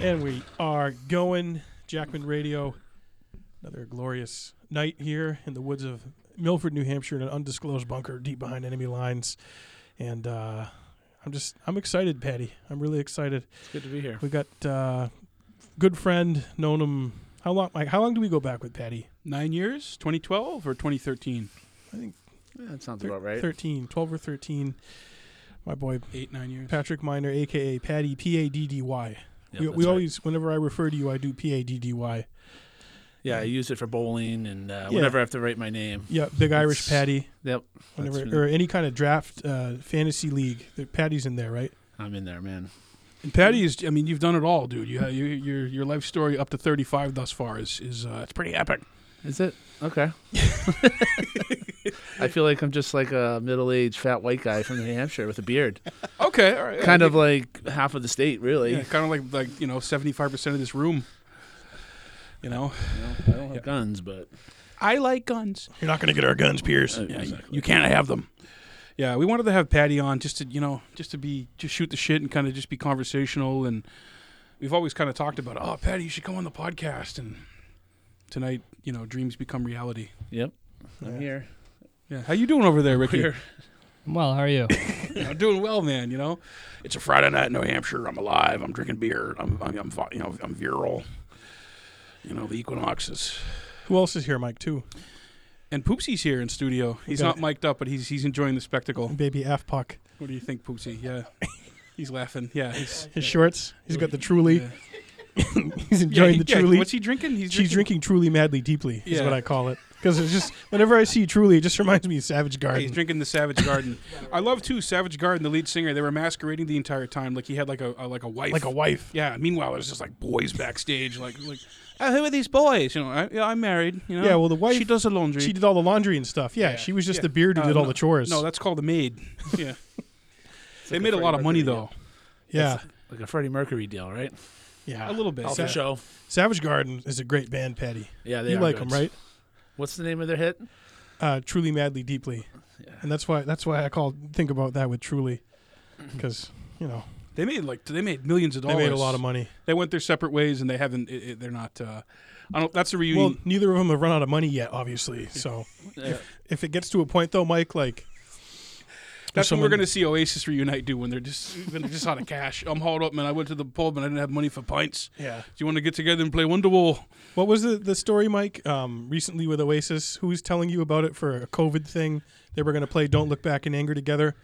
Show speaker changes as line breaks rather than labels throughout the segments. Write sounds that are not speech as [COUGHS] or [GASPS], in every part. And we are going. Jackman Radio. Another glorious night here in the woods of Milford, New Hampshire, in an undisclosed bunker deep behind enemy lines. And uh, I'm just, I'm excited, Patty. I'm really excited.
It's good to be here.
We got uh, good friend, known him. How long? Like, how long do we go back with Patty?
Nine years, 2012 or 2013?
I think
that sounds
thir-
about right.
13, 12 or 13. My boy
Eight, nine years.
Patrick Miner, aka Patty, P A D D Y.
Yep,
we
that's
we
right.
always, whenever I refer to you, I do P A D D Y.
Yeah, I use it for bowling and uh,
Yeah.
whenever I have to write my name.
Yeah, Big Irish
It's-
Patty.
Yep.
whenever
That's
or any kind of draft uh, fantasy league. The- Patty's in there, right?
I'm in there, man.
And Patty is. I mean, you've done it all, dude. You, you your your life story up to thirty five thus far is is uh, it's pretty epic.
Is it
[LAUGHS]
okay? I feel like I'm just like a middle-aged fat white guy from New Hampshire with a beard,
Okay, all right.
kind of like half of the state, really.
yeah, kind of like like you know seventy five percent of this room. You know,
You know, I don't have guns, but
I like guns.
You're not going to get our guns, Pierce.
uh,
Yeah,
exactly.
you can't have them. Yeah, we wanted to have Patty on just to you know just to be just shoot the shit and kind of just be conversational and we've always kind of talked about oh Patty you should come on the podcast and tonight you know dreams become reality.
Yep, I'm here.
Yeah, how you doing over there, Ricky?
Here.
I'm well. How are you?
[LAUGHS] I'm doing well, man. You know, it's a Friday night in New Hampshire. I'm alive. I'm drinking beer. I'm, I'm, I'm fi- you know, I'm virile. You know, the equinox is.
Who else is here, Mike? Too
And Poopsy's here in studio. He's
Okay.
not mic'd up, but he's he's enjoying the spectacle.
baby F Puck.
What do you think, Poopsy? Yeah, he's laughing. Yeah, he's
His shorts. He's got the Truly.
yeah.
[LAUGHS] He's enjoying
Yeah,
the
yeah,
Truly.
What's he drinking? He's
She's drinking Truly madly deeply. Is
Yeah.
what I call it. Because it's just whenever I see Truly, it just [LAUGHS] reminds me of Savage
Yeah,
Garden.
He's drinking the Savage Garden. I love too Savage Garden, the lead singer. They were masquerading the entire time, like he had like a, a like a wife,
like a wife.
Yeah. Meanwhile, there's just like boys backstage, like like, oh, who are these boys? You know, I, yeah, I'm married. You know.
Yeah, well, the wife-
she does the laundry.
She did all the laundry and stuff. Yeah,
Yeah,
she was just
yeah.
the beard who
No,
did all
no,
the chores.
no, that's called a maid. Yeah. they
like
made
a
a lot of
Freddie
money
Mercury
though.
yeah,
Like a Freddie Mercury deal, right?
yeah.
A little bit.
Off
Off
the
the
yeah.
show.
Savage Garden is a great band, Patty.
Yeah, they
you
are
like
good.
them, right?
What's the name of their hit?
uh, truly madly deeply and that's why that's why i call think about that with truly
[CLEARS THROAT]
because you know
They made like they made millions of
they
dollars.
made a lot of money
They went their separate ways, and they haven't. It, it, they're not. Uh, I don't. That's a reunion.
well neither of them have run out of money yet
[LAUGHS]
obviously so
Yeah.
if it gets to a point though mike like
that's
when
what we're gonna see Oasis reunite do when they're just when they're just out of cash. I'm hauled up, man. I went to the pub and I didn't have money for pints.
yeah
Do you want to get together and play Wonderwall?
what was the, the story mike um, recently with oasis who was telling you about it for a covid thing they were going to play don't look back in anger together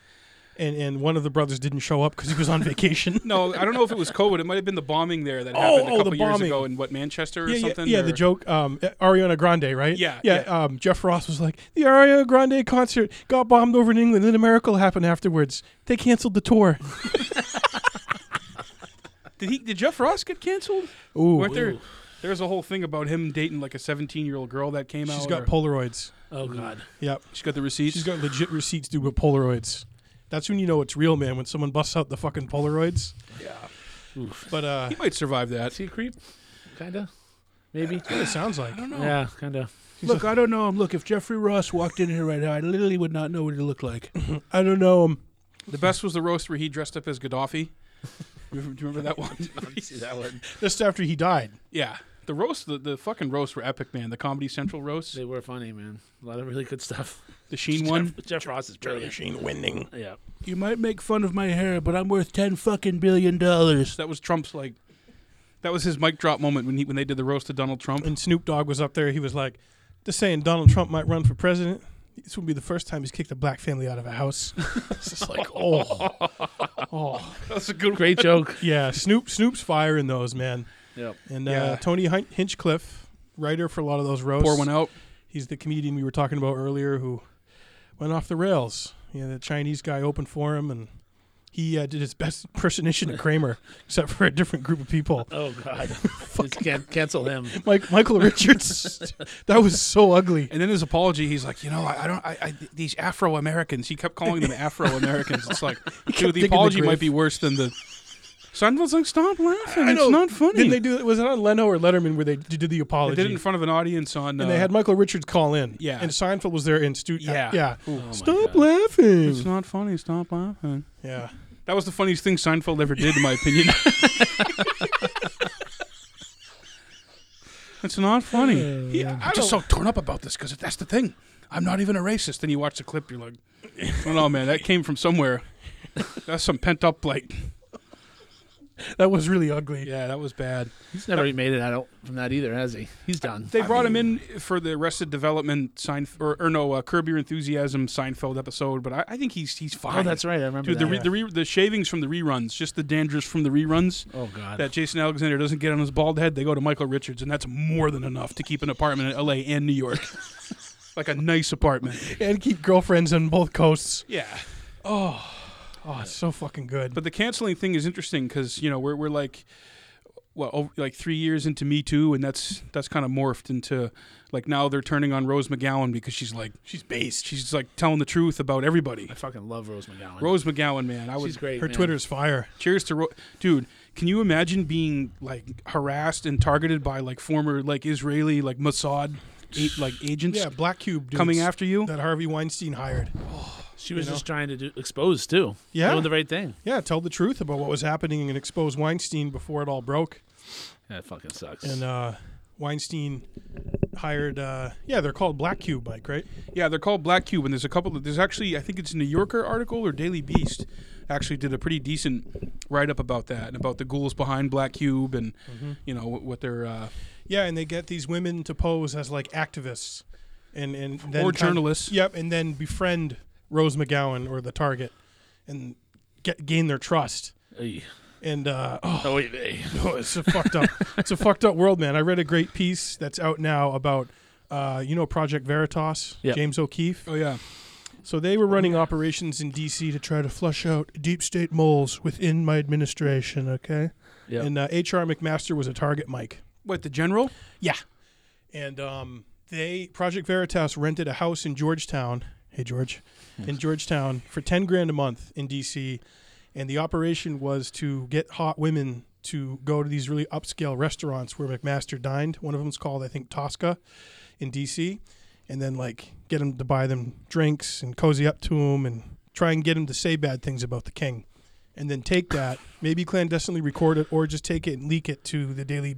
and and one of the brothers didn't show up because he was on [LAUGHS] vacation
No, I don't know if it was COVID. It might have been the bombing there that
Oh,
happened
oh,
a couple
the
years
bombing.
ago in what Manchester or
yeah,
something.
Yeah, yeah
or-
the joke. Um, Ariana Grande, right?
Yeah,
yeah. Um, Jeff Ross was like, the Ariana Grande concert got bombed over in England, and a miracle happened afterwards. They canceled the tour.
Did he? Did Jeff Ross get canceled?
Ooh,
Weren't there? There was a whole thing about him dating like a 17 year old girl that came out.
she's got
or-
Polaroids.
Oh God.
Yep,
she's got the receipts.
she's got legit receipts due with Polaroids. That's when you know it's real, man. When someone busts out the fucking Polaroids. Yeah. But uh,
he might survive that.
See a creep? Kinda. Maybe.
that's what it sounds like.
don't
Yeah, kinda.
[LAUGHS] Look, I don't know him. Look, if Jeffrey Ross walked in here right now, I literally would not know what he looked like.
I don't know um, him.
The best was the roast where he dressed up as Gaddafi. Do you remember- do you remember that
[LAUGHS]
one?
See that one?
Just after he died.
yeah. The roast, the, the fucking roasts were epic, man. The Comedy Central
[LAUGHS]
roast,
They were funny, man. A lot of really good stuff.
the Sheen one.
Jeff, [LAUGHS] Jeff Ross is brilliant.
Machine winning.
Yeah.
You might make fun of my hair, but I'm worth ten fucking billion dollars.
That was Trump's like, that was his mic drop moment when he when they did the roast to Donald Trump.
And Snoop Dogg was up there. He was like, just saying Donald Trump might run for president. This would be the first time he's kicked a black family out of a house. [LAUGHS] it's just
[LAUGHS]
like,
[LAUGHS]
oh, oh,
That's a good.
Great joke.
yeah. Snoop, Snoop's firing those man,
Yep.
and
Yeah.
uh, Tony Hin- Hinchcliffe, writer for a lot of those roasts.
Pour one out.
He's the comedian we were talking about earlier who went off the rails. You know, the Chinese guy opened for him, and he uh, did his best [LAUGHS] impersonation of Kramer, except for a different group of
[LAUGHS]
people.
Oh God. Just can- cancel him.
Mike Michael Richards, [LAUGHS] that was so ugly.
And then his apology, he's like, you know, I, I don't, I, I these Afro Americans. He kept calling them Afro Americans.
[LAUGHS]
It's like, dude,
digging
the
the
apology
grave.
might be worse
[LAUGHS]
than the. Son was like, stop laughing.
I know.
It's not funny.
Didn't they do? Was it on Leno or Letterman where they d- did the apology?
They did it in front of an audience on.
and
uh,
they had Michael Richards call in.
Yeah.
And Seinfeld was there in studio.
Yeah.
Yeah.
Oh my
Stop
God.
[LAUGHS] It's
laughing.
not funny. Stop laughing.
Yeah.
That was the funniest thing Seinfeld ever did, in my opinion. [LAUGHS] It's not funny.
yeah.
I'm just so torn up about this because that's the thing. I'm not even a racist. Then you watch the clip, you're like, [LAUGHS] oh no, man, that came from somewhere. That's some pent up, like,
That was really ugly.
yeah, that was bad.
He's never made it out from that either, has he? He's done.
They brought him in for the Arrested Development Seinf- or, or no, uh, Curb Your Enthusiasm Seinfeld episode, but I, I think he's he's fine.
Oh, that's right. I remember
Dude, the,
that.
re- the, re- the shavings from the reruns, just the dandruff from the reruns
oh God.
that Jason Alexander doesn't get on his bald head, they go to Michael Richards, and that's more than enough to keep an apartment in L.A. and
[LAUGHS]
New York, like a nice apartment.
And keep girlfriends on both coasts.
Yeah.
Oh, oh, it's so fucking good.
But the canceling thing is interesting because you know we're we're like, well, over, like three years into Me Too, and that's that's kind of morphed into like now they're turning on Rose McGowan because she's like
she's based.
she's like telling the truth about everybody.
I fucking love Rose McGowan.
Rose McGowan, man, I
She's
was
great.
Her
man.
Twitter's fire.
cheers to Ro- dude. Can you imagine being like harassed and targeted by like former like Israeli like Mossad a- like agents
Yeah, Black Cube dudes
coming after you?
that Harvey Weinstein hired.
She was
you know?
just trying to do, expose too.
Yeah.
doing the right thing.
Yeah, tell the truth about what was happening and expose Weinstein before it all broke.
That fucking sucks.
And uh, Weinstein hired. Uh, yeah, they're called Black Cube, Mike. Right?
Yeah, they're called Black Cube, and there's a couple. Of, there's actually, I think it's a New Yorker article or Daily Beast, actually did a pretty decent write up about that and about the ghouls behind Black Cube and
Mm-hmm.
you know what, what they're uh,
Yeah, and they get these women to pose as like activists, and and then
or
kind-
journalists.
Yep, and then befriend Rose McGowan or the target, and get gain their trust.
Ey.
And uh, oh,
oh wait, ey.
no, [LAUGHS] it's a fucked up, it's a fucked up world, man. I read a great piece that's out now about, uh, you know, Project Veritas,
Yep.
James O'Keefe.
Oh yeah,
So they were running operations in D.C. to try to flush out deep state moles within my administration. Okay,
Yep.
and uh, H.R. McMaster was a target, Mike.
what the general?
Yeah. And um, they Project Veritas rented a house in Georgetown. Hey George, in Georgetown for ten grand a month in D.C. And the operation was to get hot women to go to these really upscale restaurants where McMaster dined. One of them's called I think Tosca in D.C. And then like get them to buy them drinks and cozy up to them and try and get them to say bad things about the king. And then take that, maybe clandestinely record it, or just take it and leak it to the Daily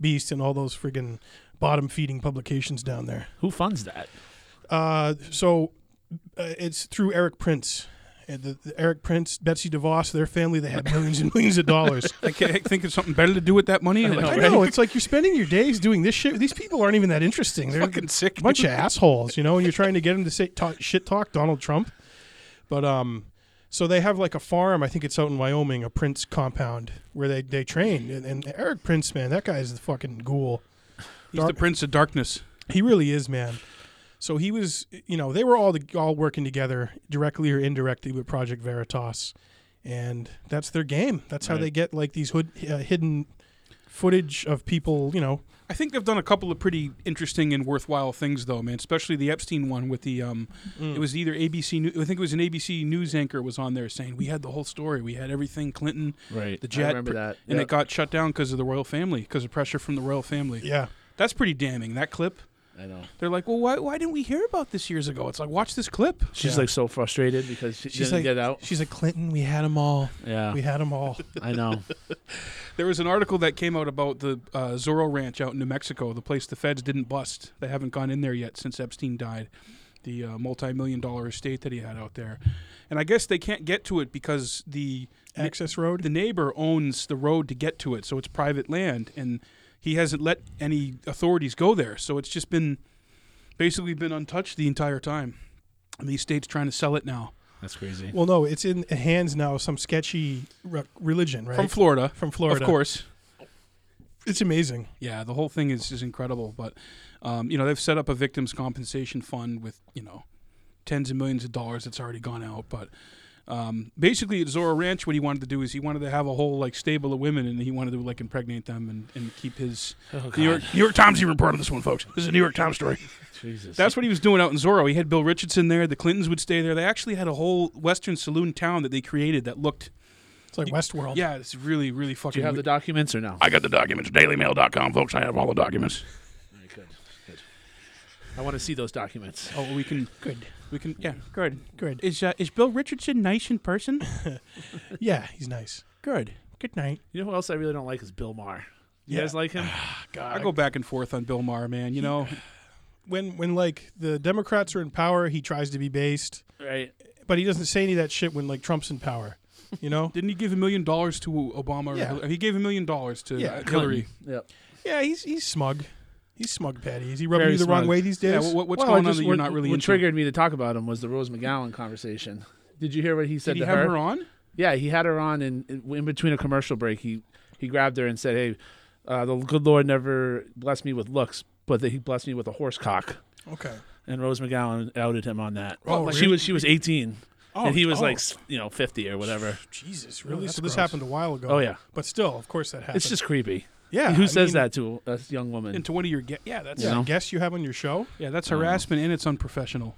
Beast and all those friggin' bottom feeding publications down there.
who funds that?
Uh, so uh, it's through Eric Prince. And the, the Eric Prince, Betsy DeVos, their family, they had millions and millions of
[LAUGHS]
dollars. [LAUGHS]
I can't think of something better to do with that money. Like,
I know. It's like you're spending your days doing this shit. These people aren't even that interesting. They're
fucking sick.
a bunch of assholes, you know, and you're trying to get them to say talk, shit talk Donald Trump. But um, so they have like a farm. I think it's out in Wyoming, a Prince compound where they they train. And, and Eric Prince, man, that guy is the fucking ghoul.
He's the prince of darkness.
He really is, man. So he was, you know, they were all the, all working together directly or indirectly with Project Veritas, and that's their game. That's how
Right.
they get like these hood, uh, hidden footage of people, you know.
I think they've done a couple of pretty interesting and worthwhile things, though, man. Especially the Epstein one with the um,
Hmm.
it was either ABC. New- I think it was an ABC news anchor was on there saying we had the whole story, we had everything, Clinton,
Right.
the jet,
I remember
pr-
that.
and
Yep.
it got shut down because of the royal family, because of pressure from the royal family.
Yeah,
That's pretty damning. That clip.
I know.
They're like, well, why, why didn't we hear about this years ago? It's like, watch this clip.
She's
Yeah.
like so frustrated because she
She's
didn't
like-
get out.
she's like Clinton. We had them all.
[LAUGHS] Yeah,
We had them all.
I know.
There was an article that came out about the uh, Zorro Ranch out in New Mexico, the place the feds didn't bust. They haven't gone in there yet since Epstein died, the uh, multi-million dollar estate that he had out there. And I guess they can't get to it because the
Access Road.
the neighbor owns the road to get to it, so it's private land, and he hasn't let any authorities go there. So it's just been basically been untouched the entire time. And the estate's trying to sell it now
That's [LAUGHS] crazy.
Well, no, it's in hands now. of Some sketchy re- religion, right?
from Florida,
From Florida,
of course.
It's amazing.
Yeah, the whole thing is is incredible. But um, you know, they've set up a victims compensation fund with you know tens of millions of dollars that's already gone out. But um, basically, at Zorro Ranch, what he wanted to do is he wanted to have a whole like stable of women, and he wanted to like impregnate them and, and keep his
Oh,
New York New York Times even reported on this one, folks. This is a New York Times story.
Jesus.
That's what he was doing out in Zorro. He had Bill Richardson there. The Clintons would stay there. They actually had a whole Western saloon town that they created that looked.
It's like Westworld.
Yeah, it's really really fucking.
Oh. Do you have the documents or no?
I got the documents. DailyMail.com, folks. I have all the documents.
Good. Good. I want to see those documents.
Oh, we can
Good.
We can, yeah, good.
Good.
Is uh, is Bill Richardson nice in person?
Yeah, he's nice.
Good.
Good night.
You know who else I really don't like is Bill Maher. You guys like
[SIGHS]
him?
God,
I go back and forth on Bill Maher, man. You know,
when when like the Democrats are in power, he tries to be based,
Right.
but he doesn't say any of that shit when like Trump's in power. You
[LAUGHS]
know?
didn't he give a million dollars to Obama? or
Yeah.
Hillary? He gave a million dollars to
Yeah,
Hillary.
Yep.
yeah, he's he's smug. He's smug, Patty. Is he rubbing
Very
you the wrong
smug.
way these days?
Yeah, what, what's
Well, I
going on
just-
that you're
what-
not really
What
into?
triggered me to talk about him was the Rose McGowan conversation. Did you hear what he said
Did he
to
have
her?
her on?
Yeah, he had her on, and in between a commercial break, he he grabbed her and said, "Hey, uh, the good Lord never blessed me with looks, but that He blessed me with a horse cock."
okay.
And Rose McGowan outed him on that.
Oh,
she
really?
was she was 18,
Oh,
and he was
oh,
like s- you know 50 or [LAUGHS] whatever.
Jesus, really?
that's
so this
gross.
happened a while ago.
Oh yeah,
But still, of course that happened.
it's just creepy.
yeah.
Who
I
says
mean,
that to a young woman?
[LAUGHS] Into one of your get? Yeah, that's
Yeah,
You know?
guests you have on your show.
yeah, that's
I don't know.
harassment and it's unprofessional.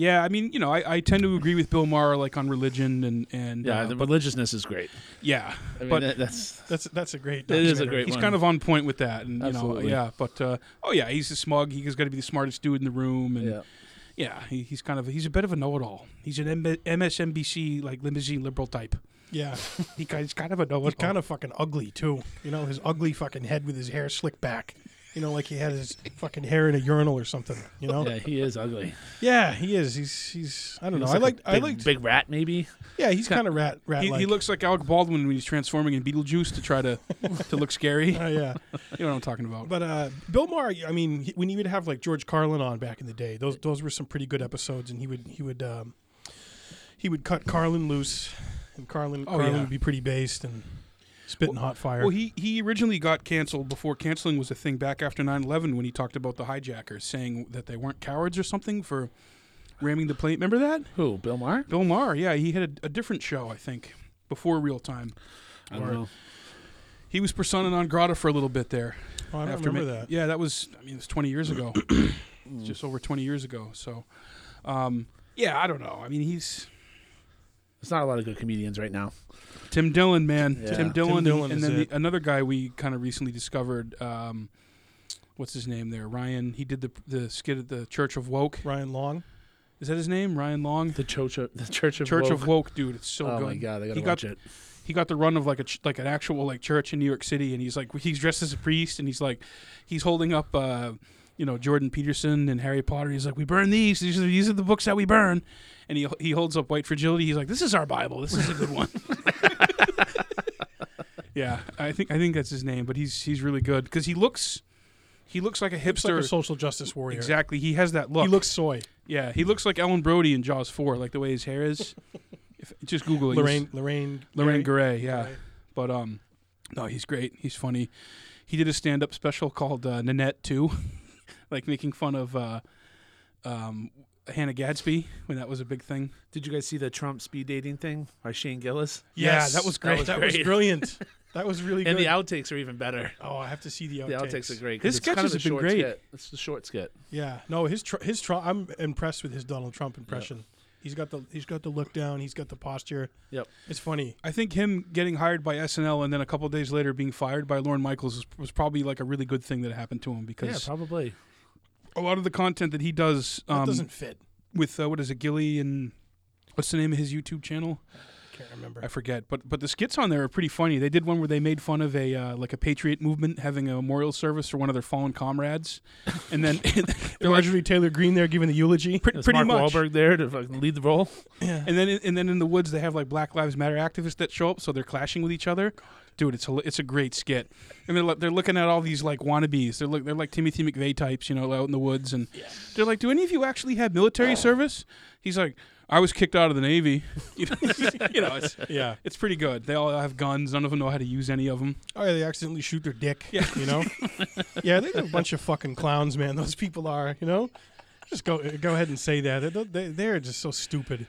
Yeah, I mean, you know, I, I tend to agree with Bill Maher like on religion and and
yeah,
uh,
the
but-
religiousness is great.
yeah,
I mean,
But-
that, that's
That's that's a great.
It is a
documentary.
great
he's
one.
kind of on point with that, and
Absolutely.
you know, yeah, but uh, oh yeah, he's a smug. He's got to be the smartest dude in the room, and
yeah.
yeah, he, he's kind of he's a bit of a know-it-all. He's an M- MSNBC like limousine liberal type.
[LAUGHS]
Yeah,
He ki- he's kind of a know-it-all.
he's kind of fucking ugly too. You know, his ugly fucking head with his hair slicked back. You know, like he had his fucking hair in a urinal or something. You know.
yeah, he is ugly.
Yeah, he is. He's he's. I don't
He
know.
looks
I
like
like.
a
I
big-
liked.
big rat maybe.
yeah, he's kind of rat rat
He,
like.
he looks like Alec Baldwin when he's transforming in Beetlejuice to try
[LAUGHS]
to to look scary. You
Uh, [LAUGHS] yeah,
know what I'm talking about?
but uh, Bill Maher. I mean, he, when he would have like George Carlin on back in the day, those those were some pretty good episodes, and he would he would um, he would cut Carlin loose, and Carlin
Oh,
Carlin
yeah.
would be pretty based and spitting hot fire.
Well, he, he originally got canceled before canceling was a thing back after 9 11 when he talked about the hijackers, saying that they weren't cowards or something for ramming the plane. Remember that?
Who? Bill Maher?
Bill Maher, yeah, he had a, a different show, I think, before real time.
I don't know.
He was persona non grata for a little bit there.
oh, I don't
after
remember
ma-
that.
Yeah, that was, I mean, it was 20 years ago, It's just over 20 years ago. So, um, yeah, I don't know. I mean, he's
There's not a lot of good comedians right now.
Tim Dillon, man.
Yeah.
Tim
Tim
Dillon, and-
Dillon
and,
is
then the,
it.
another guy we kind of recently discovered. Um, what's his name there? Ryan. He did the the skit at the Church of Woke.
Ryan Long.
Is that his name? Ryan Long.
The Church of the Church of
Church
Woke.
of Woke, dude. It's so
oh
good.
my god, I gotta
He got-
watch it.
He got the run of like a ch- like an actual like church in New York City, and he's like he's dressed as a priest, and he's like he's holding up. Uh, you know Jordan Peterson and Harry Potter. He's like, we burn these. These are these are the books that we burn. And he he holds up White Fragility. He's like, this is our Bible. This is a good one. [LAUGHS] yeah, I think I think that's his name, but he's he's really good because he looks he looks like a
Looks like
hipster.
a social justice warrior.
exactly, he has that look.
He looks soy.
yeah, he looks like Ellen Brody in Jaws four, like the way his hair is. if, just Google it. He's-
Lorraine Lorraine
Lorraine
Gary?
Garay, yeah.
Garay.
But um, no, he's great. He's funny. He did a stand-up special called uh, Nanette Two, [LAUGHS] like making fun of uh, um, Hannah Gadsby when that was a big thing.
Did you guys see the Trump speed dating thing by Shane Gillis?
Yes,
Yeah, that was great.
That was,
That was great.
[LAUGHS]
brilliant. that was really good.
And the outtakes are even better.
oh, I have to see the outtakes.
The outtakes are great.
His
'cause it's kind
sketches
of a
have been
short
great.
skit. It's the short skit.
Yeah, no, his tr- his Trump. I'm impressed with his Donald Trump impression. He's got the he's got the look down. He's got the posture.
Yep.
It's funny.
I think him getting hired by SNL and then a couple days later being fired by Lauren Michaels was, was probably like a really good thing that happened to him because
probably.
a lot of the content that he does
That
um,
doesn't fit.
with uh, what is it, Gilly and what's the name of his YouTube channel?
I can't remember.
I forget, but but the skits on there are pretty funny. They did one where they made fun of a uh, like a patriot movement having a memorial service for one of their fallen comrades, and then [LAUGHS] they're like,
Marjorie Taylor Green there giving the
[LAUGHS]
eulogy.
pre-
Is
pretty
Mark
much.
Wahlberg there to fucking lead the role?
Yeah.
And then and then in the woods they have like Black Lives Matter activists that show up, so they're clashing with each other. Dude, it's a it's a great skit, and they're like, they're looking at all these like wannabes. They're look they're like Timothy McVeigh types, you know, out in the woods, and they're like, "Do any of you actually have military service?" He's like, "I was kicked out of the navy." [LAUGHS] you know, you know, it's
yeah.
it's pretty good. They all have guns. None of them know how to use any of them.
Oh, yeah, they accidentally shoot their dick.
Yeah.
You know. yeah, they're a bunch of fucking clowns, man. Those people are. You know. Just go go ahead and say that. They- They they're just so stupid.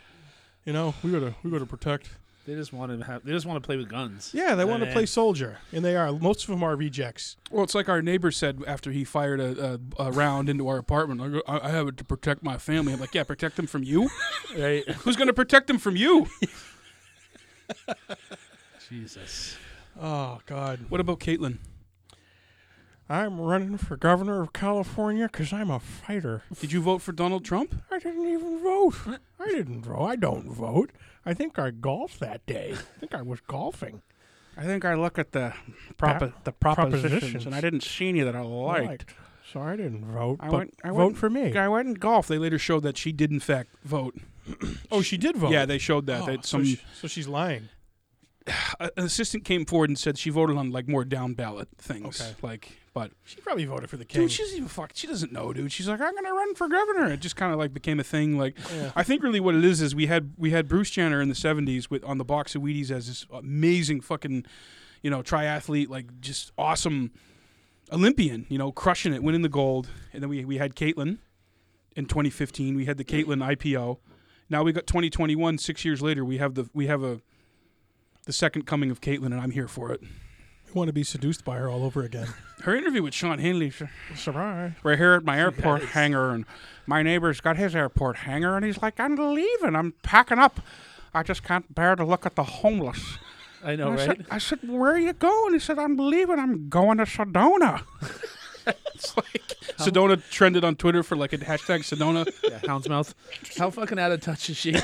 You know, we gotta we gotta protect.
They just want to have. They just want to play with guns.
Yeah, they
Yeah,
want to
man.
play soldier, and they are. Most of them are rejects.
Well, it's like our neighbor said after he fired a, a, a round into our apartment. I, go, "I- I have it to protect my family. I'm like, yeah, protect them from you.
[LAUGHS] Right.
Who's going to protect them from you?
Jesus.
Oh God.
What about Caitlin?
I'm running for governor of California because I'm a fighter.
Did you vote for Donald Trump?
I didn't even vote. I didn't vote. I don't vote. I think I golfed that day. I think I was golfing.
I think I look at the [LAUGHS] propo- the propositions,
propositions.
and I didn't see any that I liked.
Sorry, I didn't vote.
I
but
went- I
vote
went-
for me.
I went in golf. They later showed that she did in fact vote.
oh, she did vote.
Yeah, they showed that.
Oh,
that
so
some [LAUGHS]
she- so she's lying.
a- uh, an assistant came forward and said she voted on like more down ballot things.
Okay.
Like, but
She probably voted for the king.
dude, she doesn't even fuck. She doesn't know, dude. She's like, I'm gonna run for governor. It just kind of like became a thing. Like, [LAUGHS]
Yeah.
I think really what it is is we had we had Bruce Jenner in the '70s with on the box of Wheaties as this amazing fucking, you know, triathlete, like just awesome Olympian, you know, crushing it, winning the gold, and then we we had Caitlin in 2015. We had the Caitlin IPO. Now we got 2021. Six years later, we have the we have a the second coming of Caitlin, and I'm here for it.
I want to be seduced by her all over
[LAUGHS]
again.
Her interview with Sean Henley. sure.
Surprise.
We're here [LAUGHS] at my airport hangar, and my neighbor's got his airport hangar, and he's like, I'm leaving. I'm packing up. I just can't bear to look at the homeless.
I know,
And I,
right?
said, I said, Where are you going? He said, I'm leaving. I'm going to Sedona. [LAUGHS] it's like Sedona trended on Twitter for like a hashtag Sedona.
yeah, houndsmouth. How fucking out of touch is she?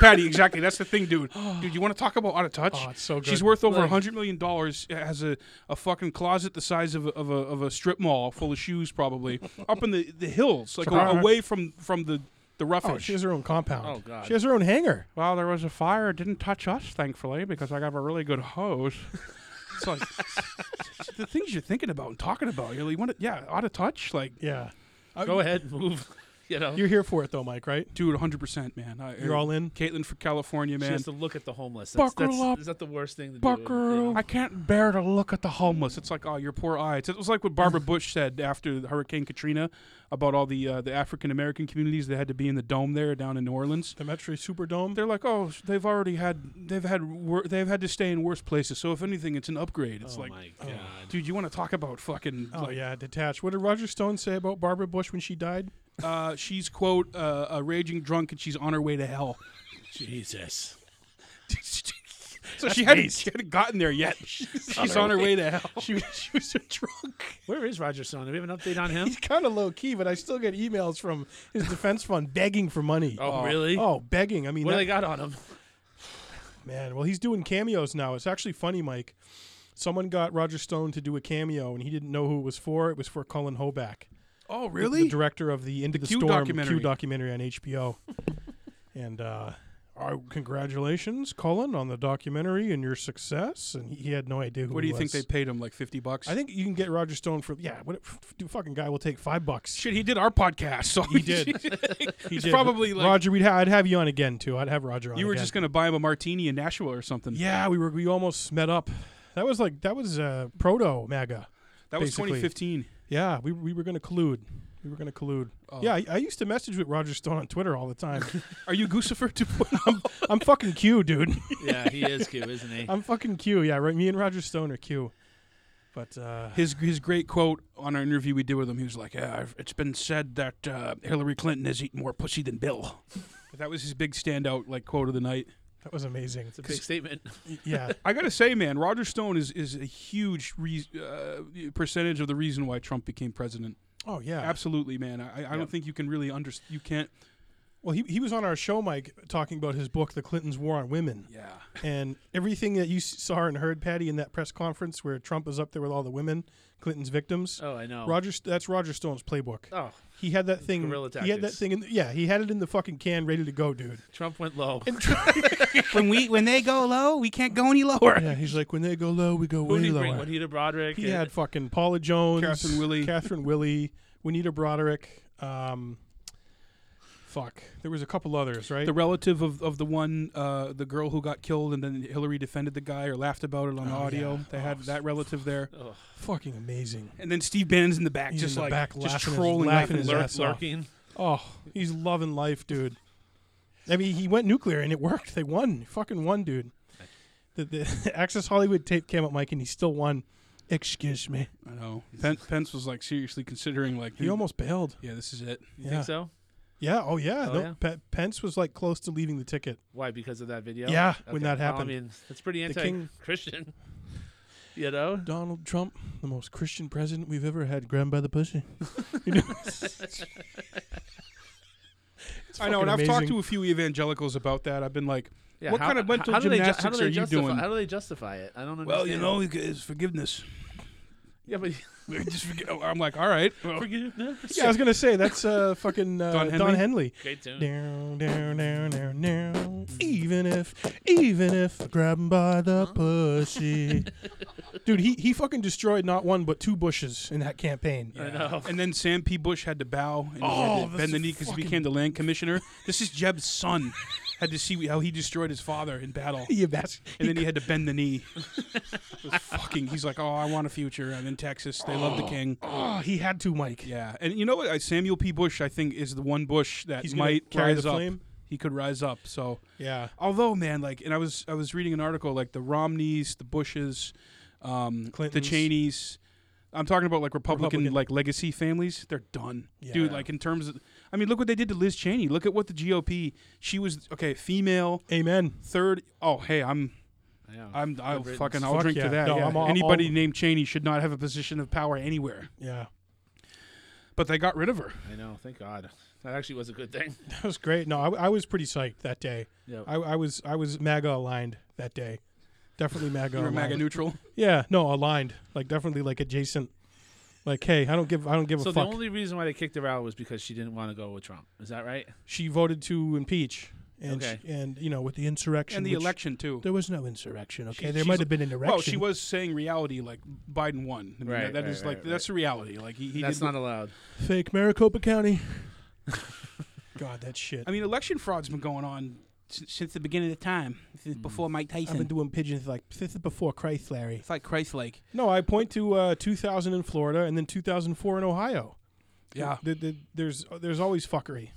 Patty, exactly. That's the thing, [GASPS] dude. Dude, you want to talk about out of touch?
Oh, it's so good.
She's worth over
Like-
hundred million dollars. uh, Has a, a fucking closet the size of a, of a of a strip mall full of
[LAUGHS]
shoes, probably up in the, the hills, like a-
Sure.
away from from the the roughage.
Oh, she has her own compound.
Oh, God.
She has her own hangar.
well, there was a fire. It didn't touch us, thankfully, because I got a really good hose. it's like [LAUGHS] it's the things you're thinking about and talking about. You're like, you want to, yeah, out of touch, like.
Yeah.
[LAUGHS] Go ahead, move. [LAUGHS] You know,
You're here for it though, Mike, right?
Dude, 100%, man. I,
You're all in.
Caitlin for California,
she
man.
has to look at the homeless. That's,
Buckle
that's,
up.
Is that the worst thing to do?
Buckaroo. I can't bear to look at the homeless. It's like, oh, your poor eyes. It was like
[SIGHS]
what Barbara Bush said after Hurricane Katrina about all the uh, the African American communities that had to be in the dome there down in New Orleans.
The Metro Superdome.
They're like, oh, they've already had they've had wor- they've had to stay in worse places. So if anything, it's an upgrade. It's
oh
like,
my
oh.
god.
dude, you want to talk about fucking?
Oh
like,
yeah, detached. What did Roger Stone say about Barbara Bush when she died?
uh, she's quote uh, a raging drunk and she's on her way to hell.
[LAUGHS]
Jesus.
so she hadn't, she hadn't gotten
[LAUGHS]
there yet. She's, on her way to hell.
She was, she was a drunk.
Where is Roger Stone? Do we have an update on
[LAUGHS]
him?
He's kind of low key, but I still get emails from his [LAUGHS] defense fund begging for money.
Oh, really?
[LAUGHS] Oh, begging. I mean,
What do
that-
they got on him?
Man, well, he's doing cameos now. It's actually funny, Mike. Someone got Roger Stone to do a cameo, and he didn't know who it was for. It was for Colin Hoback,
Oh,
the- the director of the Into the,
Q
Storm
documentary.
Q documentary on HBO.
[LAUGHS]
and uh, our congratulations, Colin, on the documentary and your success. And he, he had no idea who.
What do
he
you think they
was.
paid him? Like fifty bucks?
I think you can get Roger Stone for yeah. What f- f- dude, fucking guy will take five bucks?
Shit, he did our podcast, so
He
[LAUGHS]
did.
he's
did.
probably like
Roger, we'd ha- I'd have you on again too. I'd have Roger on.
you were
again.
just gonna buy him a martini in Nashua or something.
Yeah, we were. We almost met up. That was like that was uh, proto MAGA.
that was
basically.
2015.
Yeah, we we were gonna collude. We were gonna collude.
Oh.
Yeah, I, I used to message with Roger Stone on Twitter all the time.
Are you Guccifer 2.0?
I'm fucking Q, dude.
[LAUGHS]
[LAUGHS]
yeah, he is cute, isn't he?
I'm fucking Q. Yeah, right. Me and Roger Stone are Q. But uh,
[LAUGHS] his his great quote on our interview we did with him. He was like, "Yeah, I've- it's been said that uh, Hillary Clinton has eaten more pussy than Bill." [LAUGHS] that was his big standout like quote of the night.
that was amazing.
It's a big statement. [LAUGHS]
Yeah,
I gotta say, man, Roger Stone is is a huge re- uh, percentage of the reason why Trump became president.
Oh yeah.
Absolutely, man. I, I
Yeah.
don't think you can really under you can't.
well, he, he was on our show, Mike, talking about his book, The Clintons' War on Women,
Yeah.
and everything that you s- saw and heard, Patty, in that press conference where Trump is up there with all the women, Clinton's victims.
Oh, I know.
Roger, St- that's Roger Stone's playbook.
Oh,
He had that thing.
Guerrilla
He had that
tactics.
thing. In the, yeah, he had it in the fucking can, ready to go, dude.
Trump went low.
when we when they go low, we can't go any lower.
Yeah, he's like, when they go low, we go
Who
way
did he bring?
lower.
Juanita Broderick.
He
and-
had fucking Paula Jones,
Catherine Willey.
Catherine Willey, Juanita Broderick. Um, fuck, there was a couple others, right?
The relative of, of the one, uh, the girl who got killed, and then Hillary defended the guy or laughed about it on
Oh,
audio.
yeah.
They had
Oh,
that relative there,
Ugh,
fucking amazing.
and then Steve Bannon's in the back,
He's
just
in the
like
back
just
laughing his-
trolling,
laughing
laughing
his
his
lurk-
ass off.
lurking.
Oh, he's loving life, dude. I mean, he went nuclear and it worked. They won. Fucking won, dude. The, the [LAUGHS] Access Hollywood tape came up, Mike, and he still won. Excuse me.
I know. Pen- Pence was like seriously considering like
He almost bailed.
yeah, this is it.
You
yeah.
think so?
Yeah. Oh, yeah.
Oh,
no,
yeah?
Pe- Pence was like close to leaving the ticket.
Why? Because of that video?
Yeah, when that
Well,
happened.
I mean, that's pretty
The king-
anti-Christian. [LAUGHS] You know?
Donald Trump, the most Christian president we've ever had, grabbed by the pussy. [LAUGHS] You know? It's
I know,
fucking
and I've talked
amazing.
to a few evangelicals about that. I've been like,
Yeah,
What kind of mental
do they ju-
gymnastics
how do they
are you
justify-
doing?
How do they justify it? I don't understand.
Well, you know, it's forgiveness.
[LAUGHS]
[LAUGHS]
Yeah, but
Just forgi- oh, I'm like, all right.
[LAUGHS]
Well,
Yeah, I was gonna say that's uh, fucking uh,
Don
Don
Henley?
Henley.
great tune.
Down, down, down, down, down. Even if, even if I grab him by the
[LAUGHS]
pussy, dude, he he fucking destroyed not one but two bushes in that campaign. [LAUGHS]
I know.
[LAUGHS] And then Sam P. Bush had to bow and he
Oh,
had to
this
bend the
is
knee because he
fucking-
became the land commissioner. This is
[LAUGHS]
Jeb's son. had to see how he destroyed his father in battle.
Yeah, that's
And then he had to bend the knee. It was fucking. He's like, oh, I want a future. I'm in Texas. They love the king.
[LAUGHS] oh, he had to, Mike.
Yeah, and you know what? I- Samuel P. Bush, I think, is the one Bush that
He's gonna
might
carry
rise
the
up.
flame?
He could rise up. So,
Yeah,
although, man, like, and I was I was reading an article like the Romneys, the Bushes, um, the
Clintons.
Cheneys. I'm talking about like Republican,
Republican.
like legacy families. They're done,
Yeah.
dude. Like in terms of, I mean, look what they did to Liz Cheney. Look at what the GOP. She was okay, female,
amen.
third. Oh, hey, I'm
I know.
I'm I'll
Good riddance.
fucking I'll
Fuck
drink to
yeah.
that.
No,
yeah.
I'm all-
Anybody
all-
named Cheney should not have a position of power anywhere.
Yeah, [LAUGHS]
But they got rid of her.
I know. Thank God. That actually was a good thing.
that was great. No, I, I was pretty psyched that day.
Yeah.
I, I was I was MAGA aligned that day.
[LAUGHS]
Definitely MAGA.
You were
aligned.
MAGA neutral.
Yeah, no, aligned. Like definitely like adjacent. Like, hey, I don't give I don't give
So
a
the
fuck.
only reason why they kicked her out was because she didn't want to go with Trump. Is that right?
she voted to impeach, and
Okay.
she, and you know with the insurrection
and the
which-
election too.
There was no insurrection. Okay,
She-
there
she's
might
a-
have been an erection.
Well, she was saying reality, like Biden won. I mean,
Right,
that- that
right,
is
right,
like
right.
that's the reality. Like he, he
That's
did,
not allowed.
fake Maricopa [LAUGHS] County. God, that shit.
I mean, election fraud's been going on since, since the beginning of time, since before Mike Tyson.
Mm-hmm. I've been doing pigeons like this is before Christ, Larry.
it's like Christ like.
No, I point to uh, 2000 in Florida and then 2004 in Ohio.
Yeah.
Th- th- there's there's always fuckery,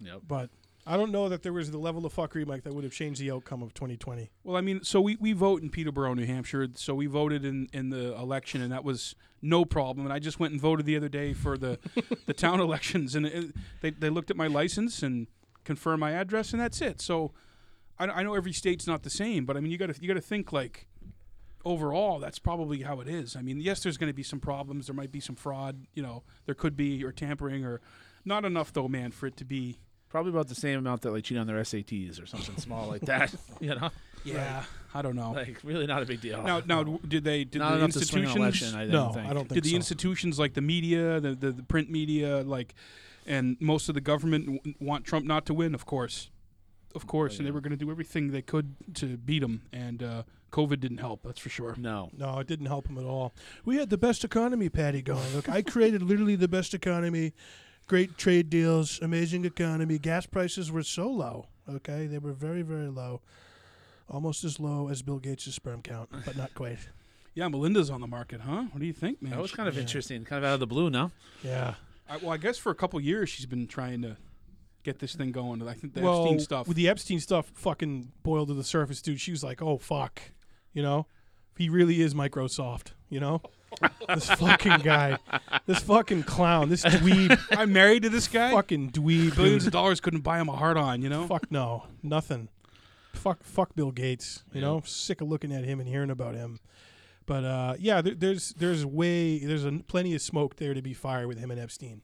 Yep.
but I don't know that there was the level of fuckery, Mike, that would have changed the outcome of 2020.
Well, I mean, so we, we vote in Peterborough, New Hampshire. So we voted in, in the election, and that was no problem. And I just went and voted the other day for the, the town elections, and it, they, they looked at my license and confirmed my address, and that's it. So I, I know every state's not the same, but I mean, you got to you got to think like overall, that's probably how it is. I mean, yes, there's going to be some problems. There might be some fraud. You know, there could be or tampering or not enough though, man, for it to be.
Probably about the same amount that like cheat on their SATs or something small like [LAUGHS] that. You know,
Yeah, I don't know.
like really not a big deal.
Now,
[LAUGHS]
now, did they did
not
the
enough to swing
institutions?
an election. I don't
no,
think.
I don't think
did the
so.
institutions like the media, the, the the print media, like, and most of the government w- want Trump not to win? Of course,
Oh,
of course, and they
yeah.
were going to do everything they could to beat him. And uh, COVID didn't help. That's for sure.
No.
no, it didn't help him at all.
We had the best economy, Patty, going. Look, I created literally the best economy, great trade deals, amazing economy. Gas prices were so low, okay? They were very, very low.
Almost as low as Bill Gates' sperm count, but not quite.
[LAUGHS] Yeah, Melinda's on the market, huh? What do you think, man?
That was kind of interesting, kind of out of the blue. No.
Yeah.
I, well, I guess for a couple years she's been trying to get this thing going. I think the
well,
Epstein stuff.
With the Epstein stuff fucking boiled to the surface, dude, she was like, oh, fuck. You know? He really is Microsoft, you know? this fucking guy. This fucking clown. This
[LAUGHS]
dweeb.
I'm married to this guy.
fucking dweeb. [LAUGHS]
Billions
Dude.
of dollars couldn't buy him a hard on, you know.
fuck no. Nothing. Fuck, fuck Bill Gates. You
Yeah.
know? Sick of looking at him and hearing about him. But uh, yeah, there, there's there's way there's a, plenty of smoke there to be fired with him and Epstein.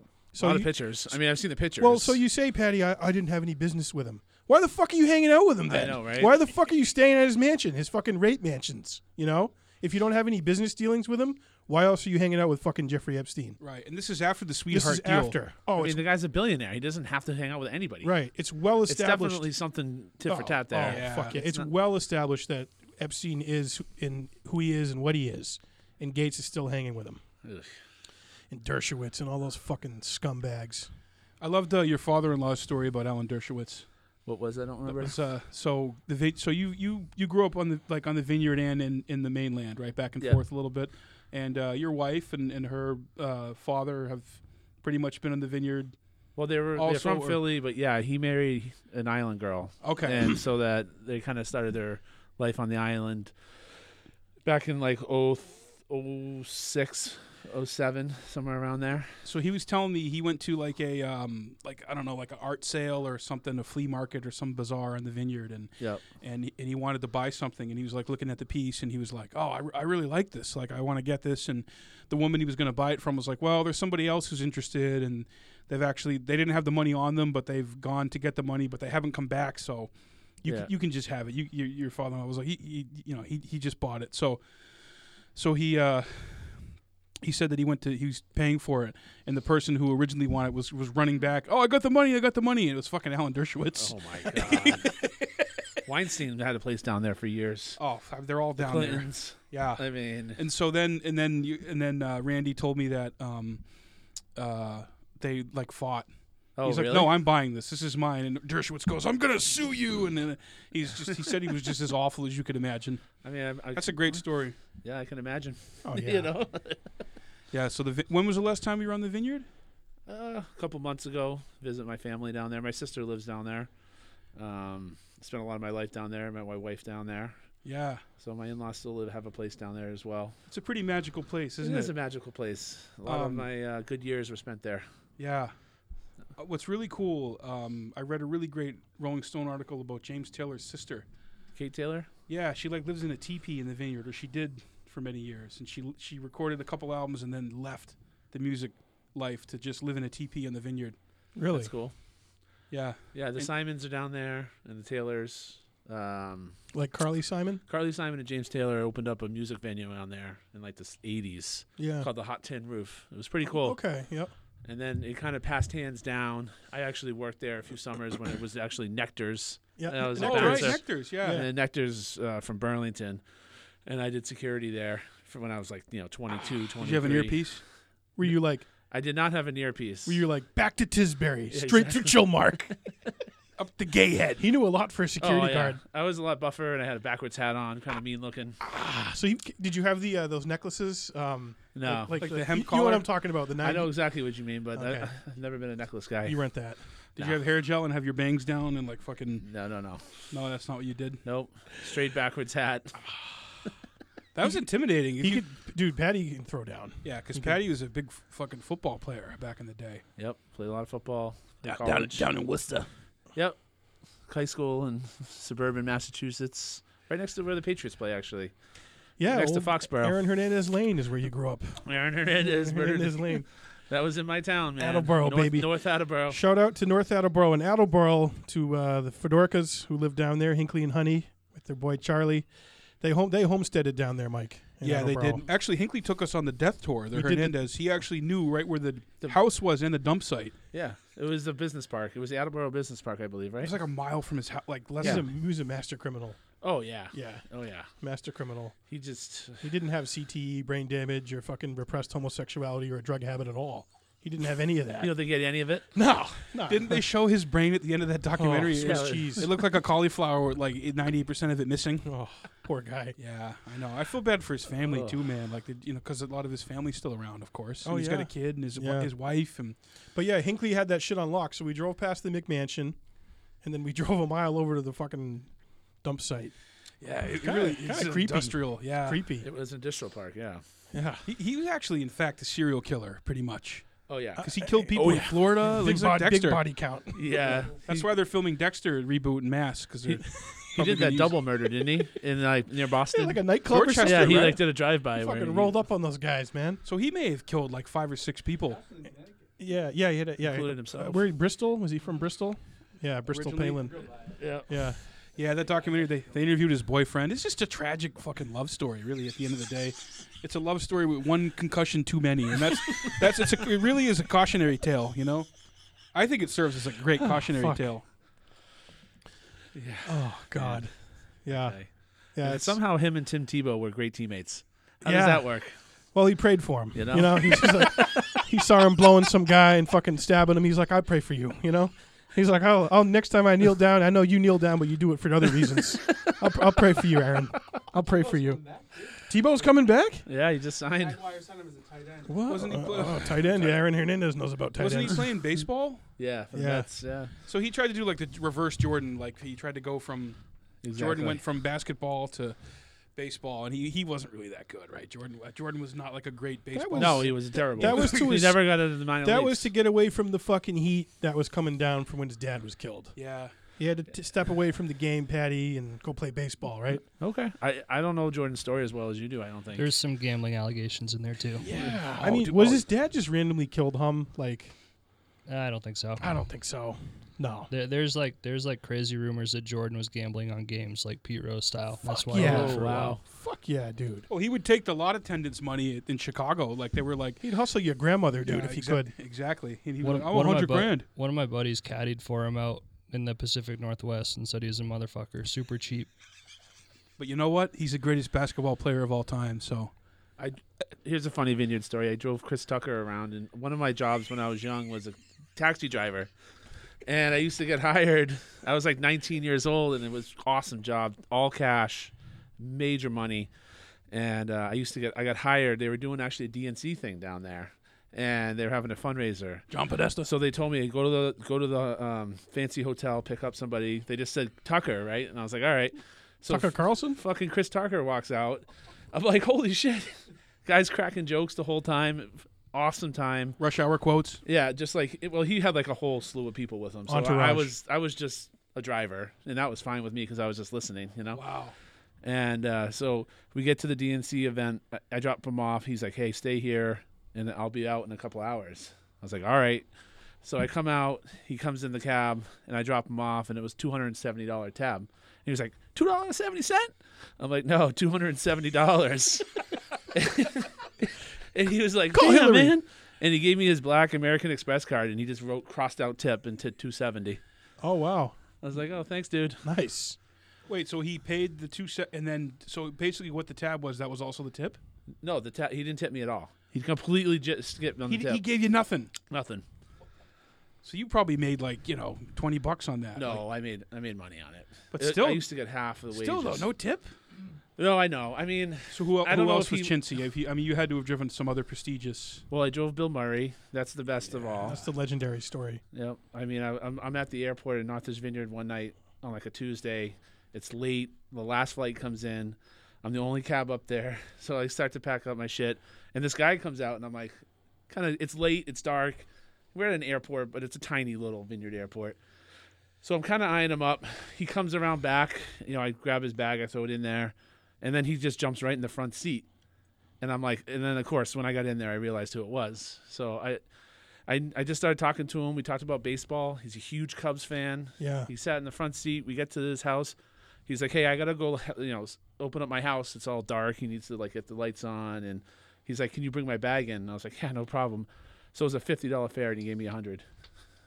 a lot
So
of
you,
pictures. I mean, I've seen the pictures.
well, so you say, Patty, I, I didn't have any business with him. Why the fuck are you hanging out with him
I
then?
know, right?
Why the fuck are you staying at his mansion, his fucking rape mansions? You know, if you don't have any business dealings with him, why else are you hanging out with fucking Jeffrey Epstein?
Right, and this is after the
This
sweetheart
is
deal.
after. Oh,
I mean,
it's
the guy's a billionaire. He doesn't have to hang out with anybody.
right. It's well
It's
established.
definitely something tit for
Oh,
tat
Oh,
there.
Yeah.
fuck yeah.
It's
It's,
not-
well established that Epstein is in who he is and what he is, and Gates is still hanging with him,
Ugh.
and Dershowitz and all those fucking scumbags.
I loved uh, your father-in-law's story about Alan Dershowitz.
What was? I don't
That
remember. [LAUGHS]
was, uh, so the vi- so you you you grew up on the like on the vineyard and in, in the mainland, right back and
Yeah.
forth a little bit, and uh, your wife and and her uh, father have pretty much been in the vineyard.
Well, they were they're
Also,
from
uh,
or-
Philly, but yeah, he married an island girl,
Okay, [LAUGHS]
and so that they kind of started their life on the island back in like oh oh six oh seven somewhere around there.
so he was telling me he went to like a um, like I don't know like an art sale or something, a flea market or some bazaar in the vineyard, and
Yep.
and he- and he wanted to buy something and he was like looking at the piece and he was like oh i, re- I really like this like i want to get this and the woman he was going to buy it from was like well there's somebody else who's interested and they've actually they didn't have the money on them but they've gone to get the money but they haven't come back so You
Yeah.
can, you can just have it. You your, your father-in-law was like he, he you know he he just bought it. So so he uh he said that he went to he was paying for it, and the person who originally wanted it was was running back. Oh, I got the money! I got the money! And it was fucking Alan Dershowitz.
Oh my god. [LAUGHS] Weinstein had a place down there for years.
Oh, they're all down there.
Clintons.
Yeah.
I mean,
and so then and then you, and then uh, Randy told me that um, uh, they like fought.
oh
he's
really?
like, no, I'm buying this. This is mine. And Dershowitz goes, I'm gonna sue you. And then he's just he said he was just as awful as you could imagine.
I mean, I, I,
That's a great story.
yeah, I can imagine.
Oh
[LAUGHS] you know,
Yeah. So the vi- when was the last time you were on the vineyard?
uh, a couple months ago, visit my family down there. My sister lives down there. Um, spent a lot of my life down there. Met my wife down there.
Yeah.
So my in-laws still live have a place down there as well.
It's a pretty magical place, isn't
it is
it?
a magical place. A lot of
Um,
my uh, good years were spent there.
yeah. Uh, What's really cool, um, I read a really great Rolling Stone article about James Taylor's sister.
Kate Taylor.
Yeah, she like lives in a teepee in the vineyard, or she did for many years, and she she recorded a couple albums and then left the music life to just live in a teepee in the vineyard.
Really?
That's cool.
Yeah,
Yeah, the
And-
Simons are down there, and the Taylors. Um,
Like Carly Simon?
Carly Simon and James Taylor opened up a music venue down there in like the s- '80s
Yeah.
called the Hot Tin Roof. It was pretty cool.
Okay. Yep.
And then it kind of passed hands down. I actually worked there a few summers when it was actually Nectar's.
Yeah.
That was
oh
a
right,
bouncer.
Nectar's, yeah.
and Nectar's uh, from Burlington, and I did security there for when I was like you know 22, 23.
Did you have an earpiece?
Were you like?
I did not have an earpiece.
Were you like back to Tisbury,
Yeah,
straight to
[LAUGHS]
Chilmark?
Up the gay head.
he knew a lot for a
Oh,
security
yeah.
guard.
I was a lot buffer, and I had a backwards hat on, kind of mean looking.
So you, did you have the uh, those necklaces? Um,
No,
like,
Like the hemp
you, You know what
collar?
I'm talking about? The nine.
I know exactly what you mean, but [LAUGHS] I,
Okay.
have never been a necklace guy.
You rent that.
Did
Nah.
you have hair gel and have your bangs down and like fucking?
[LAUGHS] no, no, no,
No, that's not what you did.
nope. Straight backwards hat.
That was intimidating. If
He
you-
could, dude. Patty can throw down.
yeah, because
he could-
Patty was a big f- fucking football player back in the day.
Yep, played a lot of football. in
down,
college.
in Worcester.
Yep, high school in [LAUGHS] suburban Massachusetts, right next to where the Patriots play, actually.
Yeah.
next to
old
Foxborough.
Aaron Hernandez Lane is where you
[LAUGHS]
grew up.
Aaron
[LAUGHS]
Hernandez murdered.
Hernandez Lane.
That was in my town, man.
Attleboro,
North,
baby.
North Attleboro.
Shout out to North Attleboro and Attleboro to uh, the Fedorkas who live down there, Hinkley and Honey, with their boy Charlie. They home they homesteaded down there, Mike. in
Yeah, they
Attleboro.
did. Actually, Hinkley took us on the death tour. The
We did the-
Hernandez. He actually knew right where the,
The-
house was and the dump site.
Yeah, it was the business park. It was the Attleboro Business Park, I believe,
It
right?
was like a mile from his house, like less
He's
than
a, he was a master criminal.
oh yeah,
Yeah,
oh yeah.
master criminal.
He just
He didn't have CTE, brain damage, or fucking repressed homosexuality or a drug habit at all. He didn't have any of that.
you don't think he had any of it?
no, no.
Didn't they show his brain at the end of that documentary?
Swiss
it, was-
cheese.
it looked like a cauliflower with like 98% of it missing.
Oh, poor guy.
Yeah, I know. I feel bad for his family
Ugh.
too, man. Like, the, you know, because a lot of his family's still around, of course. And
Oh,
he's got
yeah.
a kid and his, wi-
Yeah.
his wife. And
But yeah, Hinkley had that shit on lock, so we drove past the McMansion, and then we [LAUGHS] drove a mile over to the fucking dump site.
yeah, it,
Kinda-
really
kinda
it's
creepy.
industrial. Yeah.
Creepy.
It was industrial park, yeah.
Yeah.
He, he was actually, in fact, a serial killer, pretty much.
Oh yeah,
Because he killed people in
yeah.
Florida.
big,
Things Uh, like
bod- big
Dexter.
body count.
yeah.
That's why they're filming Dexter reboot in mass. Because
He- He did that double murder, didn't he? In like [LAUGHS] near Boston.
Yeah, like a nightclub or something.
yeah, he
right?
like did a drive by.
He fucking rolled up on those guys, man.
So he may have killed like five or six people.
Yeah, yeah, he had a, yeah.
Included
Uh,
himself.
where Bristol? Was he from Bristol? Yeah, Bristol
Originally-
Palin.
yeah.
Yeah.
Yeah, that documentary they, they interviewed his boyfriend. It's just a tragic fucking love story, really. At the end of the day, it's a love story with one concussion too many, and
[LAUGHS]
that's that's it's a, it really is a cautionary tale, you know. I think it serves as a great cautionary
Ah, fuck.
tale.
Oh God. Yeah.
Okay.
Yeah.
And
it's-
somehow him and Tim Tebow were great teammates. How
Yeah.
does that work?
Well, he prayed for him. You
You
know,
know?
he's just like, [LAUGHS] he saw him blowing some guy and fucking stabbing him. He's like, I pray for you. You know, he's like, oh, oh next time I kneel down, I know you kneel down, but you do it for other reasons. I'll, I'll pray for you, Aaron. I'll pray for you. Tebow's coming back.
Yeah, he just signed.
What?
Wasn't he
Uh,
play-
oh, tight end? Yeah, Aaron Hernandez knows about tight
Wasn't he
ends.
playing baseball?
[LAUGHS] Yeah, for the
Yeah.
Mets, yeah.
So he tried to do like the reverse Jordan, like he tried to go from Jordan
exactly.
went from basketball to baseball, and he, he wasn't really that good, right? Jordan uh, Jordan was not like a great baseball.
was-
No, he was terrible.
that
[LAUGHS]
was to
he
his-
never got out of the minor
That was
leagues.
to get away from the fucking heat that was coming down from when his dad was killed.
yeah.
He had to t- step away from the game, Patty, and go play baseball, right?
okay. I, I don't know Jordan's story as well as you do. I don't think.
There's some gambling allegations in there too.
Yeah. Oh,
I mean, was his dad just randomly killed him? Like,
I don't think so.
I don't think so. No.
There, there's like there's like crazy rumors that Jordan was gambling on games like Pete Rose style. That's why.
yeah.
I
Oh, wow.
Fuck yeah, dude.
Well, he would take the lot attendance money at- in Chicago. Like they were like,
He'd hustle your grandmother, dude,
Yeah,
if he
exac-
could.
Exactly. And he
One
was
of-
like, oh,
one of my
100
bu-
grand.
One of my buddies caddied for him out in the Pacific Northwest and said he's a motherfucker, super cheap.
But you know what? He's the greatest basketball player of all time. So
Here's a funny vineyard story. I drove Chris Tucker around, and one of my jobs when I was young was a taxi driver. And I used to get hired. I was like 19 years old, and it was awesome job, all cash, major money. And uh, I used to get, I got hired. They were doing actually a DNC thing down there, and they were having a fundraiser.
John Podesta.
So they told me go to the go to the um, fancy hotel, pick up somebody. They just said Tucker, right? And I was like, all right. So
Tucker Carlson?
fucking Chris Tucker walks out. I'm like, holy shit. Guys cracking jokes the whole time. Awesome time.
Rush hour quotes.
Yeah, just like it, well, he had like a whole slew of people with him. So I, I
Entourage.
was I was just a driver, and that was fine with me because I was just listening, you know.
Wow.
And uh, so we get to the DNC event. I, I drop him off. He's like, "Hey, stay here, and I'll be out in a couple hours." I was like, "All right." So I come out. He comes in the cab, and I drop him off, and it was two hundred and seventy dollar tab. And he was like, two dollars seventy cent. I'm like, no, two hundred and seventy dollars. [LAUGHS] and he was like,
Call
"Call
Hillary."
man." And he gave me his black American Express card, and he just wrote crossed out tip and tipped two seventy.
Oh, wow.
I was like, "Oh, thanks, dude."
Nice.
Wait, so he paid the two set, and then so basically what the tab was that was also the tip.
No, the ta- he didn't tip me at all. He completely just skipped on
He,
the tip.
he gave you nothing.
Nothing.
So you probably made like you know twenty bucks on that.
No, I made I made money on it.
But
It-
still-
I used to get half of the
Like, still though,
wages.
no tip.
no, no, I know. I mean,
So who,
I
who
don't know
else
if
was
he-
chintzy? If he, I mean, you had to have driven some other prestigious.
well, I drove Bill Murray. That's the best of all.
That's the legendary story.
Yep. I mean, I, I'm I'm at the airport in Northridge Vineyard one night on like a Tuesday. It's late. The last flight comes in. I'm the only cab up there, [LAUGHS] so I start to pack up my shit, and this guy comes out, and I'm like, kind of. It's late. It's dark. We're at an airport, but it's a tiny little vineyard airport. So I'm kind of eyeing him up. He comes around back. You know, I grab his bag, I throw it in there, and then he just jumps right in the front seat. And I'm like, and then of course, when I got in there, I realized who it was. So I, I, I just started talking to him. We talked about baseball. He's a huge Cubs fan.
Yeah.
He sat in the front seat. We get to his house. He's like, "Hey, I gotta go. You know, s- open up my house. It's all dark. He needs to like get the lights on." And he's like, "Can you bring my bag in?" And I was like, "Yeah, no problem." So it was a fifty dollar fare, and he gave me a hundred.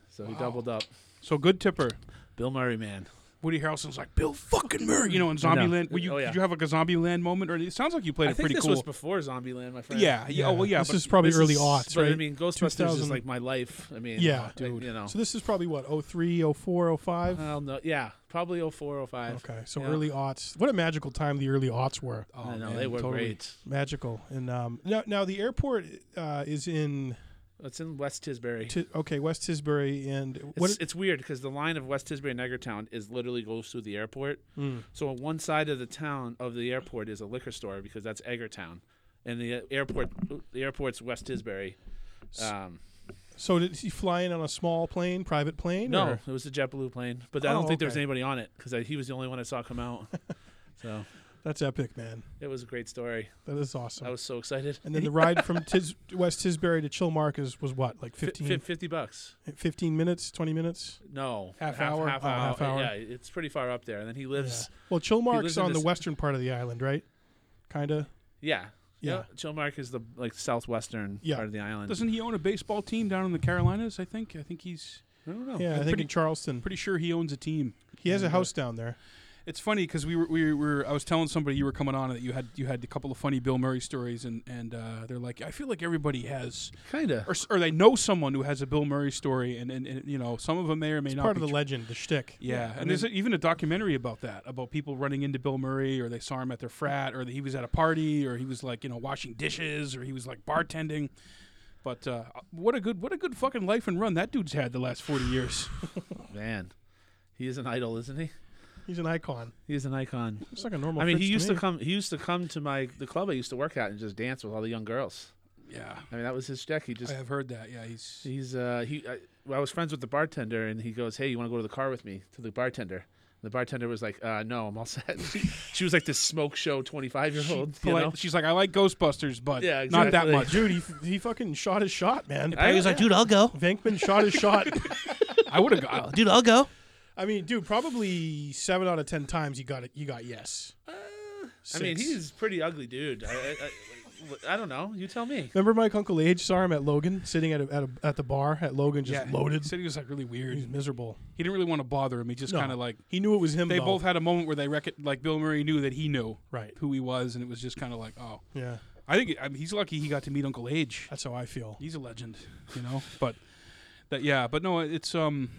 So he doubled up.
So good tipper.
Bill Murray, man.
Woody Harrelson's like Bill fucking Murray. You know, in
I know.
Zombieland, were you,
Oh, yeah.
did you have like a Zombieland moment? Or it sounds like you played
I
it
think
pretty
this
cool.
was before Zombieland, my friend.
yeah, yeah, oh well, yeah.
This
but
is probably
This
early
is-
aughts,
but
right?
I mean, Ghostbusters
2000.
is like my life. I mean,
Yeah,
like,
dude.
you know.
So this is probably what, 03, 04, 05?
Well, no, yeah, probably 04, 05.
okay, so
yeah.
early aughts. What a magical time the early aughts were.
oh,
I know
man,
they were
totally.
great.
Magical. And um, now, now the airport uh, is in
It's in West Tisbury.
Ti- okay West Tisbury, and what?
It's, it's weird because the line of West Tisbury and Negertown is literally goes through the airport.
Mm.
So on one side of the town of the airport is a liquor store because that's Eggertown, and the uh, airport the airport's West Tisbury. Um,
So did he fly in on a small plane, private plane?
no,
or-
it was a JetBlue plane, but I don't
Oh,
think there was
okay.
anybody on it because he was the only one I saw come
[LAUGHS]
out. so
that's epic, man.
it was a great story.
That is awesome.
I was so excited.
and
[LAUGHS]
then the [LAUGHS] ride from Tis- West Tisbury to Chilmark is was what, like
Fi-
15,
fi- 50 bucks.
15 minutes, twenty minutes?
No,
Half hour?
Half,
Oh,
hour.
half hour.
Yeah, it's pretty far up there. And then he lives.
Well, Chilmark's
lives in
on the
this-
western part of the island, right? Kinda.
Yeah.
Yeah.
Chilmark is the like southwestern
Yeah.
part of the island.
Doesn't he own a baseball team down in the Carolinas? I think. I think he's
I don't know.
yeah, I think
pretty-
in Charleston.
pretty sure he owns a team.
He has a
Yeah.
house down there.
It's funny because we were, we were I was telling somebody you were coming on that you had you had a couple of funny Bill Murray stories and and uh, they're like I feel like everybody has
Kinda.
or, s- or they know someone who has a Bill Murray story and and, and you know some of them may or may
It's
not
part
be
of the
true.
legend, the shtick.
Yeah, and,
And
there's
then-
a, even a documentary about that, about people running into Bill Murray, or they saw him at their frat, or that he was at a party, or he was like you know washing dishes, or he was like bartending. But uh, what a good what a good fucking life and run that dude's had the last forty years.
Man, he is an idol, isn't he?
He's an icon.
He is an icon.
It's like a normal.
I mean,
Fritz
he used to
me.
come. He used to come to my the club I used to work at and just dance with all the young girls.
yeah,
I mean, that was his shtick. He
I
just
have heard that. Yeah, he's
he's uh he. I, well, I was friends with the bartender, and he goes, "Hey, you want to go to the car with me?" To the bartender, The bartender was like, uh, "No, I'm all set." [LAUGHS] she, she was like this smoke show 25 year old. You
Polite-
know?
She's like, I like Ghostbusters, but
Yeah,
not that
exactly.
[LAUGHS]
much.
Dude, he, f- he fucking shot his shot, man.
I- yeah.
dude, I'll go.
Venkman shot his shot.
I "Oh, would have got.
Dude, I'll go.
I mean, dude, probably seven out of ten times you got it. You got yes.
I mean,
Six.
he's a pretty ugly dude. I, I, I, I don't know. You tell me.
Remember Mike Uncle Age saw him at Logan sitting at a, at, a, at the bar at Logan, just loaded.
He said he was like really
He's
weird.
miserable.
He didn't really want to bother him. He just
No.
kind of like
He knew it was him.
they
though.
both had a moment where they rec- like Bill Murray knew that he knew
right.
who he was, and it was just kind of like, oh,
Yeah,
I think I mean, he's lucky he got to meet Uncle Age.
that's how I feel.
He's a legend, you know. [LAUGHS] But that, yeah, but no, it's um,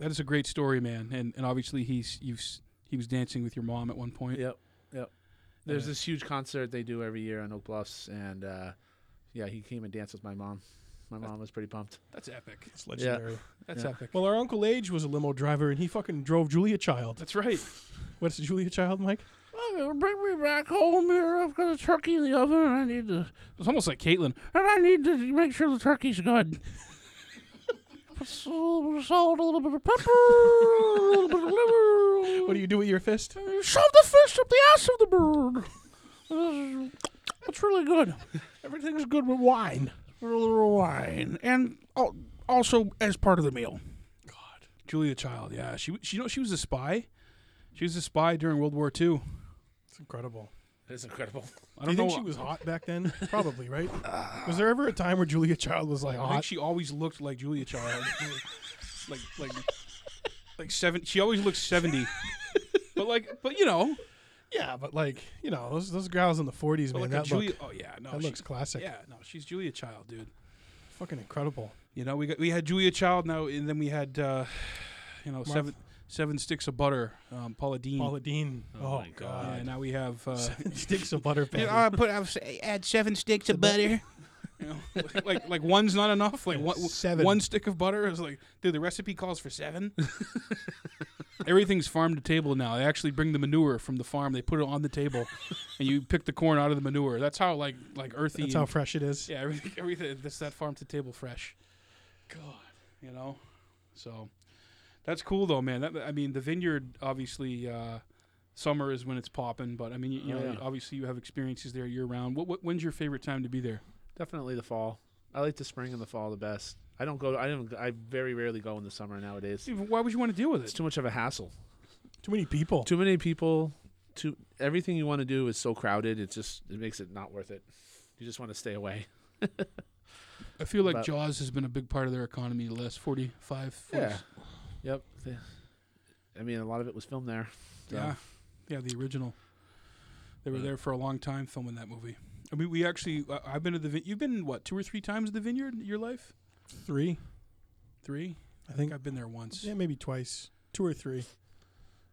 that is a great story, man. And and obviously he's you've s- he was dancing with your mom at one point.
Yep, yep. There's
Yeah.
this huge concert they do every year on Oak Bluffs, and uh, yeah, he came and danced with my mom. My mom was pretty pumped.
That's epic.
It's legendary.
That's
Yeah.
epic.
Well, our Uncle Age was a limo driver, and he fucking drove Julia Child.
That's right.
What's the Julia Child, Mike?
Bring me back home here. I've got a turkey in the oven. I need to, and
It's almost like Caitlin.
I need to make sure the turkey's good. [LAUGHS] Put a little bit of salt, a little bit of pepper, a little bit of liver.
What do you do with your fist?
Shove the fish up the ass of the bird. It's really good.
Everything's good with wine.
A little wine.
and al- also as part of the meal. God, Julia Child, yeah, she w- she you know she was a spy. She was a spy during World War II.
It's incredible.
It's incredible.
Do
I don't
you
know.
think she was hot back
[LAUGHS]
then? Probably, right? was there ever a time where Julia Child was like
I think
hot?
she always looked like
[LAUGHS]
Julia Child, like like like seven. She always looked seventy. but like, but you know,
Yeah, but like you know, those those gals in the forties,
but
man.
like a
that
Julia.
look,
Oh yeah, no,
that
she-
looks classic.
Yeah, no, she's Julia Child, dude.
Fucking incredible.
You know, we got we had Julia Child now, and then we had uh, you know seven seven sticks of butter, um, Paula Dean.
Paula Dean. Oh,
my
Yeah,
god.
and now we have uh,
[LAUGHS] Sticks of
[LAUGHS]
butter patty.
I put, I'll say, add seven sticks of
[LAUGHS]
butter.
You know, like- like like one's not enough. Like one,
Seven.
one stick of butter is like, dude, the recipe calls for
[LAUGHS]
seven. Everything's farm to table now. They actually bring the manure from the farm. They put it on the table, and you pick the corn out of the manure. That's how like like earthy.
That's how
and-
fresh it is.
yeah,
[LAUGHS]
everything, everything. That's that farm to table fresh. God, you know, so that's cool though, man. That, I mean, the vineyard obviously. Uh, Summer is when it's popping, but I mean, you, you
Oh,
know,
yeah.
obviously you have experiences there year round. What, what when's your favorite time to be there?
Definitely the fall. I like the spring and the fall the best. I don't go. I don't. I very rarely go in the summer nowadays.
Dude, why would you want to deal with it?
It's too much of a hassle.
Too many people.
Too many people. Too everything you want to do is so crowded. It just it makes it not worth it. You just want to stay away.
I feel like
But-
Jaws has been a big part of their economy the last 45, 40
Yeah. Yep. I mean, a lot of it was filmed there. So.
yeah. Yeah, the original. They were
Yeah.
there for a long time filming that movie. I mean, we actually, I- I've been to the, vin- you've been, what, two or three times to the vineyard in your life?
Three,
Three?
I
I think
think.
I've been there once.
Yeah, maybe twice. Two or three.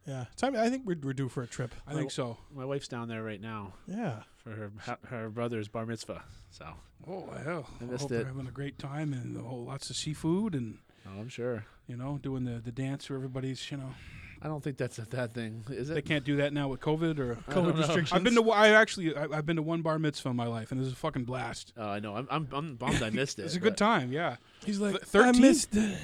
Yeah, time. I think we're, we're due for a trip.
I think so.
My wife's down there right now
Yeah.
for her her brother's bar mitzvah. So
Oh, hell.
I missed
hope
it.
they're having a great time and the whole, lots of seafood and,
oh, I'm sure.
you know, doing the, the dance where everybody's, you know,
I don't think that's a that thing, is
they
it?
can't do that now with COVID or.
I don't
COVID
know.
restrictions.
I've been to, I actually, I, I've been to one bar mitzvah in my life and it was a fucking blast.
[LAUGHS] Oh, I know. I'm I'm, I'm bummed I missed it.
It's a good time, yeah.
He's like,
Th- 13?
I missed it.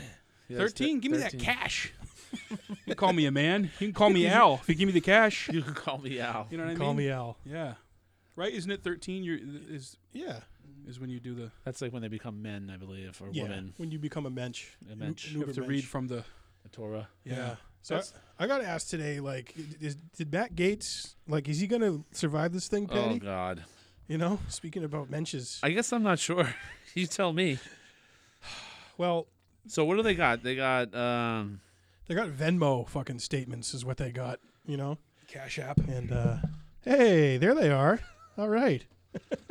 Thirteen. Give me that cash. [LAUGHS] you can call me a man. You can call me Al if you give me the cash.
[LAUGHS] [LAUGHS] You can call me
[LAUGHS]
out.
You know what I
Call
mean?
me Al.
Yeah. Right? Isn't it thirteen? You're, is
Yeah.
is when you do the
That's like when they become men, I believe, or
Yeah.
women.
When you become a mensch.
A mensch.
Nu-
you have to
Nubermensch.
read from the
The Torah.
yeah.
So
That's-
I, I got to ask today, like, is, did Matt Gates, like, is he going to survive this thing, Patty?
Oh God.
You know, speaking about mensches.
I guess I'm not sure. [LAUGHS] you tell me.
well,
So what do they got? They got um.
they got Venmo fucking statements is what they got, you know?
Cash App.
And uh, hey, there they are. All right. [LAUGHS]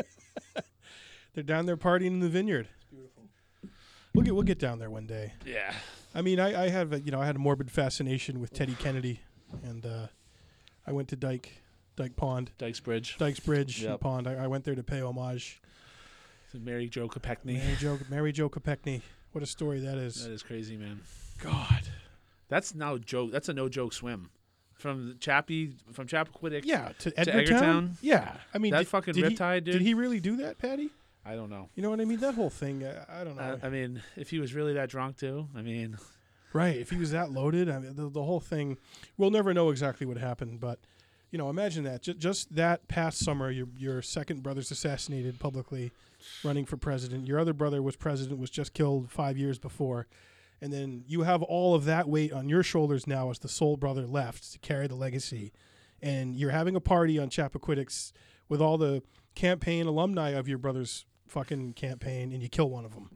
They're down there partying in the vineyard. We'll get we'll get down there one day.
Yeah.
I mean, I, I have a, you know I had a morbid fascination with Teddy Kennedy, and uh, I went to Dyke Dyke Pond,
Dykes Bridge.
Dyke's Bridge and
Yep.
Pond. I, I went there to pay homage.
Mary Jo Kopechne.
Mary Jo Mary Jo Kopechne. What a story that is.
That is crazy, man.
God.
That's now joke. That's a no joke swim. From the Chappie, from Chappaquiddick.
Yeah, to Edgartown.
Edgartown?
Yeah, I mean
That
did,
fucking
did he-
riptide, dude.
Did he really do that, Patty?
I don't know. Uh,
You know what I mean? That whole thing. I, I don't know.
I, I mean, if he was really that drunk too, I mean,
Right. If he was that loaded, I mean, the, the whole thing, we'll never know exactly what happened, but, you know, imagine that. Just, just that past summer, your, your second brother's assassinated publicly running for president. Your other brother was president, was just killed five years before. And then you have all of that weight on your shoulders now as the sole brother left to carry the legacy. And you're having a party on Chappaquiddick's with all the campaign alumni of your brother's fucking campaign, and you kill one of them.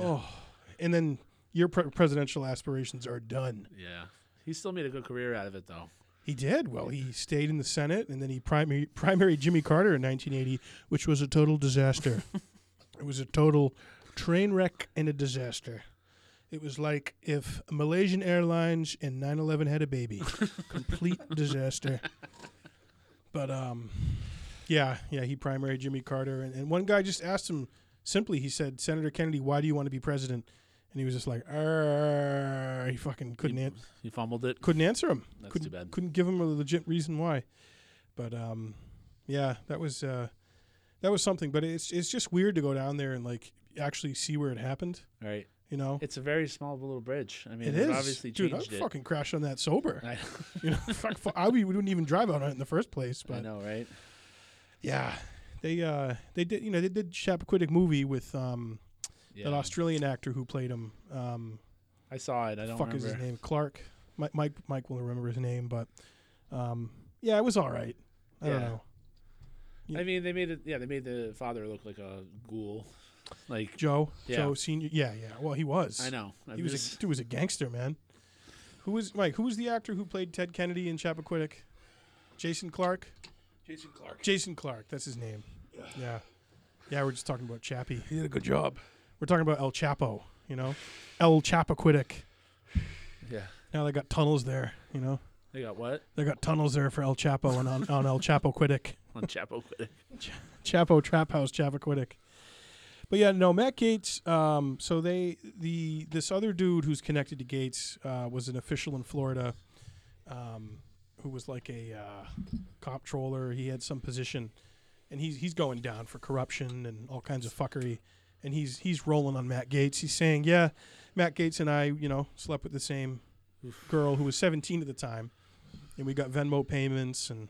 Oh, and then your pre- presidential aspirations are done.
Yeah. He still made a good career out of it, though.
He did. Well, he stayed in the Senate, and then he primary, primary Jimmy Carter in 1980,
which was a total disaster. it was a total train wreck and a disaster. It was like if Malaysian Airlines and 9/11 had a baby. Complete disaster.
But um, yeah, yeah, he primary Jimmy Carter, and, and one guy just asked him simply. He said, "Senator Kennedy, why do you want to be president?" And he was just like, "Err," he fucking couldn't an-
He fumbled it.
couldn't answer him.
That's
couldn't
too bad.
couldn't give him a legit reason why. But um, yeah, that was uh, that was something. But it's it's just weird to go down there and like actually see where it happened.
Right.
You know,
It's a very small little bridge. I mean,
It
they've
is.
obviously
dude. I
changed it.
fucking crashed on that sober.
I,
[LAUGHS] you know, fuck, fuck, I we wouldn't even drive out on it in the first place.
I
But
know, right?
yeah, they uh they did you know they did Chappaquiddick movie with um
Yeah.
that Australian actor who played him. Um,
I saw it. I don't
fuck
remember.
is his name? Clark. Mike, Mike Mike will remember his name, but um yeah, it was all right. I don't
Yeah.
know.
I mean, they made it. Yeah, they made the father look like a ghoul. Like
Joe,
Yeah.
Joe Senior. Yeah, yeah. Well, he was.
I know. I'm
He was
just-
a, dude was a gangster, man. Who was Mike? Who was the actor who played Ted Kennedy in Chappaquiddick? Jason Clark.
Jason Clark.
Jason Clark. That's his name. Yeah. Yeah, we're just talking about Chappie.
He did a good job.
We're talking about El Chapo, you know? El Chappaquiddick.
yeah.
Now they got tunnels there, you know?
They got what
They got tunnels there for El Chapo and on, on El Chapo Quiddick.
on Chapo?
[LAUGHS] Chapo Trap House Chappaquiddick. But yeah, no, Matt Gates. Um, so they the this other dude who's connected to Gates uh, was an official in Florida, um, who was like a uh, comptroller. He had some position, and he's he's going down for corruption and all kinds of fuckery. And he's he's rolling on Matt Gates. He's saying, "Yeah, Matt Gates and I, you know, slept with the same girl who was 17 at the time, and we got Venmo payments and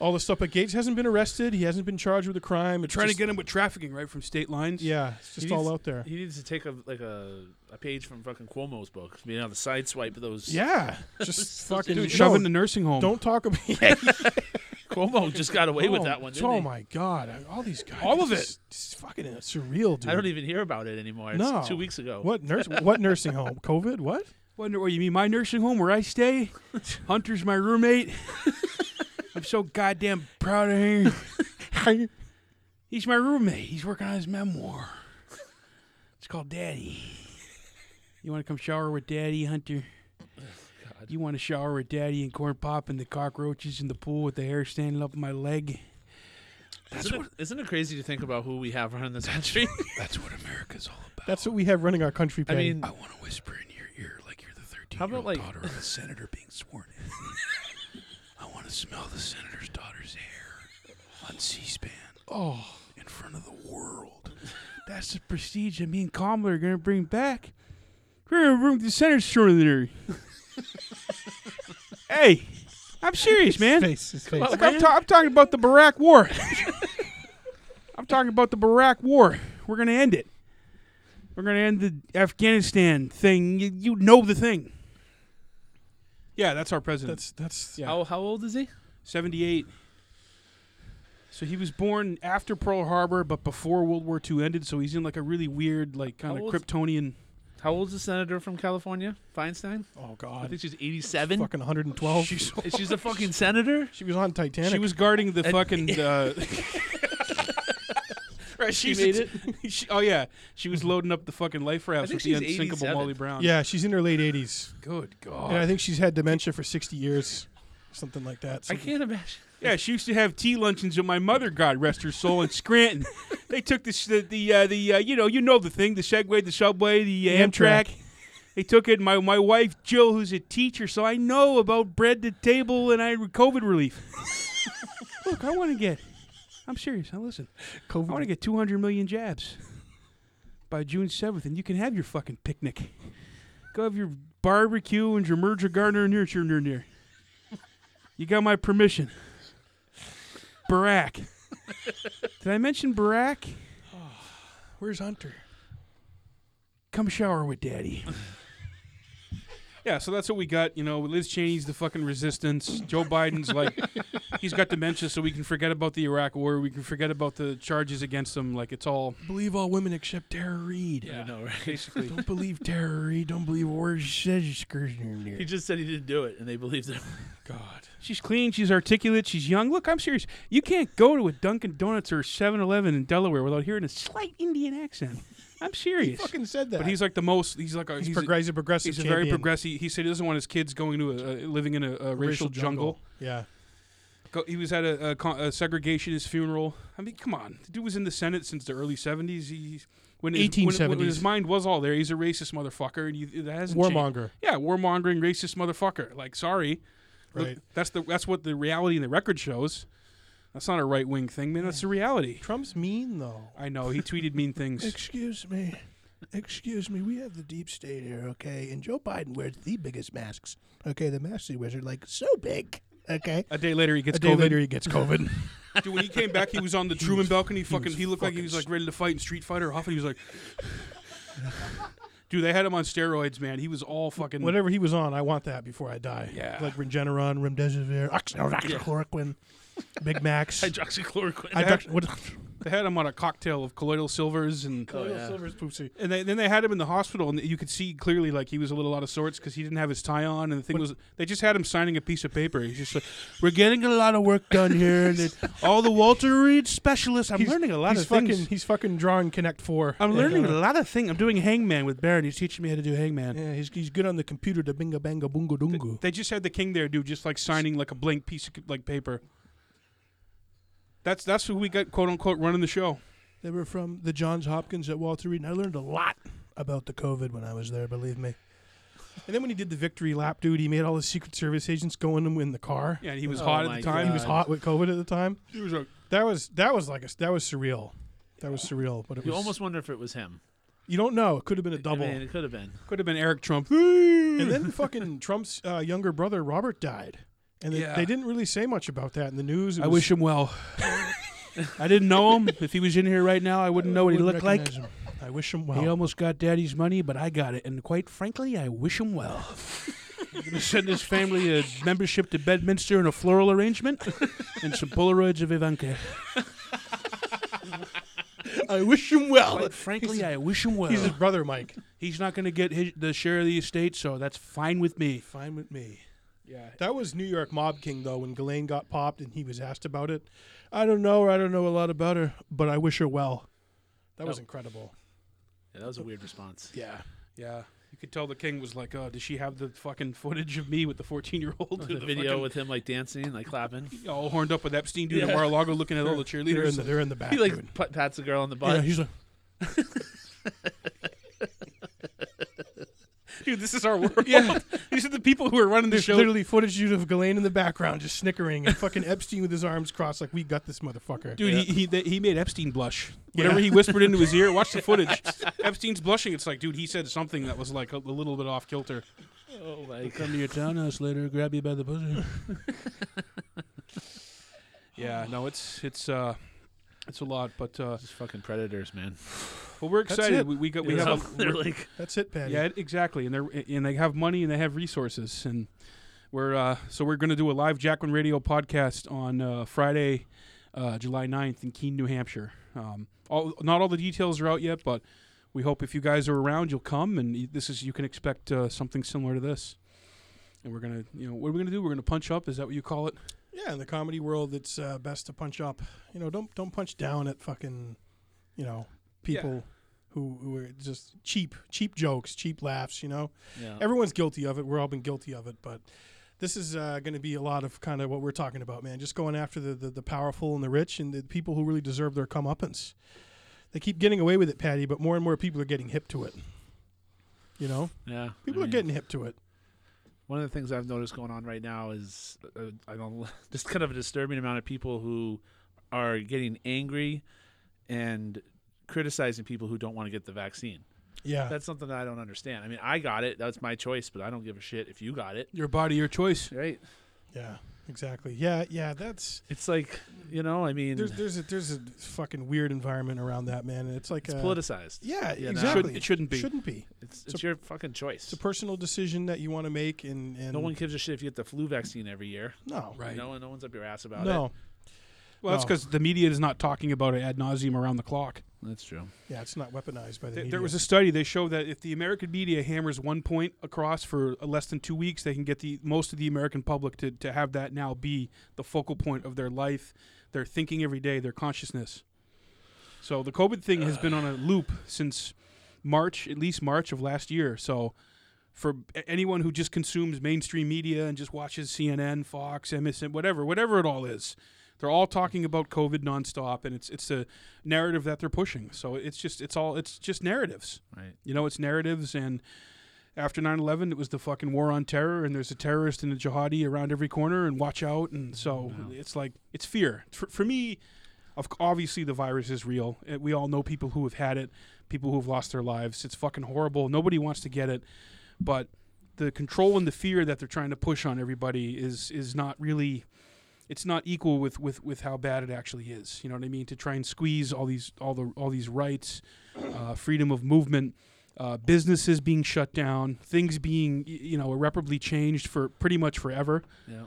all this stuff." But Gates hasn't been arrested. He hasn't been charged with a crime.
They're
It's
trying
just-
to get him with trafficking right from state
[LAUGHS]
lines.
yeah, it's just
He
all
needs-
out there.
He needs to take a like a, a page from fucking Cuomo's book. Being on the side swipe of those.
Yeah,
[LAUGHS]
just fucking
Dude,
no,
shove him in the nursing home.
Don't talk about [LAUGHS] yeah,
Cuomo just got away
[LAUGHS]
with
oh,
that one. Didn't
Oh
he?
my god, I- all these guys,
All of
it's- it's fucking uh, surreal, dude.
I don't even hear about it anymore. It's
No.
two weeks ago.
what nurse? What nursing
[LAUGHS]
home? COVID? What?
Wonder what you mean, my nursing home where I stay? Hunter's my roommate. [LAUGHS] I'm so goddamn proud of him. He's my roommate. He's working on his memoir. It's called Daddy. You want to come shower with Daddy, Hunter? You want to shower with Daddy and corn pop and the cockroaches in the pool with the hair standing up my leg?
Isn't, it, isn't it crazy to think about who we have running this country?
That's what America's all
[LAUGHS]
about.
That's what we have running our country.
I
Penn.
mean,
I want to whisper in your ear like you're the 13
How
year
about,
old
like-
daughter of a senator being sworn in. I want to smell the senator's daughter's hair on C SPAN. Oh. In front of the world. That's the prestige that me and Kamala are going to bring back. We're going to bring the senator's [LAUGHS] extraordinary. hey, I'm serious, man.
face, his face.
Look, I'm, ta- I'm talking about the Barack War. [LAUGHS] I'm talking about the Barack War. We're going to end it. We're going to end the Afghanistan thing. You, you know the thing. Yeah, that's our president.
That's that's
Yeah.
how how old is he?
78. So he was born after Pearl Harbor, but before World War II ended. So he's in like a really weird, like kind
How
of
old's-
Kryptonian.
How old's the senator from California? Feinstein.
oh
I
god,
think she's eighty-seven.
fucking 112.
She's-
And She's a fucking senator.
[LAUGHS] she was on Titanic.
She was guarding the
And- [LAUGHS]
fucking. Uh, right, she
made
it. [LAUGHS] She, oh yeah, she was loading up the fucking life rafts
think
with the
she's
unsinkable
87.
Molly Brown.
yeah, she's in her late 80s,
Good God.
and I think she's had dementia for 60 years, something like that. So
I can't imagine.
Yeah, she used to have tea luncheons with my mother, God rest her soul, in [LAUGHS] Scranton. they took the the the, uh, the uh, you know you know the thing, the Segway, the subway, the uh,
Amtrak.
Amtrak. They took it. My my wife Jill, who's a teacher, so I know about bread to table and I COVID [LAUGHS] relief. Look, I want to get. I'm serious. Now listen, I want to
COVID.
get [LAUGHS] 200 million jabs by June 7th, and you can have your fucking picnic. Go have your barbecue and your merger gardener near your near near. You got my permission. Barack. Did I mention Barack?
Where's Hunter?
Come shower with daddy. yeah, so that's what we got. You know, Liz Cheney's the fucking resistance. Joe Biden's like, he's got dementia, so we can forget about the Iraq war. We can forget about the charges against him. Like, it's all
Believe all women except Tara Reid.
I know, right?
[LAUGHS] basically.
Don't believe Tara Reid. Don't believe words she says. She's cursing near.
He just said he didn't do it, and they believed him. [LAUGHS]
God.
She's clean. She's articulate. She's young. Look, I'm serious. You can't go to a Dunkin' Donuts or 7-Eleven in Delaware without hearing a slight Indian accent. I'm serious.
fucking said that.
but he's like the most. He's like a. He's,
he's,
a,
progressive, progressive.
he's a very
champion.
progressive. He said he doesn't want his kids going to a, a living in a, a racial, jungle.
Yeah.
Go, he was at a, a, con- a segregationist funeral. I mean, come on. The dude was in the Senate since the early 70s. He when his, when, when
1870s.
his mind was all there. He's a racist motherfucker, and you, that hasn't changed.
Warmonger.
Yeah, warmongering, racist motherfucker. Like, sorry. Look,
Right.
That's the that's what the reality in the record shows. That's not a right wing thing, man. That's the reality.
Trump's mean though.
I know. He tweeted mean
[LAUGHS]
things.
Excuse me. Excuse me. We have the deep state here, okay? And Joe Biden wears the biggest masks. Okay, the masks he wears are like so big. Okay.
A day later, he gets
A day
COVID.
later, he gets
[LAUGHS]
COVID.
Dude, when he came back, he was on the Truman balcony. Fucking,
was
he looked like he
fucking
was like ready to fight in Street Fighter. Huff, and he was like, [LAUGHS] dude, they had him on steroids, man. He was all fucking.
Whatever he was on, I want that before I die.
Yeah.
Like Regeneron, Remdesivir, oxychloroquine,
[LAUGHS]
Big Macs.
Hydroxychloroquine.
Hydrox- what-
They had him on a cocktail of colloidal silvers and.
Oh, yeah.
Silver's poopsie.
And they, then they had him in the hospital, and you could see clearly like he was a little out of sorts because he didn't have his tie on, and the thing was they just had him signing a piece of paper. He's just like, "We're getting a lot of work done
[LAUGHS]
here, and it- all the Walter Reed specialists. I'm
He's-
learning a lot
He's
of
fucking,
things.
he's fucking drawing Connect Four.
I'm
Yeah.
learning a lot of things. I'm doing Hangman with Baron. He's teaching me how to do Hangman.
Yeah, he's, he's good on the computer to binga banga bungo dungo.
They just had the king there, dude, just like signing like a blank piece of like paper. That's that's who we got, quote unquote, running the show.
They were from the Johns Hopkins at Walter Reed, and I learned a lot about the COVID when I was there, believe me. And then when he did the victory lap, dude, he made all the Secret Service agents go in him in the car.
Yeah, and he was
Oh
hot at
my
the time.
He was
God.
hot with COVID at the time.
He was like,
That was that was like a, that was surreal. That was surreal, but it
You
was
almost wonder if it was him.
you don't know. It could have been a double.
I mean, it could have been.
could have been
[LAUGHS]
Eric Trump.
and
Hmm. [LAUGHS]
then fucking Trump's uh, younger brother Robert died, and they,
Yeah.
they didn't really say much about that in the news. It
[LAUGHS] I
was-
wish him well. I didn't know him. If he was in here right now, I wouldn't know what he
uh, wouldn't
looked like.
recognize him. I wish him well.
He almost got daddy's money, but I got it. And quite frankly, I wish him well. [LAUGHS] I'm going to send his family a membership to Bedminster in a floral arrangement and some Polaroids of Ivanka.
I wish him well.
Quite frankly, I wish him well.
He's his brother, Mike.
He's not going to get his, the share of the estate, so that's fine with me.
Fine with me.
Yeah.
That was New York Mob King though, when Ghislaine got popped and he was asked about it. I don't know, or I don't know a lot about her, but I wish her well. That was
Oh.
incredible.
Yeah, that was a weird response.
Yeah.
Yeah. You could tell the king was like, oh, does she have the fucking footage of me with the 14 year old?
[LAUGHS] [LAUGHS] The, video with him like dancing, like clapping.
all horned up with Epstein dude in
Yeah.
Mar a Lago looking at all the
They're in
cheerleaders.
the they're in the
[LAUGHS]
back.
He like
doing-
pat- pats the girl on the
yeah,
butt.
he's like
dude, this is our world. Yeah. [LAUGHS] These are the people who are running the
there's
show.
literally footage of Ghislaine in the background just snickering and fucking Epstein with his arms crossed like we got this motherfucker.
Dude, he, he th- he made Epstein blush.
Yeah.
Whatever he whispered into his ear, [LAUGHS] watch the footage. Epstein's blushing. It's like, dude, he said something that was like a, a little bit off [LAUGHS] kilter.
oh my god.
Come to your townhouse later, grab you by the pussy. [LAUGHS] yeah, no, it's it's uh, it's a lot, but uh,
Just fucking predators, man.
well, we're
That's
excited.
it.
We, we got we
They're
have
all- [LAUGHS]
a,
they're like
That's it, Patty.
yeah, exactly, and they are and they have money and they have resources, and we're uh, so we're going to do a live Jacqueline Radio podcast on uh, Friday, uh, July 9th in Keene, New Hampshire. Um, all not all the details are out yet, but we hope if you guys are around, you'll come, and y- this is you can expect uh, something similar to this. And we're gonna, you know, what are we gonna do? We're gonna punch up. Is that what you call it?
Yeah, in the comedy world it's uh, best to punch up. You know, don't don't punch down at fucking you know, people who who are just cheap cheap jokes, cheap laughs, you know.
yeah.
Everyone's guilty of it. We're all been guilty of it, but this is uh, going to be a lot of kind of what we're talking about, man. Just going after the, the, the powerful and the rich and the people who really deserve their comeuppance. They keep getting away with it, Patty, but more and more people are getting hip to it. You know,
yeah.
people
I
are
mean,
getting hip to it.
One of the things I've noticed going on right now is uh, I don't [LAUGHS] just kind of a disturbing amount of people who are getting angry and criticizing people who don't want to get the vaccine.
Yeah.
That's something that I don't understand. I mean, I got it. That's my choice, but I don't give a shit if you got it.
Your body, your choice.
Right?
yeah. Exactly. Yeah. Yeah. That's
It's like, you know, I mean,
there's there's a there's a fucking weird environment around that man. And it's like
it's
a,
politicized.
uh, Yeah.
you know?
exactly.
Shouldn't- it shouldn't be.
Shouldn't be.
It's,
It's
it's,
a-
your fucking choice.
It's a personal decision that you want to make, and and
no one gives a shit if you get the flu vaccine every year.
no
Right.
No one, no one's up your ass about
no.
it.
Well, that's
No.
because the media is not talking about it ad nauseum around the clock.
That's true.
Yeah. It's not weaponized by the
Th-
media.
There was a study. They showed that if the American media hammers one point across for uh, less than two weeks, they can get the most of the American public to, to have that now be the focal point of their life, their thinking every day, their consciousness. So the COVID thing has been on a loop since March, at least March of last year. So for a- anyone who just consumes mainstream media and just watches CNN, Fox, MSN, whatever, whatever it all is, they're all talking about COVID nonstop, and it's it's a narrative that they're pushing. So it's just it's all it's just narratives.
Right.
You know, it's narratives and after 9/11 it was the fucking war on terror and there's a terrorist and a jihadi around every corner and watch out and so it's like it's fear. For, for me of obviously the virus is real. Uh, We all know people who have had it, people who have lost their lives. It's fucking horrible. Nobody wants to get it, but the control and the fear that they're trying to push on everybody is is not really it's not equal with, with, with how bad it actually is. You know what I mean? To try and squeeze all these all the all these rights, uh, freedom of movement, uh, businesses being shut down, things being y- you know irreparably changed for pretty much forever.
Yeah.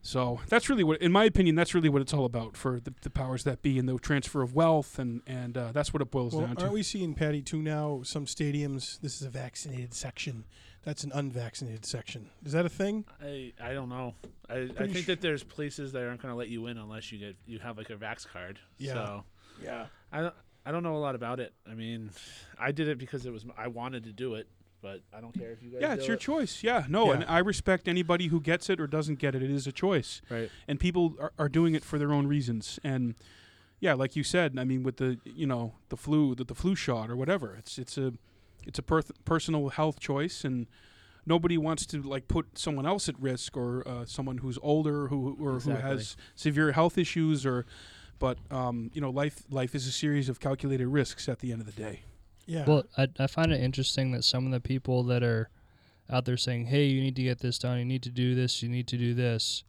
So that's really what, in my opinion, that's really what it's all about for the, the powers that be and the transfer of wealth, and and uh, that's what it boils
Well,
down to.
aren't we seeing Patty too now? Some stadiums. This is a vaccinated section. That's an unvaccinated section. Is that a thing?
I, I don't know. I, I think
sure-
that there's places that aren't going to let you in unless you get you have like a vax card.
Yeah.
So
Yeah.
I don't I don't know a lot about it. I mean, I did it because it was I wanted to do it, but I don't care if you guys.
yeah,
do
it's your
it.
choice. Yeah, no, and
Yeah.
I respect anybody who gets it or doesn't get it. It is a choice.
Right.
and people are, are doing it for their own reasons and yeah like you said i mean with the you know the flu the, the flu shot or whatever it's it's a it's a per- personal health choice and nobody wants to like put someone else at risk or uh, someone who's older who or
Exactly.
who has severe health issues or but um, you know life life is a series of calculated risks at the end of the day
Yeah.
Well, I, I find it interesting that some of the people that are out there saying, hey, you need to get this done, you need to do this, you need to do this,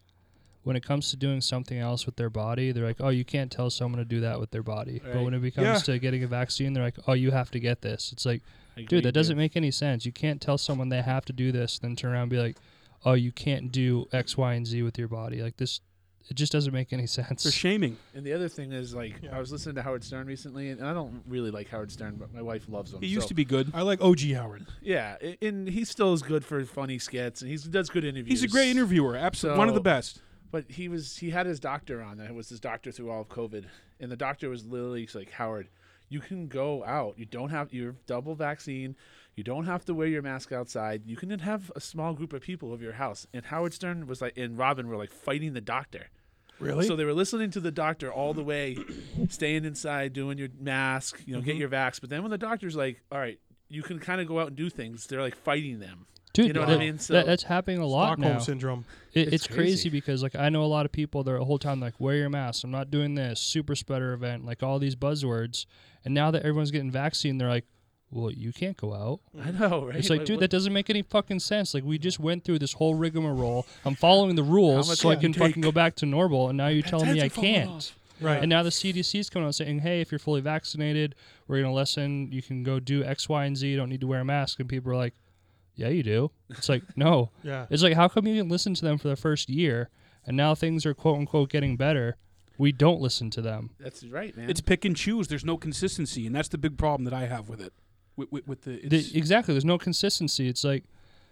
when it comes to doing something else with their body, they're like, oh, you can't tell someone to do that with their body. But
Right.
when it becomes to getting a vaccine, they're like, oh, you have to get this. It's like,
I agree,
dude, that doesn't make any sense. You can't tell someone they have to do this, then turn around and be like, oh, you can't do X, Y, and Z with your body. Like this, it just doesn't make any [LAUGHS] sense.
they're shaming
And the other thing is like I was listening to Howard Stern recently, and I don't really like Howard Stern, but my wife loves him.
it
so-
used to be good
I like OG Howard.
Yeah, a- and he still is good for funny skits, and he does good interviews.
he's a great interviewer absolutely one of the
So-
best
But he was he had his doctor on. That was his doctor through all of COVID, and the doctor was literally just like Howard. You can go out. You don't have you're double vaccine. You don't have to wear your mask outside. You can have a small group of people of your house. And Howard Stern was like, and Robin were like fighting the doctor.
Really?
So they were listening to the doctor all the way, [COUGHS] staying inside, doing your mask, you know,
Mm-hmm.
get your vax. But then when the doctor's like, all right, you can kind of go out and do things, they're like fighting them.
Dude,
you know what I
that-
mean?
that-
So-
that's happening a lot
Stockholm
now.
syndrome.
It,
It's
it's crazy.
crazy.
because like I know a lot of people they're the whole time like wear your mask. I'm not doing this super spreader event like all these buzzwords. And now that everyone's getting vaccine, they're like, well, you can't go out.
Mm.
I know, right?
It's like, dude, that doesn't make any fucking sense. Like we just went through this whole rigmarole. I'm following the
much
rules so I
can
can
you
fucking go back to normal. And now you're telling me I
Heads are falling
can't.
off.
Right.
And now the CDC's coming out saying, hey, if you're fully vaccinated, we're gonna lessen. You can go do X, Y, and Z. You don't need to wear a mask. And people are like, yeah, you do. It's like, no.
yeah.
It's like, how come you didn't listen to them for the first year and now things are quote unquote getting better? We don't listen to them.
That's right, man.
it's pick and choose. There's no consistency, and that's the big problem that I have with it. With, with, with the,
The-
it's,
exactly. There's no consistency. It's like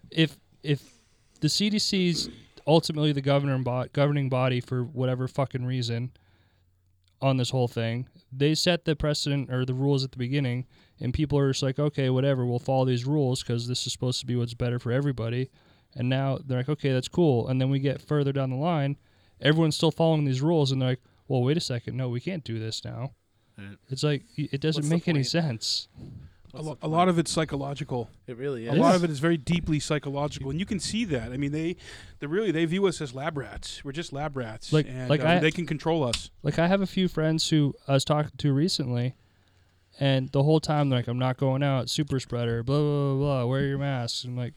if if the CDC's ultimately the governor bo- governing body for whatever fucking reason on this whole thing, they set the precedent or the rules at the beginning, and people are just like, okay, whatever, we'll follow these rules because this is supposed to be what's better for everybody. And now they're like, okay, that's cool. And then we get further down the line, everyone's still following these rules, and they're like, well, wait a second, no, we can't do this now.
Right.
It's like y- it doesn't
What's the
make any
point?
sense.
a, lo- a lot of it's psychological.
it really
A
is.
lot of it is very deeply psychological, and you can see that. I mean, they, they really they view us as lab rats. We're just lab rats,
Like-
and
like
um,
I-
they can control us.
Like I have a few friends who I was talking to recently, And the whole time, they're like, I'm not going out, super spreader, blah, blah, blah, blah, wear your masks. I'm like,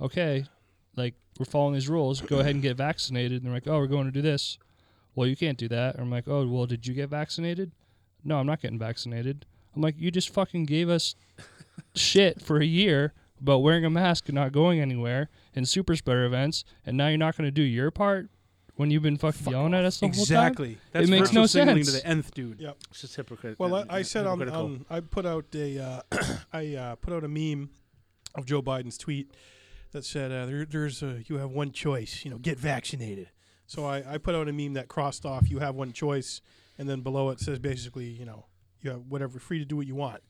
okay, like, we're following these rules, go ahead and get vaccinated. And they're like, oh, we're going to do this. Well, you can't do that. I'm like, oh, well, did you get vaccinated? No, I'm not getting vaccinated. I'm like, you just fucking gave us shit for a year about wearing a mask and not going anywhere and super spreader events, and now you're not going to do your part when you've been fucking yelling at us the whole time?
Exactly. That's
It makes
virtual
no
signaling to
sense.
the nth dude.
Yeah.
It's just hypocrite.
Well, I,
and-
I
and
said on,
hypocritical.
on I put out a uh, [COUGHS] I uh, put out a meme of Joe Biden's tweet that said uh, there, there's a, you have one choice, you know, get vaccinated. So I, I put out a meme that crossed off you have one choice, and then below it says basically you know you have whatever free to do what you want.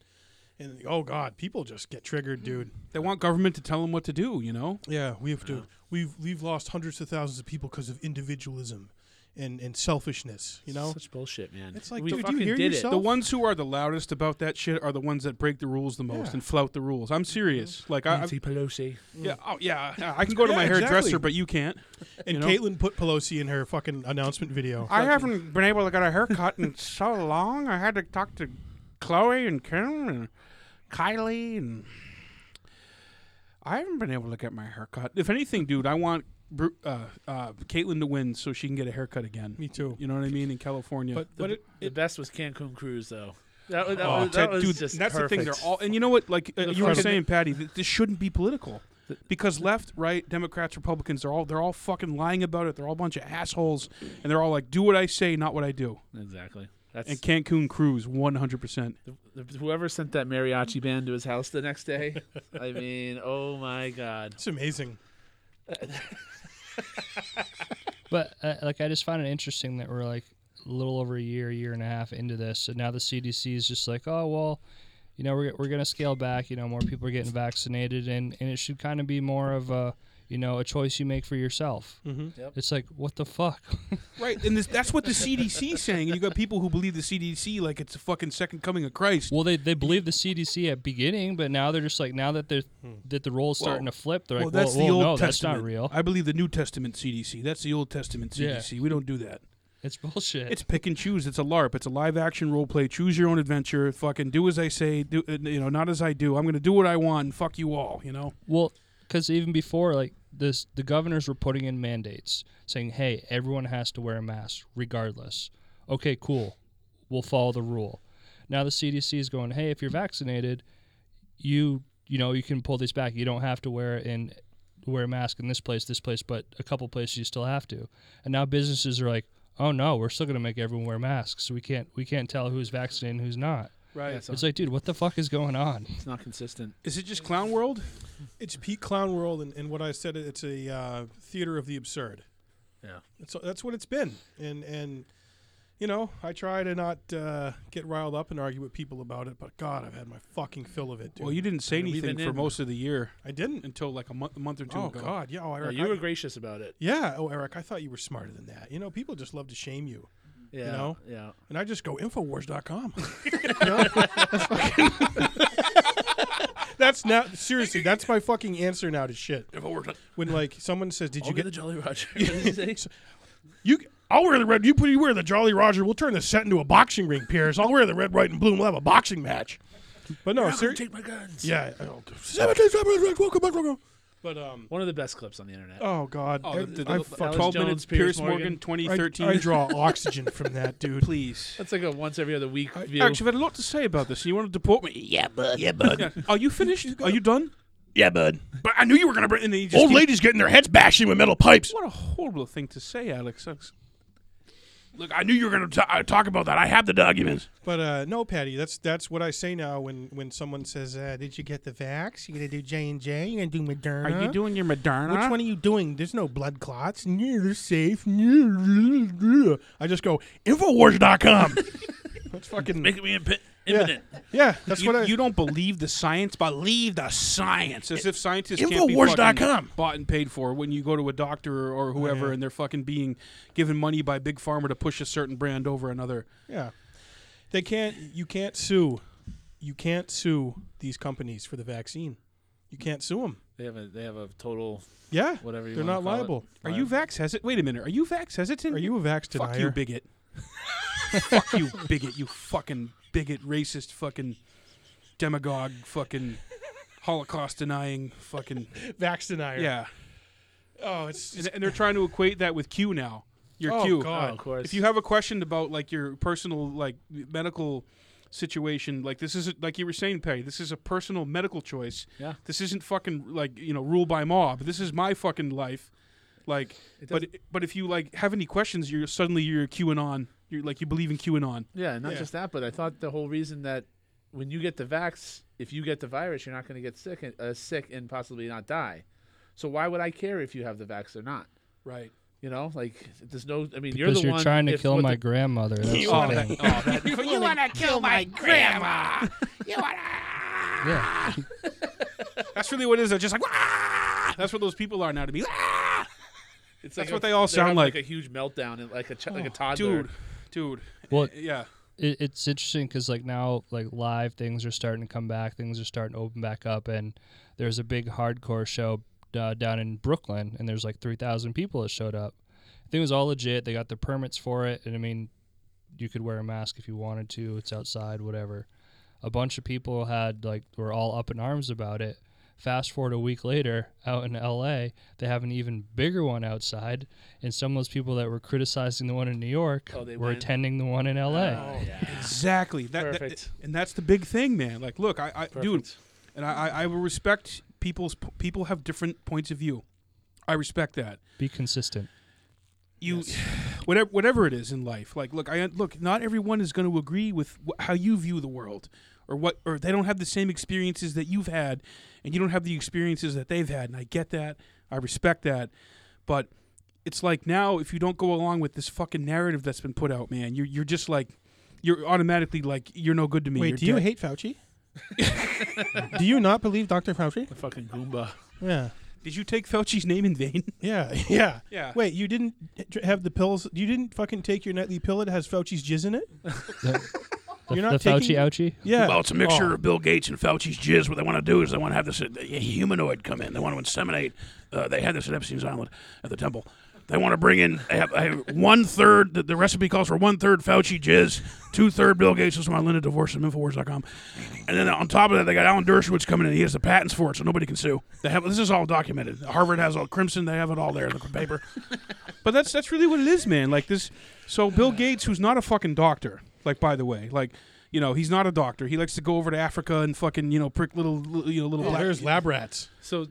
And oh God, people just get triggered, dude.
They want government to tell them what to do, you know?
Yeah, we have to. We've we've lost hundreds of thousands of people because of individualism and and selfishness. You
[LAUGHS]
know,
such bullshit, man.
it's like,
we
dude, do you
fucking
hear
did
yourself?
The ones who are the loudest about that shit are the ones that break the rules the most
Yeah. Mm-hmm.
and flout the rules. I'm serious. Like
it.
I, I
Nancy Pelosi.
yeah, oh yeah, yeah, I can go to
Mm. Yeah,
my
exactly.
hairdresser, but you can't.
And
You know?
Caitlyn put Pelosi in her fucking announcement video.
I haven't
been able to get a haircut in so long. I had to talk to Chloe and Kim and Kylie and
I haven't been able to get my haircut. If anything, dude, I want Bru- uh, uh, Caitlyn to win so she can get a haircut again.
Me too.
You know what I mean? In California.
But
The,
but it,
the best was Cancun Cruise, though. That was, that
Oh,
was, that
Ted,
was
dude,
just
that's the thing.
perfect.
They're all, and you know what? Like uh,
That's
you were
perfect.
saying, Patty, th- this shouldn't be political because left, right, Democrats, Republicans, they're all they're all fucking lying about it. They're all a bunch of assholes, and they're all like, "Do what I say, not what I do."
exactly. That's
And Cancun Cruise, one hundred percent.
the- the- whoever sent that mariachi band to his house the next day. I mean, [LAUGHS] oh my god.
it's amazing.
But uh, like, I just find it interesting that we're like a little over a year, year and a half into this, and now the CDC is just like, oh well, you know, we're we're gonna scale back. You know, more people are getting vaccinated, and and it should kind of be more of a you know a choice you make for yourself. Mm-hmm.
Yep.
It's like what the fuck. [LAUGHS]
Right, and this, that's what the CDC is saying. And you got people who believe the CDC like it's the fucking second coming of Christ.
Well, they, they believed the CDC at beginning, but now they're just like now that they're that the role's starting to flip, they're like,
Hmm. well, that's
well,
the
well,
Old
no,
Testament.
that's not real.
I believe the New Testament CDC. That's the Old Testament
Yeah.
CDC. We don't do that.
It's bullshit.
It's pick and choose. It's a LARP. It's a live action role play. Choose your own adventure. Fucking do as I say. Do uh, you know? Not as I do. I'm gonna do what I want. And fuck you all. You know.
Well, because even before, like this, the governors were putting in mandates saying, "Hey, everyone has to wear a mask, regardless." Okay, cool. We'll follow the rule. Now the CDC is going, "Hey, if you're vaccinated, you you know you can pull this back. You don't have to wear it in wear a mask in this place, this place, but a couple places you still have to." And now businesses are like, "Oh no, we're still going to make everyone wear masks. So we can't we can't tell who's vaccinated and who's not."
Right.
That's
It's like, dude, what the fuck is going on?
It's not consistent.
Is it just clown world?
It's Pete Clown World, and, and what I said, it's a uh, theater of the absurd.
Yeah.
That's that's what it's been, and and you know, I try to not uh, get riled up and argue with people about it, but God, I've had my fucking fill of it, dude.
Well, you didn't say
Leave
anything
it
for
in.
most of the year
I didn't.
until like a month, a month or two
Oh
ago.
God, yeah, oh,
No,
Eric,
you
I-
were gracious about it.
yeah, oh Eric, I thought you were smarter than that. You know, people just love to shame you,
Yeah.
know?
Yeah.
and I just go [LAUGHS]
[LAUGHS]
Infowars.com. [LAUGHS] that's now seriously, that's my fucking answer now to shit. When like someone says, "Did
I'll
you
get
get
the Jolly
[LAUGHS]
Roger. What did [LAUGHS] he say?
You, I'll wear the red. You put you wear the Jolly Roger. We'll turn the set into a boxing ring, Pierce. I'll wear the red, white, and blue. and We'll have a boxing match. But no, seriously,
Take my guns.
yeah. I don't- [LAUGHS] Seven days, seven days, welcome back, welcome. But um,
One of the best clips on the internet.
oh god,
Oh,
I,
the, the,
I
the-
fuck-
Alex
twelve
Jones,
minutes.
Piers
Pierce Morgan,
Morgan.
twenty
I-
thirteen.
I
[LAUGHS]
draw oxygen from that, dude.
Please.
That's like a once every other week
I
view.
actually I've had a lot to say about this, and you want to deport me?
yeah, bud. Yeah, bud.
[LAUGHS]
[LAUGHS]
Are you finished? Are you done?
yeah, bud.
But I knew you were gonna bring. And then you just
Old
keep-
ladies getting their heads bashed in with metal pipes.
What a horrible thing to say, Alex. That's-
Look, I knew you were gonna t- uh, talk about that. I have the documents.
But uh, no, Patty, that's that's what I say now when when someone says, uh, "Did you get the vax? You gonna do J and J? You gonna do Moderna?
doing your Moderna?
Which one are you doing? There's no blood clots. Yeah, they're safe. Yeah. I just go Infowars.com. That's fucking
Making me impi-
Yeah.
impotent.
Yeah, that's
you,
what I.
you don't believe the science, believe the science. As if scientists can't be
Infowars.com.
fucking bought and paid for when you go to a doctor or whoever and they're fucking being given money by big pharma to push a certain brand over another.
yeah, they can't. You can't sue. You can't sue these companies for the vaccine. You can't sue them.
they have a they have a total
Yeah,
whatever. You
they're
wanna
not
call it.
liable.
Are you vax hesitant? Wait a minute. Are you vax hesitant?
Are you a vax
[LAUGHS] fuck
denier?
you bigot? fuck you bigot. You fucking bigot, racist, fucking demagogue, fucking Holocaust denying, fucking
Vax denier.
yeah.
Oh, it's
And, and they're trying to equate that with Q now. Your
oh,
Q. Uh,
God.
of course.
If you have a question about like your personal like medical situation, like this is a, like you were saying, Perry, this is a personal medical choice.
Yeah.
This isn't fucking like you know rule by mob. This is my fucking life. Like,
It
but but if you like have any questions, you're suddenly you're QAnon. You're like you believe in QAnon.
Yeah, and not
Yeah.
just that, but I thought the whole reason that when you get the vax, if you get the virus, you're not going to get sick and, uh, sick and possibly not die. So why would I care if you have the vax or not?
Right.
You know, like there's no. I mean, you're
because
the
you're
one.
trying to
if
kill
what
my
the- [LAUGHS]
grandmother. That's the
Oh,
thing.
that, oh, that,
You want to kill my grandma? you want to?
Yeah.
that's really what it is. They're just like, "Wah!" that's what those people are now to "Ah, me. "Wah!"
it's
That's
a-
what they all
they're
sound
having,
like. Oh,
a huge meltdown and like a ch- like a toddler.
Dude, dude.
Well,
Yeah.
it, it's interesting because like now like live things are starting to come back things are starting to open back up and there's a big hardcore show uh, down in brooklyn and there's like 3000 people that showed up i think it was all legit they got the permits for it and i mean you could wear a mask if you wanted to it's outside whatever a bunch of people had like were all up in arms about it fast forward a week later out in la they have an even bigger one outside and some of those people that were criticizing the one in new york
Oh, they
were
went?
attending the one in la
Oh, yeah.
Exactly. That, that-
Perfect.
and that's the big thing, man. Like, look, I, I dude,
Perfect.
and I, I, I will respect people's people have different points of view. I respect that.
Be consistent.
You, [SIGHS] whatever, whatever it is in life. Like, look, I look. Not everyone is going to agree with wh- how you view the world, or what, or they don't have the same experiences that you've had, and you don't have the experiences that they've had. And I get that. I respect that. But it's like now, if you don't go along with this fucking narrative that's been put out, man, you're you're just like. You're automatically like you're no good to me.
Wait,
You're
do you
dead."
hate Fauci? [LAUGHS] do you not believe Dr. Fauci?
the fucking Goomba.
Yeah.
Did you take Fauci's name in vain? [LAUGHS]
Yeah. [LAUGHS] Yeah.
Yeah.
Wait, you didn't dr- have the pills? You didn't fucking take your nightly pill that has Fauci's jizz in it?
The,
You're not
the Fauci
taking-
ouchie?
Yeah.
Well, it's a mixture of Bill Gates and Fauci's jizz. What they want to do is they want to have this uh, humanoid come in. They want to inseminate. Uh, they had this at Epstein's Island at the temple. They want to bring in I have, I have one third. The, the recipe calls for one third Fauci jizz, two third Bill Gates. This is my Linda Divorce from Infowars.com. And then on top of that, they got Alan Dershowitz coming in. He has the patents for it, so nobody can sue. They have, this is all documented. Harvard has all Crimson. They have it all there in the paper.
But that's that's really what it is, man. Like this. So Bill Gates, who's not a fucking doctor, like by the way, like you know he's not a doctor. He likes to go over to Africa and fucking you know prick little, little you know little.
Oh,
black-
there's lab rats.
So,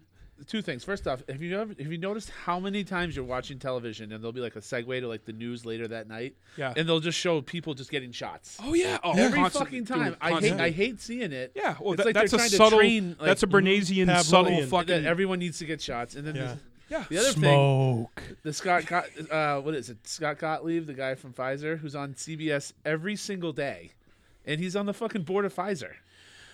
two things. First off, have you ever have you noticed how many times you're watching television and there'll be like a segue to like the news later that night?
Yeah.
And they'll just show people just getting shots.
oh yeah. Oh,
Every
constantly,
fucking time,
dude,
I hate
constantly.
I hate seeing it.
Yeah, well,
It's
that,
like
that's
they're
a
trying to
subtle.
train, like, mm-hmm.
that's a Bernaysian
Pavlovian.
Oh,
subtle
That
Oh,
that
fucking.
everyone needs to get shots. And then there's-
Yeah.
the other thing,
Smoke.
the Scott, Got, uh, what is it? Scott Gottlieb, the guy from Pfizer, who's on CBS every single day, and he's on the fucking board of Pfizer.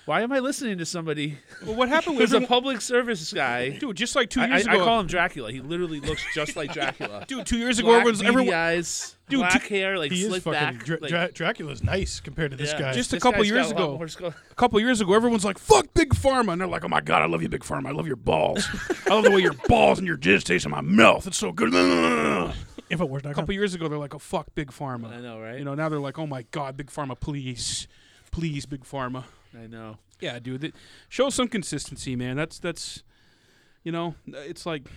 Why am I listening to somebody
well, what happened was
who's a public service guy?
dude? Just like two
I, I, I
years ago.
call him Dracula. He literally looks just like Dracula.
Dude, [LAUGHS] two years ago,
black
everyone's
beady
everyone,
eyes,
Dude,
black
two-
hair, like
He is
slick
fucking.
back.
Dra-
like,
Dra- Dracula's nice compared to this
yeah.
guy.
Just a
This
couple
guy's
years
got a lot
ago.
more skull-
a couple years ago, everyone's like, "Fuck big pharma," and
And they're like, oh my God, I love you, Big Pharma. I love your balls. I love the way your balls and your jizz taste in my mouth. It's so good.
Infowars.com.
A couple years ago, they're like, "Oh fuck, big pharma."
I know, right?
You know, now they're like, "Oh my god, big pharma, please, please, big pharma."
I know.
Yeah, dude, that, show some consistency, man. That's that's, you know, it's like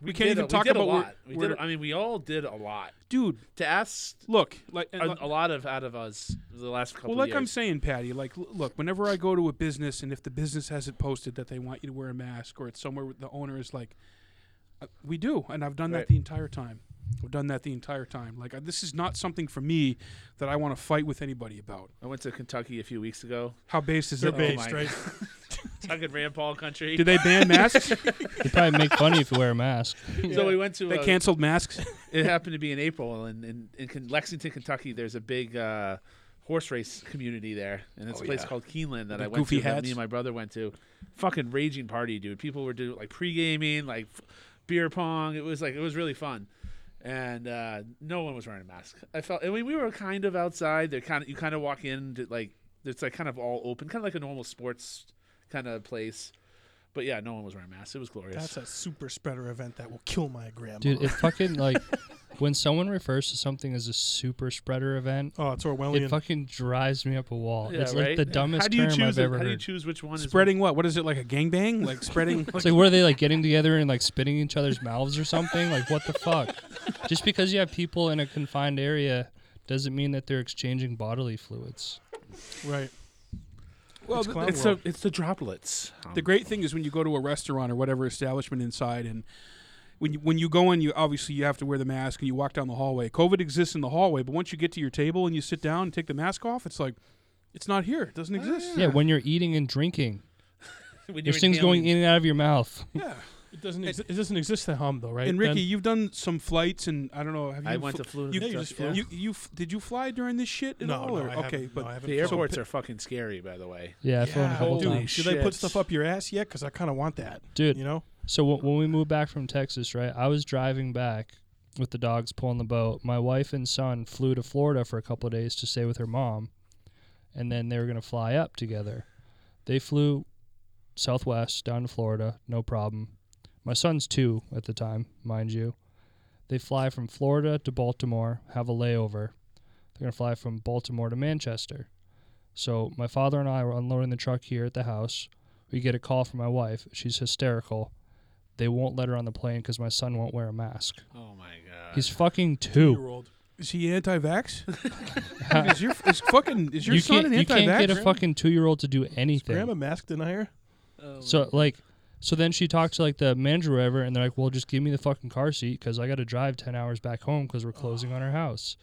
we, can't
did
even
a,
talk
we did
about
a
where-
lot. We
where-
did. I mean, we all did a lot.
dude.
To ask
Look, like, and
a,
like-
a lot of out of us the last couple.
well, like I'm
years.
saying, Patty, like, l- look, whenever I go to a business and if the business has it posted that they want you to wear a mask or it's somewhere where the owner is like, uh, we do, and I've done
Right.
that the entire time. I've done that the entire time. Like, uh, this is not something for me that I want to fight with anybody about.
I went to Kentucky a few weeks [LAUGHS] ago.
How based is
They're
that?
based,
my
right?
Kentucky Rand Paul country.
Did they ban
[LAUGHS]
masks?
They probably make fun of you if you wear a mask.
So we went to.
they
a-
canceled masks.
It happened to be in April, and in, in, Ken- Lexington, Kentucky, there's a big uh, horse race community there, and it's a place called Keeneland that I went
Oh, goofy
to. That
hats.
me and my brother went to. Fucking raging party, dude. People were doing like pre gaming, like f- beer pong. It was like it was really fun. And uh, no one was wearing a mask. I felt. I mean, we were kind of outside. They're kind of you kind of walk in to, like it's like kind of all open, kind of like a normal sports kind of place. But yeah, no one was wearing masks. It was glorious.
That's a super spreader event that will kill my grandma.
Dude, it fucking like when someone refers to something as a super spreader event,
Oh, it's
it
Orwellian.
fucking drives me up a wall.
Yeah,
it's
right?
like the dumbest
How do you
term
choose
I've
it?
ever
How do you
heard.
choose which one? is
Spreading what? What is it like a gangbang? Like [LAUGHS] spreading? like,
It's like, were they like getting together and like spitting each other's mouths or something? Like, what the fuck? Just because you have people in a confined area doesn't mean that they're exchanging bodily fluids.
right.
well,
it's
the-
clown
It's
world.
the it's the droplets.
Um,
The great thing is when you go to a restaurant or whatever establishment inside, and when you, when you go in, you obviously you have to wear the mask, and you walk down the hallway. COVID exists in the hallway, but once you get to your table and you sit down and take the mask off, it's like it's not here. It doesn't exist.
Yeah, when you're eating and drinking,
When
there's
you're
things going
inhaling-
in and out of your mouth.
yeah.
It doesn't. Exi- it doesn't exist at home though, right?
And Ricky,
Ben?
you've done some flights, and I don't know. Have you?
I went
fl-
to flew.
You,
to
you,
Turkey. Yeah.
you, you f- did you fly during this shit at
no,
all?
no,
or-
I
okay,
haven't-
but
no, I haven't
The
flown.
airports are fucking scary, by the way.
Yeah, I've flown a
Yeah,
couple
dude,
times.
should they
shit.
put stuff up your ass yet? Because I kind of want that.
Dude,
You know,
So w- when we moved back from Texas, right, I was driving back with the dogs pulling the boat. My wife and son flew to Florida for a couple of days to stay with her mom, and then they were going to fly up together. They flew Southwest down to Florida, no problem. My son's two at the time, mind you. They fly from Florida to Baltimore, have a layover. They're going to fly from Baltimore to Manchester. So my father and I were unloading the truck here at the house. We get a call from my wife. She's hysterical they won't let her on the plane because my son won't wear a mask.
Oh my
Uh,
god.
He's fucking two.
year
[LAUGHS]
old.
is he anti-vax?
[LAUGHS]
Dude, is your is fucking is [LAUGHS] your
you
son
can't,
an
you
anti-vax?
can't get a fucking two year old to do
Grandma
anything.
mask denier.
Oh
So like, so then she talked to like the manager or whatever, and they're like, "Well, just give me the fucking car seat because I got to drive ten hours back home because we're closing on our house."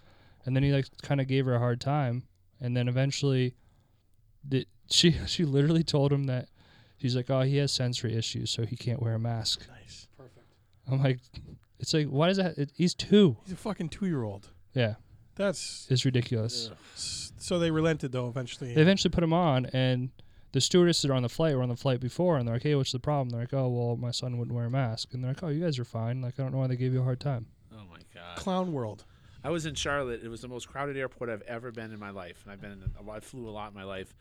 And then he like kind of gave her a hard time, and then eventually, the, she [LAUGHS] she literally told him that she's like, "Oh, he has sensory issues, so he can't wear a mask."
Nice, perfect.
I'm like, it's like, why does that? It, he's two.
He's a fucking two year old.
Yeah,
That's
it's ridiculous.
so they relented though eventually.
They eventually put him on, and the stewardesses are on the flight or on the flight before, and they're like, "Hey, what's the problem?" They're like, "Oh, well, my son wouldn't wear a mask," and they're like, "Oh, you guys are fine. Like, I don't know why they gave you a hard time."
Oh my god.
Clown world.
I was in Charlotte. It was the most crowded airport I've ever been in my life, and I've been in a lot, I flew a lot in my life,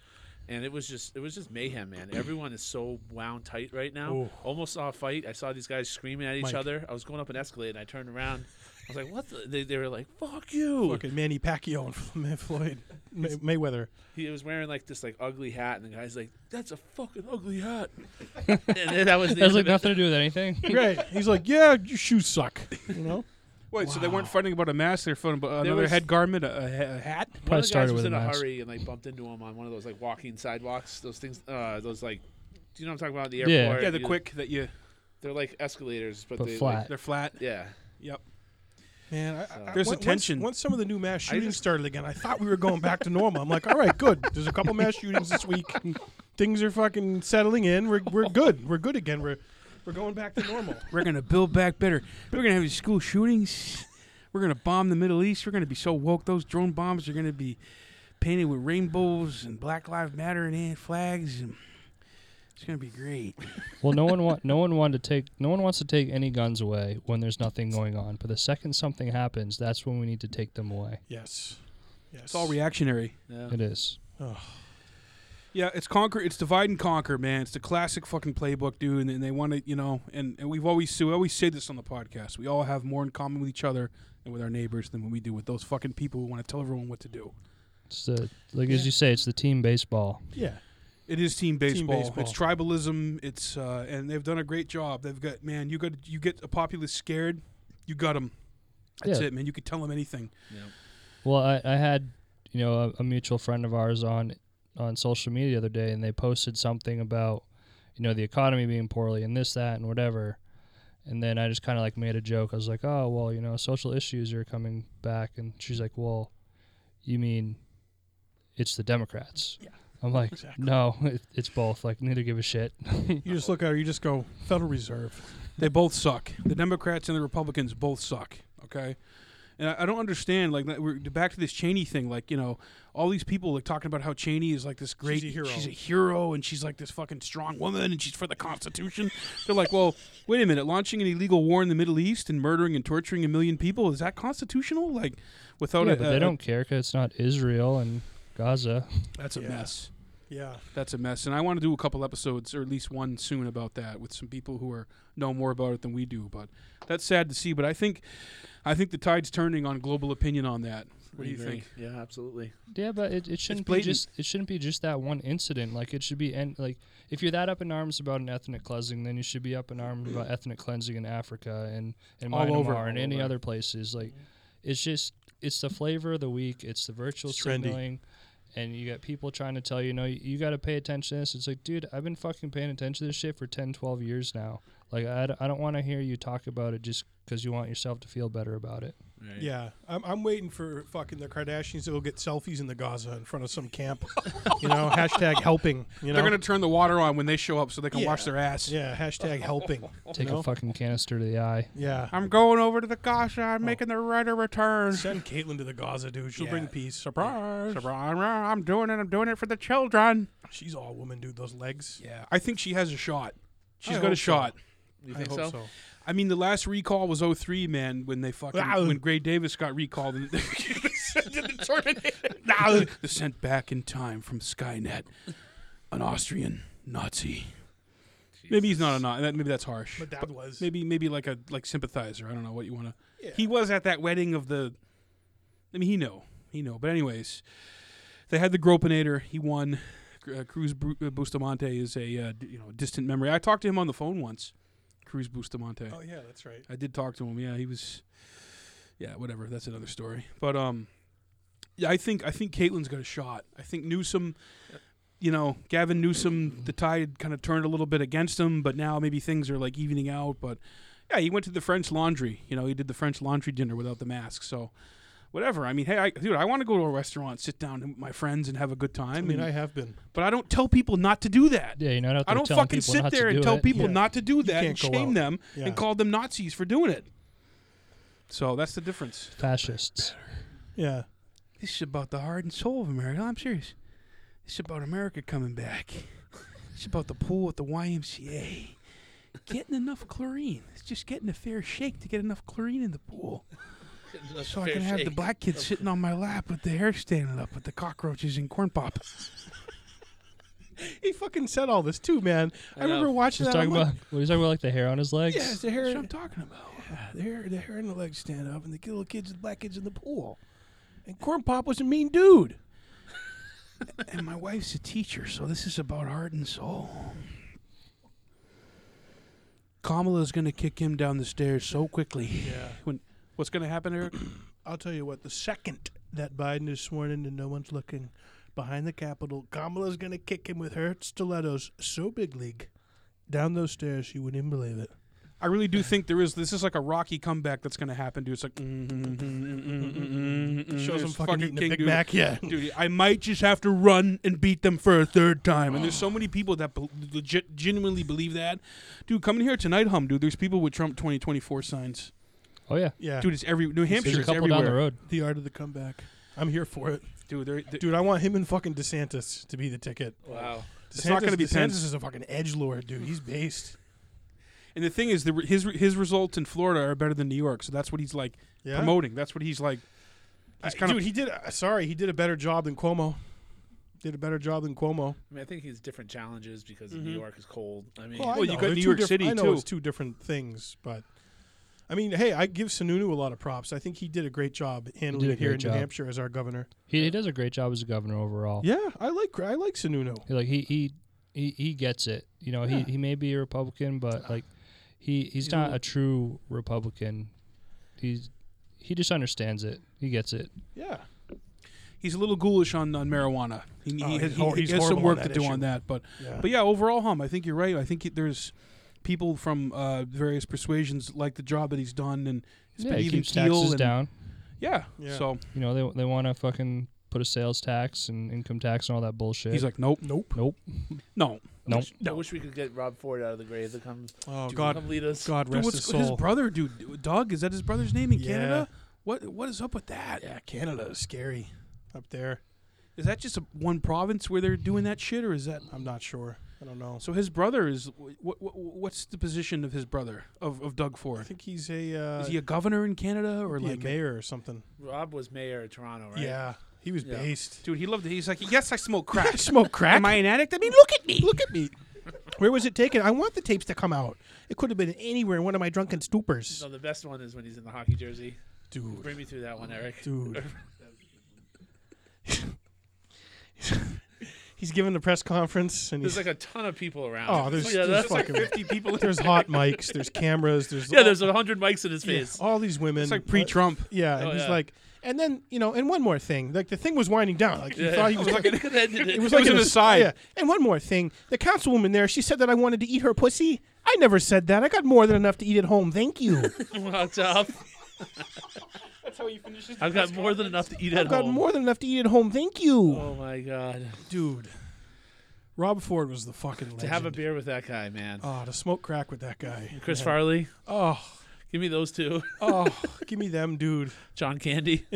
and it was just it was just mayhem, man. Everyone is so wound tight right now.
Ooh.
Almost saw a fight. I saw these guys screaming at each
Mike.
other. I was going up an escalator, and I turned around. I was like, "What?" The? They, they were like, "Fuck you!"
Fucking Manny Pacquiao and Floyd- Floyd
[LAUGHS]
May- Mayweather.
He was wearing like this like ugly hat, and the guy's like, "That's a fucking ugly hat." [LAUGHS] and then that was the
It has
end
like
of it.
nothing to do with anything.
Right. He's like, yeah, your shoes suck. You know.
Wait, so they weren't fighting about a mask? They're fighting about another
was-
head garment, a, a- a hat.
One of
Probably
the guys
started
was
with a
in a
mask.
hurry and like bumped into him on one of those like walking sidewalks. Those things, uh, those like, do you know what I'm talking about? At the
Yeah.
airport.
Yeah, the
You-
quick that you
They're like escalators, but,
But
they
flat.
Like,
they're flat.
yeah.
Man, I- I, I,
There's a
once-
tension.
Once, some of the new mass
I
shootings
just-
started again, I thought we were going back to normal. I'm like, all right, good. There's a couple mass shootings this week. Things are fucking settling in. We're, we're good. We're good again. We're we're going back to normal.
We're gonna build back better. We're gonna have these school shootings. We're gonna bomb the Middle East. We're gonna be so woke. Those drone bombs are gonna be painted with rainbows and Black Lives Matter and ant flags. And it's gonna be great.
well, no one want no one wanted to take no one wants to take any guns away when there's nothing going on. But the second something happens, that's when we need to take them away.
Yes. Yes.
It's all reactionary.
Yeah.
It is.
Yeah, it's conquer. It's divide and conquer, man. It's the classic fucking playbook, dude. And, and they want to, you know. And, and we've always we always say this on the podcast. We all have more in common with each other and with our neighbors than what we do with those fucking people who want to tell everyone what to do.
It's the like as you say, it's the team baseball.
Yeah.
It is team baseball.
baseball.
It's tribalism. It's uh, and they've done a great job. They've got man, you got you get a populace scared, you got them. That's
Yeah.
it, man. You could tell them anything.
Well, I, I had, you know, a, a mutual friend of ours on on social media the other day, and they posted something about, you know, the economy being poorly and this, that, and whatever. And then I just kind of like made a joke. I was like, "Oh, well, you know, social issues are coming back," and she's like, "Well, you mean it's the Democrats?" Yeah. I'm like,
Exactly.
"No, it, it's both. Like, neither give a shit."
You just look at her. You just go Federal Reserve.
They both suck. The Democrats and the Republicans both suck. Okay, and I, I don't understand. Like that- we're back to this Cheney thing. Like you know, all these people like talking about how Cheney is like this great.
a hero.
she's a hero, and she's like this fucking strong woman, and she's for the Constitution. They're like, well, wait a minute, launching an illegal war in the Middle East and murdering and torturing a million people is that constitutional? Like, without
yeah,
a,
but
a-
they
a-
don't care 'cause it's not Israel and Gaza.
that's a
Yeah.
mess.
Yeah.
That's a mess. And I want to do a couple episodes, or at least one soon, about that with some people who are know more about it than we do. But that's sad to see. But I think, I think the tide's turning on global opinion on that. What do you think?
[LAUGHS]
Yeah, absolutely.
Yeah, but it, it shouldn't be
blatant.
just it shouldn't be just that one incident. Like it should be en- like if you're that up in arms about an ethnic cleansing, then you should be up in arms
[CLEARS THROAT]
about ethnic cleansing in Africa and and
All
Myanmar
over,
and
all
any
over.
other places. Like it's just it's the flavor of the week. It's the virtual
It's trendy.
signaling, and you got people trying to tell you, no, you, got to pay attention to this. It's like, dude, I've been fucking paying attention to this shit for 10, 12 years now. Like I, d- I don't want to hear you talk about it just because you want yourself to feel better about it.
Yeah, I'm, I'm waiting for fucking the Kardashians to go get selfies in the Gaza in front of some camp. you know, hashtag helping. You know,
They're gonna turn the water on when they show up, so they can wash their ass.
yeah, hashtag helping.
Take
you know?
a fucking canister to the eye.
yeah.
I'm going over to the Gaza.
Oh.
I'm making the right of return.
Send Caitlyn to the Gaza, dude. She'll bring peace. Surprise.
I'm doing it. I'm doing it for the children.
She's all woman, dude. Those legs.
Yeah, I think she has a shot.
I
She's got a
hope so.
shot.
You
I
think
hope
so?
so.
I mean, the last recall was 03, man, when they fucking
Wow.
when Gray Davis got recalled and [LAUGHS] they sent to the Terminator. Now, they're sent back in time from Skynet, an Austrian Nazi. Maybe he's not a Nazi. Maybe that's harsh.
But that was.
maybe maybe like a like sympathizer. I don't know what you want to. He was at that wedding of the. I mean, he know he know. But anyways, they had the Gropinator. He won. Uh, Cruz Bu- uh, Bustamante is a uh, d- you know distant memory. I talked to him on the phone once. Cruz Bustamante.
Oh yeah, that's right.
I did talk to him. Yeah, he was. Yeah, whatever. That's another story. But um, yeah, I think I think Caitlyn's got a shot. I think Newsom, you know, Gavin Newsom, the tide kind of turned a little bit against him, but now maybe things are like evening out. But yeah, he went to the French Laundry. You know, he did the French Laundry dinner without the mask. So. Whatever. I mean, hey, I, dude, I want to go to a restaurant, sit down with my friends, and have a good time.
I mean,
and-
I have been.
but I don't tell people not to do that.
Yeah, you're not out there
I don't
telling
fucking
people
sit
not to
there and
do
tell
it.
people
Yeah.
not to do that and
can't go
shame
out.
them
Yeah.
and call them Nazis for doing it. So that's the difference. [LAUGHS]
Fascists.
Yeah.
This is about the heart and soul of America. I'm serious. It's about America coming back. [LAUGHS] It's about the pool at the YMCA. Getting enough chlorine. It's just getting a fair shake to get enough chlorine in the pool. So I can have the black kid sitting on my lap with the hair standing up with the cockroaches and corn pop.
He fucking said all this too, man. I,
I know.
remember watching
He's
that. I'm
talking
like,
about what he's talking about, like the hair on his legs.
Yeah, it's the hair.
That's
That's
what
what I'm talking about.
the hair, the hair and the legs stand up, and the little kids, the black kids in the pool. And Corn Pop was a mean dude.
And my wife's a teacher, so this is about heart and soul. Kamala's gonna kick him down the stairs so quickly. Yeah. When what's gonna happen, Eric?
I'll tell you what, the second that Biden is sworn in and no one's looking behind the Capitol, Kamala's going to kick him with her stilettos so big league down those stairs you wouldn't even believe it.
I really do think there is. This is like a Rocky comeback that's gonna happen, dude. It's like mm, mm, mm, mm, mm, mm,
Shows him
mm, mm, it's
Mm-hmm. fucking eating a Big
dude.
Mac. Yeah.
Dude, I might just have to run and beat them for a third time. And there's so many people that bel legit, genuinely believe that. Dude, coming here tonight, hum, dude. There's people with Trump 2024 signs.
Oh yeah.
Yeah.
Dude, it's every New
There's
Hampshire.
a
It's
couple down the
everywhere.
road.
The art of the comeback.
I'm here for it.
Dude, they're, they're,
Dude, I want him and fucking DeSantis to be the ticket.
Wow.
DeSantis,
It's not gonna be
DeSantis
Pence.
is a fucking edge lord, dude. He's based.
And the thing is, the, his his results in Florida are better than New York, so that's what he's like
Yeah.
promoting. That's what he's like. He's
Uh,
kind
dude,
of
he did. Uh, sorry, he did a better job than Cuomo. Did a better job than Cuomo.
I mean, I think he's different challenges because New York is cold. I mean,
Mm-hmm. I
Well,
know,
you got
they're
New
two
York
diff-
City,
I know
too.
it's two different things, but I mean, hey, I give Sununu a lot of props. I think he did a great job handling
a
it here
great
in
job.
New Hampshire as our governor.
He, he does a great job as a governor overall.
Yeah, I like I like Sununu.
He, like he, he he he gets it. You know, he, he may be a Republican, but like he he's, not a true Republican. He's he just understands it. He gets it.
Yeah,
he's a little ghoulish on, on marijuana. He, he
Oh,
has,
he's
he-
hor-
he
he's
has some
horrible on
work to
that
do
issue.
on that. But
Yeah.
but yeah, overall, hum. I think you're right. I think he, there's people from uh, various persuasions like the job that he's done, and it's
yeah,
been
he
even
keeps taxes
keel and-
down.
Yeah.
Yeah.
So
You know, they they want to fucking put a sales tax and income tax and all that bullshit.
he's like, nope,
nope.
nope,
no.
I
nope.
wish, I wish we could get Rob Ford out of the grave to come,
Oh
to
God,
come lead us.
God
Dude,
rest
what's
his
his
soul.
brother, dude? Doug, is that his brother's name in
Yeah.
Canada? What what is up with that?
yeah, Canada is scary up there.
Is that just a, one province where they're doing that shit, or is that
I'm not sure. I don't know.
So his brother is what? What's the position of his brother of, of Doug
I
Ford?
think he's a uh,
Is he a governor in Canada or
be a
like?
mayor or something.
Rob was mayor of Toronto, right?
Yeah, He was
Yeah.
based.
Dude, he loved it. He's like, yes, I
[LAUGHS]
smoke crack.
Smoke crack.
Am I an addict? I mean, look at me.
Look at me. Where was it taken? I want the tapes to come out. It could have been anywhere in one of my drunken stupors.
No, the best one is when he's in the hockey jersey.
Dude.
Bring me through that one, Eric.
Dude. [LAUGHS] He's giving the press conference and
There's
he's
like a ton of people around.
Oh, there's,
yeah,
there's
that's like,
fucking [LAUGHS] people. There's hot mics. There's cameras. There's
yeah,
all,
there's a hundred mics in his face.
all these women.
It's like pre-Trump.
Yeah, and
Oh,
he's
yeah.
like, and then you know, and one more thing. Like the thing was winding down. Like he thought he was.
[LAUGHS] like, it could have ended
It
it.
was
It
like
was
an
an
as-
aside.
Yeah. And one more thing, the councilwoman there, she said that I wanted to eat her pussy. I never said that. I got more than enough to eat at home. Thank
[LAUGHS]
you. [LAUGHS]
Wow, tough.
That's how he finishes.
I've got more than enough to eat at
I've got
home.
more than enough to eat at home. Thank you,
oh my god,
dude. Rob Ford was the fucking legend.
to have a beer with that guy, man.
Oh, to smoke crack with that guy.
Chris Farley,
Oh,
give me those two. [LAUGHS]
oh, give me them, dude.
John Candy.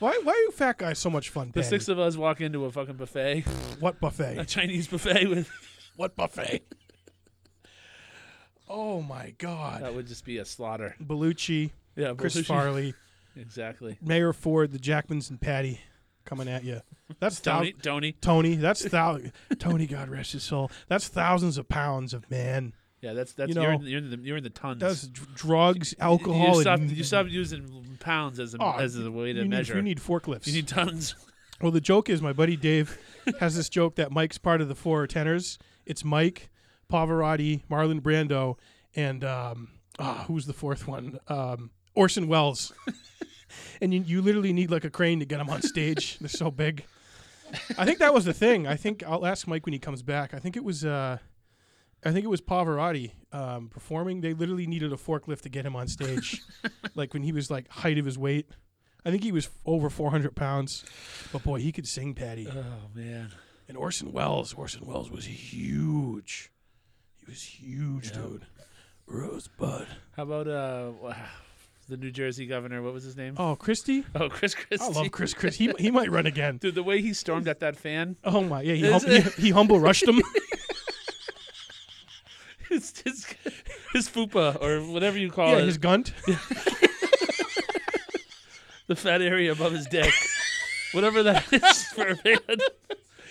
Why, why are fat guys so much fun?
The
Patty?
six of us walk into a fucking buffet,
what
a
buffet?
Chinese buffet with.
What buffet? Oh my God!
That would just be a slaughter.
Bellucci,
Yeah,
Chris
Belushi.
Farley,
Exactly.
Mayor Ford, the Jackmans, and Patty coming at
[LAUGHS]
you. That's
Tony,
thou-
Tony.
Tony. That's thou- Tony. God rest his soul. That's thousands of pounds of man.
Yeah, that's that's
You
you
know,
are in, you're in the you're in the tons.
That's dr- drugs,
you
alcohol.
stop,
and,
you stop using pounds as a,
Oh,
as the way to
you need,
measure.
You need forklifts.
You
[LAUGHS]
need tons.
well, the joke is my buddy Dave has this joke that Mike's part of the four tenors. It's Mike, Pavarotti, Marlon Brando, and um, ah, who's the fourth one? Um, Orson Welles. and you, you literally need like a crane to get them on stage. They're so big. I think that was the thing. I think I'll ask Mike when he comes back. I think it was. Uh, I think it was Pavarotti um, performing. They literally needed a forklift to get him on stage, like when he was like height of his weight. I think he was over 400 pounds, but boy, he could sing, Patty.
Oh man.
And Orson Welles, Orson Welles was huge. He was huge, dude. Rosebud.
How about uh the New Jersey governor? What was his name?
Oh, Christie.
Oh, Chris Christie.
I love Chris. Chris. He he might run again.
Dude, the way he stormed at that fan,
[LAUGHS] Oh my, yeah. He,
Is
hum- he, he humble rushed [LAUGHS] him.
his his, his fupa or whatever you call
yeah,
it,
his gunt.
the fat area above his
[LAUGHS]
dick, whatever that [LAUGHS] is for a man.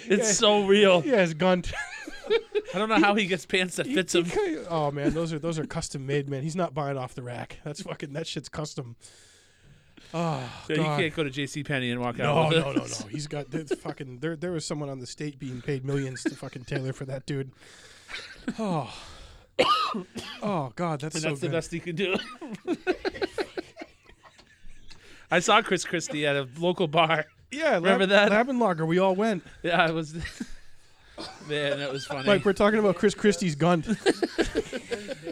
It's so
[LAUGHS]
real.
Yeah, his gunt.
I don't know how he gets pants that fits him.
oh man, those are those are custom made, man. He's not buying off the rack. That's fucking that shit's custom. Oh,
Yeah, you
God.
can't go to J.C. Penney and
[LAUGHS]
walk
No,
out. with
no,
it.
no, no. He's got there's fucking there. There was someone on the state being paid millions to fucking tailor for that [LAUGHS] dude. Oh, [COUGHS] oh God, that's
And
so
that's the
good.
best he could do. I saw Chris Christie at a local bar.
Yeah,
Remember that?
Labenlager? We all went.
Yeah, I was. Man, that was funny.
Like we're talking about Chris Christie's gun.
Well,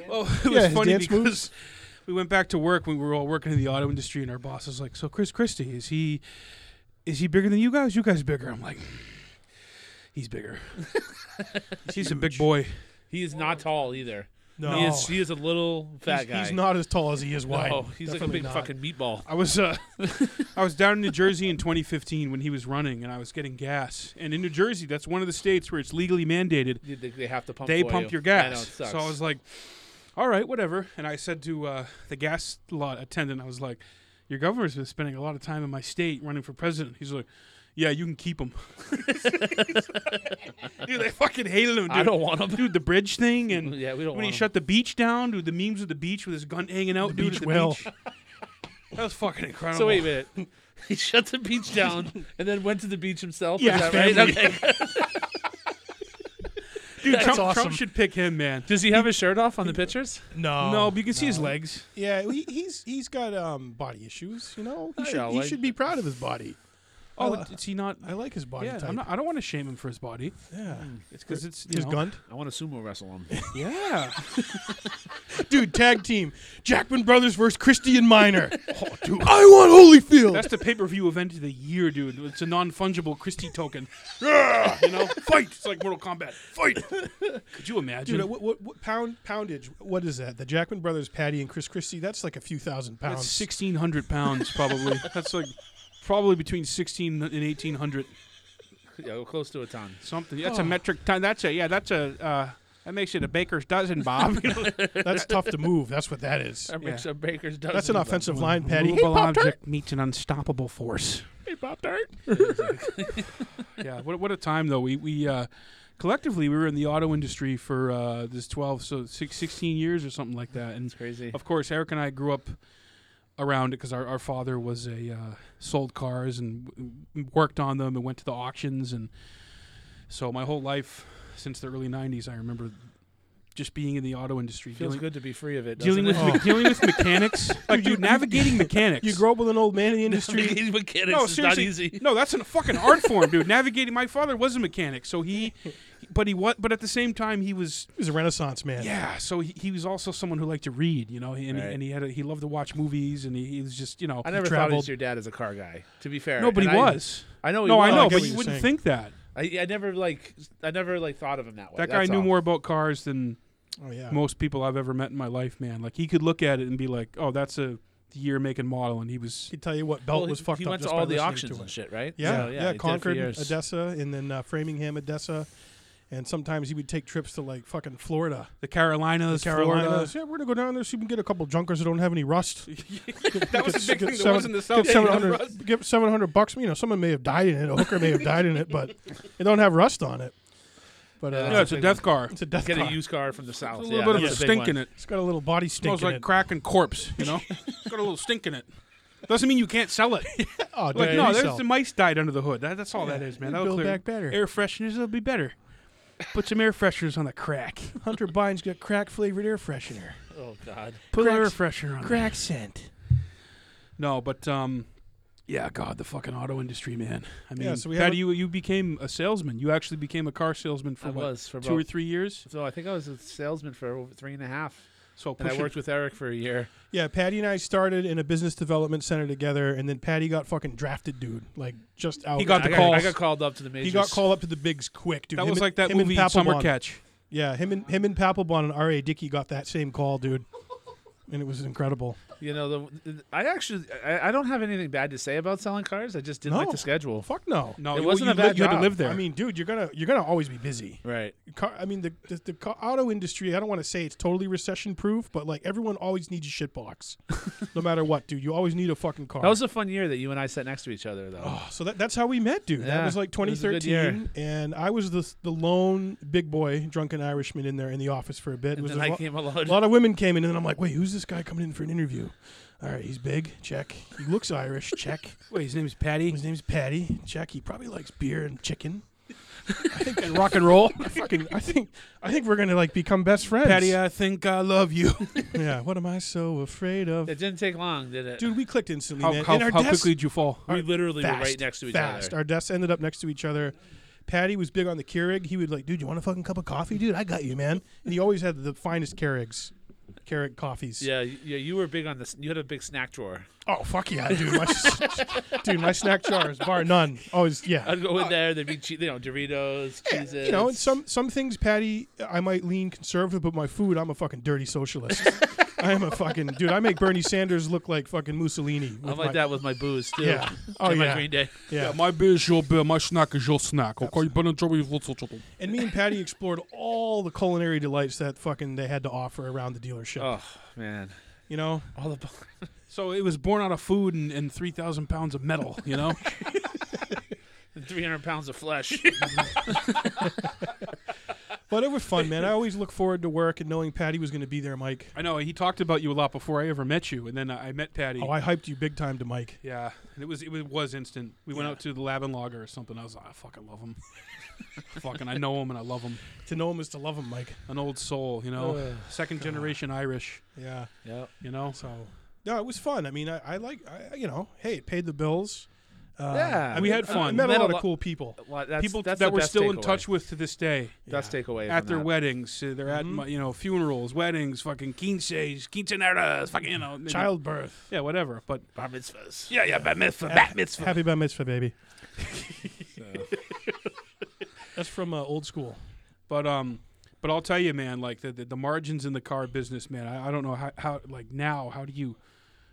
Oh, [LAUGHS] it was
Yeah, his
funny
dance
because
moves.
we went back to work when we were all working in the auto industry, and our boss was like, "So Chris Christie is he, is he bigger than you guys? You guys bigger?" I'm like,
[LAUGHS]
"He's bigger. He's a big boy."
he is not tall either.
No,
He is. He is a little fat
he's,
guy.
he's not as tall as he is wide.
No, he's like a
Definitely
big
not.
fucking meatball.
I was uh, I was down in New Jersey in 2015 when he was running, and I was getting gas. And in New Jersey, that's one of the states where it's legally mandated
They, they- they have to pump.
they
for
pump
you.
your
I know, it
gas.
sucks.
so I was like, all right, whatever. And I said to uh, the gas lot attendant, I was like, your governor's been spending a lot of time in my state running for president. He's like, yeah, you can keep him. [LAUGHS] dude, they fucking hated him, dude.
I don't want
[LAUGHS]
him.
Dude, the bridge thing
[LAUGHS]
and
Yeah, we don't
when he
want
shut the beach down, dude, the memes of the beach with his gun hanging out, dude,
beach
at the
whale.
beach. [LAUGHS] That was fucking incredible.
So wait a minute. [LAUGHS] He shut the beach down and then went to the beach himself.
Yeah,
is that right?
family.
Okay.
dude, Trump,
awesome.
Trump should pick him, man.
Does he have his shirt off on the pictures?
No,
no, but you can see his legs.
Yeah, he, he's he's got um, body issues. You know, he
I
should
know,
he
like-
should be proud of his body.
Oh,
I li-
is he not?
I like his body
Yeah,
type.
I'm not, I don't want to shame him for his body.
yeah,
It's because it's you
his
know,
gun.
I want to sumo wrestle him.
Yeah.
[LAUGHS] dude. Tag team: Jackman Brothers versus Christian Minor. oh, dude, I want Holyfield.
That's the pay per view event of the year, dude. It's a non fungible Christie token. [LAUGHS] Yeah, you know, fight. It's like Mortal Kombat. Fight. Could you imagine?
Dude, uh, what, what, what pound poundage? What is that? The Jackman brothers, Patty and Chris Christie. That's like a few thousand pounds.
That's sixteen hundred pounds, probably. That's like probably between sixteen and eighteen hundred
yeah, we're close to a ton.
something. That's a metric ton. That's a yeah. That's a uh, that makes it a baker's dozen, Bob. You know?
That's tough to move. That's what that is.
That makes a baker's dozen.
That's an
of them.
offensive line, Patty.
Movable object meets an unstoppable force.
Hey,
Pop Tart.
[LAUGHS] yeah, what, what a time though. We we uh, collectively we were in the auto industry for uh, this 12 so six, 16 years or something like that. And
It's crazy.
of course, Eric and I grew up around it because our, our father was a uh, sold cars and w- worked on them and went to the auctions and so my whole life since the early 90s I remember just being in the auto industry
Feels
dealing,
good to be free of it.
dealing with
doesn't
me- dealing with [LAUGHS] mechanics like dude navigating mechanics
You grow up with an old man in
[LAUGHS]
the
it?
industry.
These mechanics
No,
is not
seriously.
easy.
No, that's a fucking art form, dude. Navigating. My father was a mechanic, so he, but he what? But at the same time, he was
He was a Renaissance man.
yeah. So he, he was also someone who liked to read, you know, and,
Right.
he, and he had a, he loved to watch movies, and he, he was just you know
I never thought it
traveled.
was your dad as a car guy. To be fair,
no, but he
And I-
was.
I know. He
No, I
was.
know,
I get
but
what
you
you're
wouldn't
saying.
think that.
I, I never like. I never like thought of him that way.
That guy
That's
knew
all.
more about cars than
Oh yeah.
most people I've ever met in my life, man. Like he could look at it and be like, "Oh, that's a year, make, and model," and he was
He'd tell you what belt
Well,
was
he-
fucked
he
up
went
just
to
by
all the
listening
auctions
to
and
it.
shit, right?
Yeah, yeah,
So, he did it for
Concord,
years.
Odessa, and then uh, Framingham, Odessa, and sometimes he would take trips to like fucking Florida,
the Carolinas,
the Carolinas. Yeah, we're gonna go down there so we can get a couple junkers that don't have any rust.
Florida. that was
Get-
the
get
big thing. That
seven-
was in the South.
Give seven hundred, give seven hundred bucks. You know, someone may have died in it. A hooker may have died in it, but it don't have rust on it. But uh,
Yeah,
Yeah, it's a death car.
it's a death
Get
car.
a used car from the south.
a little
yeah,
bit of a
that's the big
stink in
one.
it.
it's got a little body stink
Smells
in
like
it.
crack and corpse, you
[LAUGHS]
know? It's got a little stink in it. Doesn't mean you can't sell it.
oh, dude,
Like,
you sell.
no, there's the mice died under the hood. That, that's all that
Yeah,
is, man.
you
That'll
build
clear.
back better.
Air fresheners, it'll
[LAUGHS]
be better. Put some air fresheners on the crack.
Hunter Biden's got crack flavored air freshener,
Oh God.
Put an air
Crack's-
freshener on.
crack scent.
there. No, but um, yeah, God, the fucking auto industry, man. I mean,
Yeah, so we
Patty,
have a-
you you became a salesman. You actually became a car salesman for
I
what,
was for
two or
about.
three years.
So I think I was a salesman for over three and a half,
So
and I
pushing-
worked with Eric for a year.
Yeah, Patty and I started in a business development center together, and then Patty got fucking drafted, dude. Like just out.
He got
I
the
got,
calls.
I got called up to the majors.
He got called up to the bigs quick, dude.
that
Him
was
and-
like that
him and
movie Summer
Papelbon.
Catch.
Yeah, him and him and Papelbon and R. A. Dickey got that same call, dude. And it was incredible.
You know, the, I actually I, I don't have anything bad to say about selling cars. I just didn't like
No.
the schedule.
Fuck no.
No,
It
you-
wasn't
you
a bad
li- You had to
job.
live there.
I mean, dude, you're gonna you're gonna always be busy.
Right.
Car, I mean, the the, the car, auto industry. I don't want to say it's totally recession proof, but like everyone always needs a [LAUGHS] shitbox, no matter what, dude. You always need a fucking car.
That was a fun year that you and I sat next to each other, though.
Oh, so that, that's how we met, dude. that
Yeah,
was like
it was a good
2013,
year.
and I was the the lone big boy, drunken Irishman in there in the office for a bit. It
and
was
then
a
I
lo-
came alone.
a lot of women came in, and I'm like, wait, who's this guy coming in for an interview? All right, he's big, check. He looks Irish, check.
Wait, his
[LAUGHS]
name's Patty.
His name's Patty, check. He probably likes beer and chicken. I think and rock and roll. I fucking, I think, I think we're gonna like become best friends.
uh,
Patty, I think I love you.
yeah. What am I so afraid of,
It didn't take long, did it?
dude? We clicked instantly,
How,
man.
how,
and our
how
desks-
quickly did you fall?
we literally were right
fast,
next to each
fast.
other.
Our desks ended up next to each other. Patty was big on the Keurig. He would like, dude, you want a fucking cup of coffee, dude? I got you, man. And he always had the finest Keurigs, Keurig coffees.
Yeah, y- yeah, you were big on this. You had a big snack drawer.
Oh fuck yeah, dude. My, [LAUGHS] dude, my snack jar is bar none. Always yeah.
I'd go in there. There'd be che- you know Doritos, cheeses.
Oh. You know, and some some things, Patty, I might lean conservative, but my food, I'm a fucking dirty socialist. [LAUGHS] I am a fucking dude. I make Bernie Sanders look like fucking Mussolini. with
I'm like
my-
that with my booze too.
Yeah.
[LAUGHS]
Oh
and my
yeah.
Green Day.
Yeah.
my beer is your beer, my snack is your snack. Okay, you better enjoy your
And me and Patty explored all the culinary delights that fucking they had to offer around the dealership.
Oh man,
You know,
all the.
So it was born out of food and, and 3,000 pounds of metal, you know?
300 pounds
[LAUGHS]
of flesh.
But it was fun, man. I always look forward to work and knowing Patty was going to be there, Mike.
[LAUGHS] I know, he talked about you a lot before I ever met you, and then I I met Patty.
Oh, I hyped you big time to Mike.
yeah, and it was it was, was instant. We went out to the Lab and Logger or something. I was like, I fucking love him. [LAUGHS] fucking, I know him and I love him.
To know him is to love him, Mike.
An old soul, you
Oh,
know?
Ugh,
Second generation Irish,
yeah.
yep.
you know?
So, no, it was fun. I mean, I, I like, I, you know, hey, it paid the bills. Uh,
Yeah.
I
We
mean,
had
I- I
fun.
met,
Met
a
a
lot
lo-
of cool people.
Well, that's,
People
that's
that
the
we're
best
still in
takeaway.
touch with to this day.
Best
Yeah.
takeaway
at
from
their
that. Mm-hmm.
weddings. uh, They're
Mhm.
at you know funerals, weddings, fucking quinces, quinceaneras, fucking you know maybe-
Childbirth.
Yeah, whatever. But
bar mitzvahs.
Yeah, yeah, bat mitzvah,
Uh,
bat mitzvah.
Happy Bat Mitzvah, baby. That's from uh, old school.
but um, but I'll tell you, man, like the the, the margins in the car business, man. I, I don't know how, how like now how do you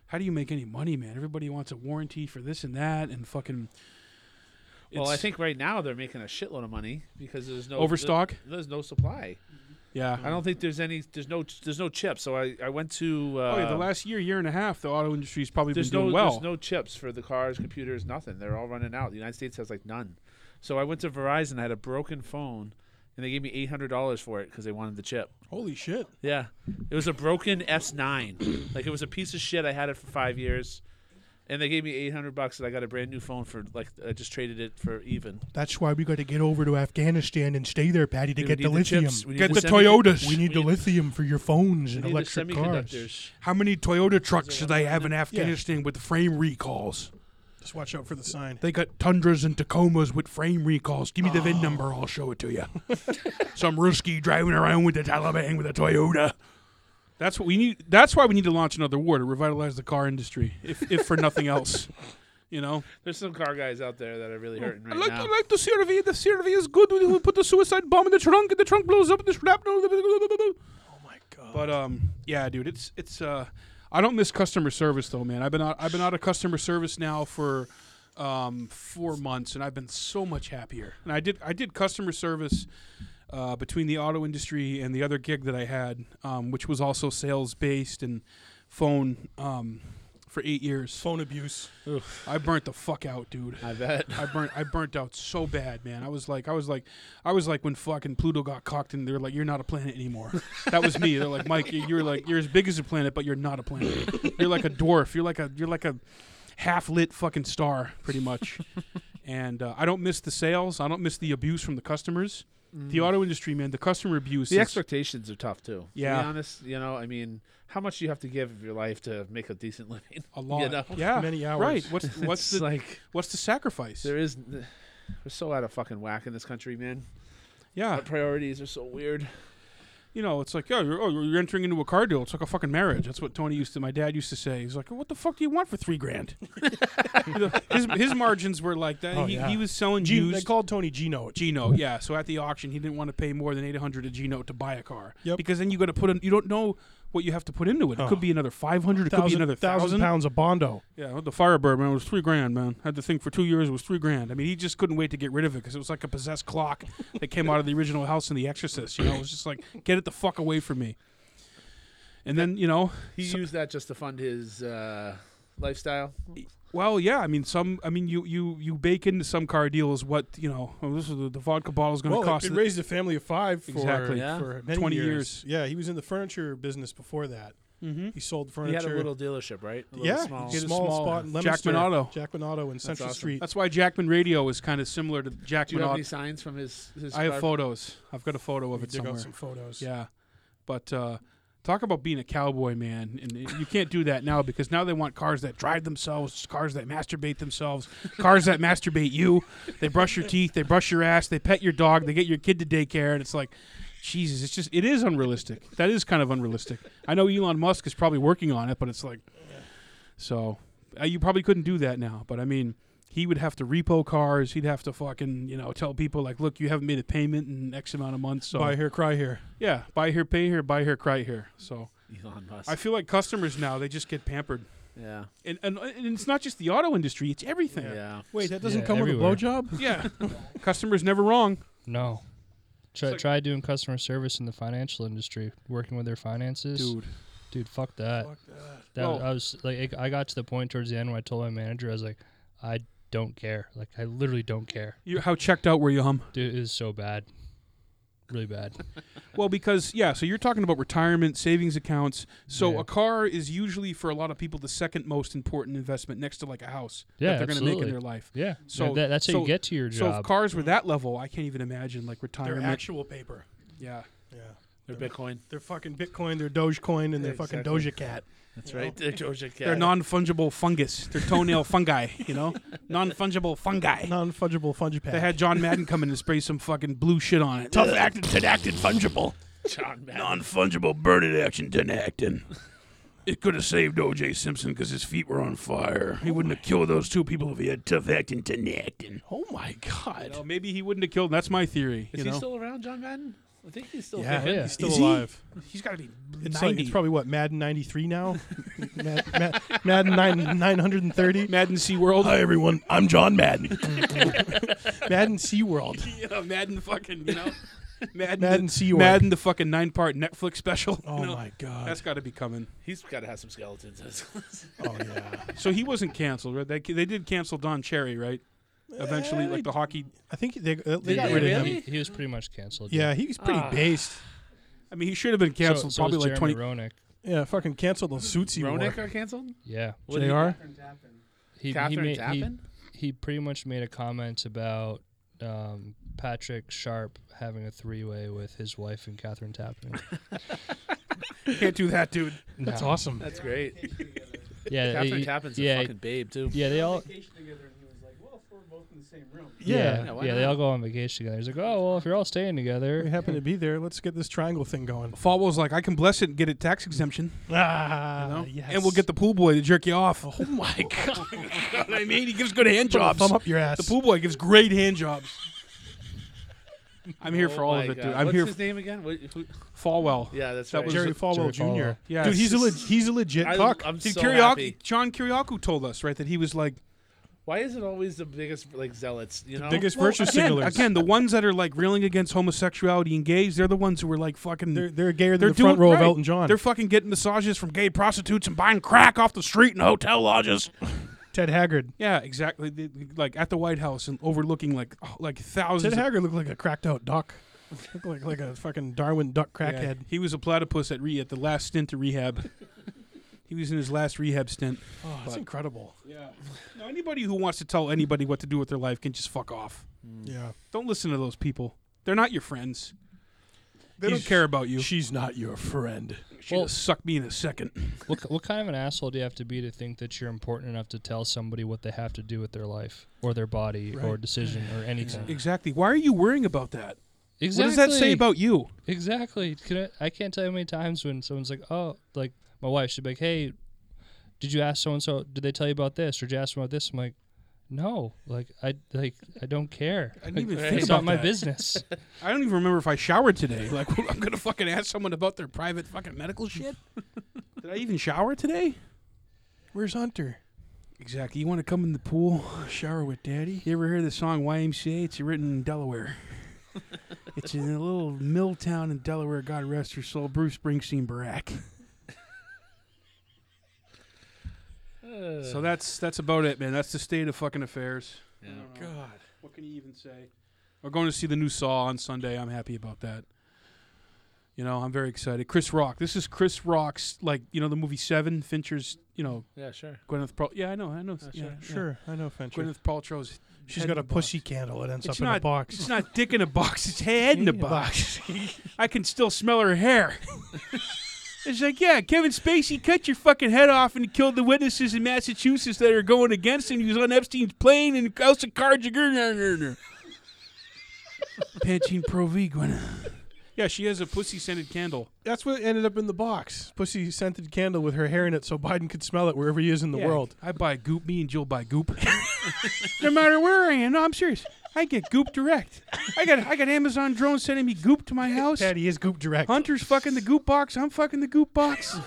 how do you make any money, man? Everybody wants a warranty for this and that and fucking.
Well, I
it's
think right now they're making a shitload of money because there's no
overstock.
There's no supply.
Yeah.
Oh, I don't think there's any. There's no. There's no chips. So I, I went to. Uh,
oh, yeah, the last year, year and a half, the auto industry's probably been
there's
doing
no
well.
there's no chips for the cars, computers, nothing. They're all running out. The United States has like none. So I went to Verizon. I had a broken phone, and they gave me eight hundred dollars for it because they wanted the chip.
Holy shit!
Yeah, it was a broken S nine. [COUGHS] like it was a piece of shit. I had it for five years, and they gave me eight hundred bucks, and I got a brand new phone for like I just traded it for even.
That's why we got to get over to Afghanistan and stay there, Patty, to
We
get
need
the lithium.
chips. We need
Get the
semi-
Toyotas.
We need the
need-
lithium for your phones
we
and
need the
electric cars.
semiconductors.
How many Toyota trucks do they have in Afghanistan with frame recalls?
Just watch out for the sign.
They got Tundras and Tacomas with frame recalls. Give me the
Oh.
VIN number, I'll show it to you. [LAUGHS] Some Ruski driving around with the Taliban with a Toyota.
That's what we need. That's why we need to launch another war to revitalize the car industry, if, if for nothing else. You know,
There's some car guys out there that are really hurting right now.
like the CRV. The CRV is good. We, we put the suicide bomb in the trunk, and the trunk blows up. And the strap.
Oh my god!
But um, yeah, dude, it's it's uh, I don't miss customer service though, man. I've been out I've been out of customer service now for um four months, and I've been so much happier. And I did I did customer service uh, between the auto industry and the other gig that I had, um, which was also sales based and phone um for eight years.
phone abuse.
I burnt the fuck out, dude.
I bet.
I burnt I burnt out so bad, man. I was like I was like I was like when fucking Pluto got cocked and they're like you're not a planet anymore. That was me. They're like Mike, you- you're like you're as big as a planet, but you're not a planet. You're like a dwarf. You're like a you're like a half lit fucking star, pretty much. And uh, I don't miss the sales. I don't miss the abuse from the customers. The auto industry, man, the customer abuse.
Hmm. The
is-
expectations are tough too.
Yeah.
To be honest, you know, I mean, how much do you have to give of your life to make a decent living? [LAUGHS]
a lot.
you know?
Yeah,
Many hours.
right.
[LAUGHS]
What's
It's
what's the
like
what's the sacrifice?
there is we're so out of fucking whack in this country, man.
Yeah,
Our priorities are so weird.
you know, it's like, yeah, you're, oh, you're entering into a car deal. It's like a fucking marriage. That's what Tony used to, my dad used to say. He's like, what the fuck do you want for three grand? [LAUGHS] You know, his, his margins were like that.
Oh,
he,
yeah.
he was selling
G- they
used
called Tony Gino. G-
Gino. Yeah. So at the auction, he didn't want to pay more than 800 a Gino to buy a car.
Yep.
Because then you got to put in, you don't know what you have to put into it. It
Oh.
could be another 500, it could be
thousand,
another
thousand
1,000.
pounds of bondo.
Yeah, with the Firebird, man, it was three grand, man. Had the thing for two years, it was three grand. I mean, he just couldn't wait to get rid of it because it was like a possessed clock that came out of the original house in The Exorcist. You know, it was just like, get it the fuck away from me. And then, you know,
He
So-
used that just to fund his uh, lifestyle.
well, yeah, I mean, some, I mean, you you you bake into some car deals what, you know, oh, this is the, the vodka bottle is going to
Well,
cost.
it, it
th-
raised a family of five for,
Exactly.
Yeah.
for many
20 years.
years. Yeah, he was in the furniture business before that.
Mhm.
He sold
He
furniture.
had a little dealership, right? A little
yeah,
small.
he had a
Small
small, spot in
Jackman
Leominster.
Auto.
Jackman Auto in Central
awesome.
Street.
That's why Jackman Radio is kind of similar to
Do you
Jackman
have
Auto.
any signs from his? his
I have
car?
photos. I've got a photo of
We
it
dig
somewhere.
out some photos.
Yeah, but uh, talk about being a cowboy, man, and it- you can't do that now because now they want cars that drive themselves, cars that masturbate themselves, cars that masturbate you. They brush your teeth, they brush your ass, they pet your dog, they get your kid to daycare, and it's like, Jesus, it's just it is unrealistic. That is kind of unrealistic. I know Elon Musk is probably working on it, but it's like, so uh, you probably couldn't do that now. But I mean. He would have to repo cars. He'd have to fucking, you know, tell people like, "Look, you haven't made a payment in X amount of months." So
Buy here, cry here.
yeah, buy here, pay here, buy here, cry here. So
Elon Musk.
I feel like customers now they just get pampered,
yeah.
and and, and it's not just the auto industry; it's everything.
yeah.
[LAUGHS] Yeah,
Wait, that doesn't
Yeah,
come
everywhere.
with a blowjob?
customers never wrong.
No. Try,
like-
try doing customer service in the financial industry, working with their finances.
Dude,
Dude, fuck that.
Fuck that.
That
Well-
I was like, it- I got to the point towards the end where I told my manager, I was like, I don't care. Like, I literally don't care.
you, how checked out were you, hum?
Dude, it is so bad, really bad.
Well, because yeah, so you're talking about retirement savings accounts. So
Yeah.
a car is usually for a lot of people the second most important investment next to like a house
Yeah,
that they're gonna make in
absolutely.
their life.
Yeah.
So-
So that's how
so-
you get to your
So if
job.
cars were that level, I can't even imagine like
Their
retirement.
actual paper.
yeah,
Yeah.
Their Bitcoin.
They're fucking Bitcoin, they're Dogecoin, and they're fucking
Exactly.
Doja Cat.
That's right. Their Doja Cat.
they're non fungible fungus. They're toenail fungi. You know, non fungible fungi.
Non fungible fungi pack.
They had John Madden come in and spray some fucking blue shit on it.
Oh
Tough actin, tenactin, fungible.
John Madden.
Non fungible burning action, tenactin. It could have saved O.J. Simpson because his feet were on fire. He wouldn't have killed those two people if he had tough actin, tenactin.
oh my
You
god.
know, maybe he wouldn't have killed. That's my theory.
Is
you
he
know,
still around, John Madden? I think he's still.
Yeah,
Oh, yeah.
he's still
Is he?
alive.
he's got to be
It's, like,
ninety.
it's probably what, Madden 93 now? Mad, Mad, Madden 9, 930?
Madden Sea World.
Hi, everyone. I'm John Madden.
Madden SeaWorld.
Madden fucking. You know, [LAUGHS] Madden,
Madden
the,
Seaworth.
Madden the fucking nine part Netflix special.
Oh
you know?
my god.
That's got to be coming.
He's got to have some skeletons. [LAUGHS] in his closet.
Oh yeah.
So he wasn't canceled, right? They, they did cancel Don Cherry, right? Eventually, like
Eh,
the hockey.
I think they they,
He-
got
he-
rid of
really?
him.
He, he was pretty much canceled.
Yeah, he's pretty
Ah.
based.
I mean, he should have been
So-
canceled
so was
probably like
Jeremy
twenty.
Roenick.
Yeah, fucking cancel those suits he
Ronick
wore.
got canceled.
Yeah,
What
Jr.
he he
Catherine
made- he,
Tappan.
he pretty much made a comment about um, Patrick Sharp having a three way with his wife and
[LAUGHS]
Catherine Tappan.
Can't do
[LAUGHS]
that, dude.
That's
No.
awesome.
That's great.
Yeah,
Catherine
he-
Tappan's
yeah,
a fucking babe too.
yeah.
[LAUGHS]
They all
Yeah.
yeah
Yeah,
yeah,
why
they
not?
all go on vacation together. He's like, oh well, if you're all staying
We
together,
happen to be there. Let's get this triangle thing going.
Falwell's like, I can bless it and get it tax exemption,
Ah,
you know?
yes.
and we'll get the pool boy to jerk you off.
Oh my god.
You know what I mean, he gives good hand jobs.
Thumb up your ass.
The pool boy gives great hand jobs. I'm here
Oh
for all
my
of it, dude.
God.
I'm
What's
here
his name again? What, who,
for Falwell.
yeah, that's
That
right.
was
Jerry Falwell
Jerry Falwell.
Jr.
Yeah,
Dude, he's a leg he's a legit
I,
cock.
I'm
Dude,
so
Kiriaki-
happy.
John Kiriakou told us right that he was like
Why is it always the biggest like zealots? You know,
Biggest
Well,
virtue
again,
signalers.
Again, the ones that are like reeling against homosexuality and gays, they're the ones who are like fucking.
they're
They're,
they're gayer than
They're
the front
doing
row of
right.
Elton John.
fucking getting massages from gay prostitutes and buying crack off the street and hotel lodges.
Ted Haggard.
Yeah, exactly. They- they- like at the White House and overlooking like oh, like
Ted
thousands. of,
Haggard looked like a cracked out duck. Looked like like a fucking Darwin duck
Yeah,
crackhead.
He was a platypus at re at the last stint to rehab. [LAUGHS] he was in his last rehab stint.
Oh, that's
But-
incredible.
Yeah. No, anybody who wants to tell anybody what to do with their life can just fuck off.
Yeah.
Don't listen to those people. They're not your friends. They
He's-
don't care about you.
She's not your friend.
She'll suck me in a second.
what, what kind of an asshole do you have to be to think that you're important enough to tell somebody what they have to do with their life or their body or
Right.
decision or anything?
Exactly. Why are you worrying about that?
Exactly.
What does that say about you?
Exactly. Can I, I can't tell you how many times when someone's like, oh, like my wife, she'd be like, hey, did you ask so and so? Did they tell you about this or did you ask them about this? I'm like, no, like I like I don't care.
I didn't even
Like,
think
it's
about
not my
that. [LAUGHS]
business.
I don't even remember if I showered today. [LAUGHS] Like, I'm gonna fucking ask someone about their private fucking medical [LAUGHS] shit. Did I even shower today?
Where's Hunter?
Exactly. You want to come in the pool, shower with daddy? You ever hear the song YMCA? It's written in [LAUGHS] Delaware. it's in a little mill town in Delaware. God rest her soul. Bruce Springsteen Barack.
Uh,
so that's that's about it, man. That's the state of fucking affairs.
Yeah.
God, what can you even say? We're going to see the new Saw on Sunday. I'm happy about that. You know, I'm very excited. Chris Rock. This is Chris Rock's, like, you know, the movie Seven. Fincher's, you know,
yeah, sure.
Gwyneth. Pal- yeah, I know, I know.
Oh,
yeah,
sure.
yeah.
Sure, I know Fincher.
Gwyneth Paltrow's.
She's
head
got
in
a
the box.
pussy candle. It ends
It's
up in a
not-
box.
It's not dick in a box. It's head in a box. [LAUGHS] I can still smell her hair. [LAUGHS] It's like, yeah, Kevin Spacey cut your fucking head off and killed the witnesses in Massachusetts that are going against him. He was on Epstein's plane and House of Cards. Pantene Pro V, Gwen. Yeah, she has a pussy scented candle.
[LAUGHS] That's what ended up in the box. Pussy scented candle with her hair in it, so Biden could smell it wherever he is in the
Yeah,
world.
I buy Goop. Me and Jill buy Goop. [LAUGHS] no matter where I am, no, I'm serious. I get Goop direct. I got I got Amazon drones sending me Goop to my house.
Daddy is Goop direct.
Hunter's fucking the goop box. I'm fucking the
[LAUGHS]
goop box.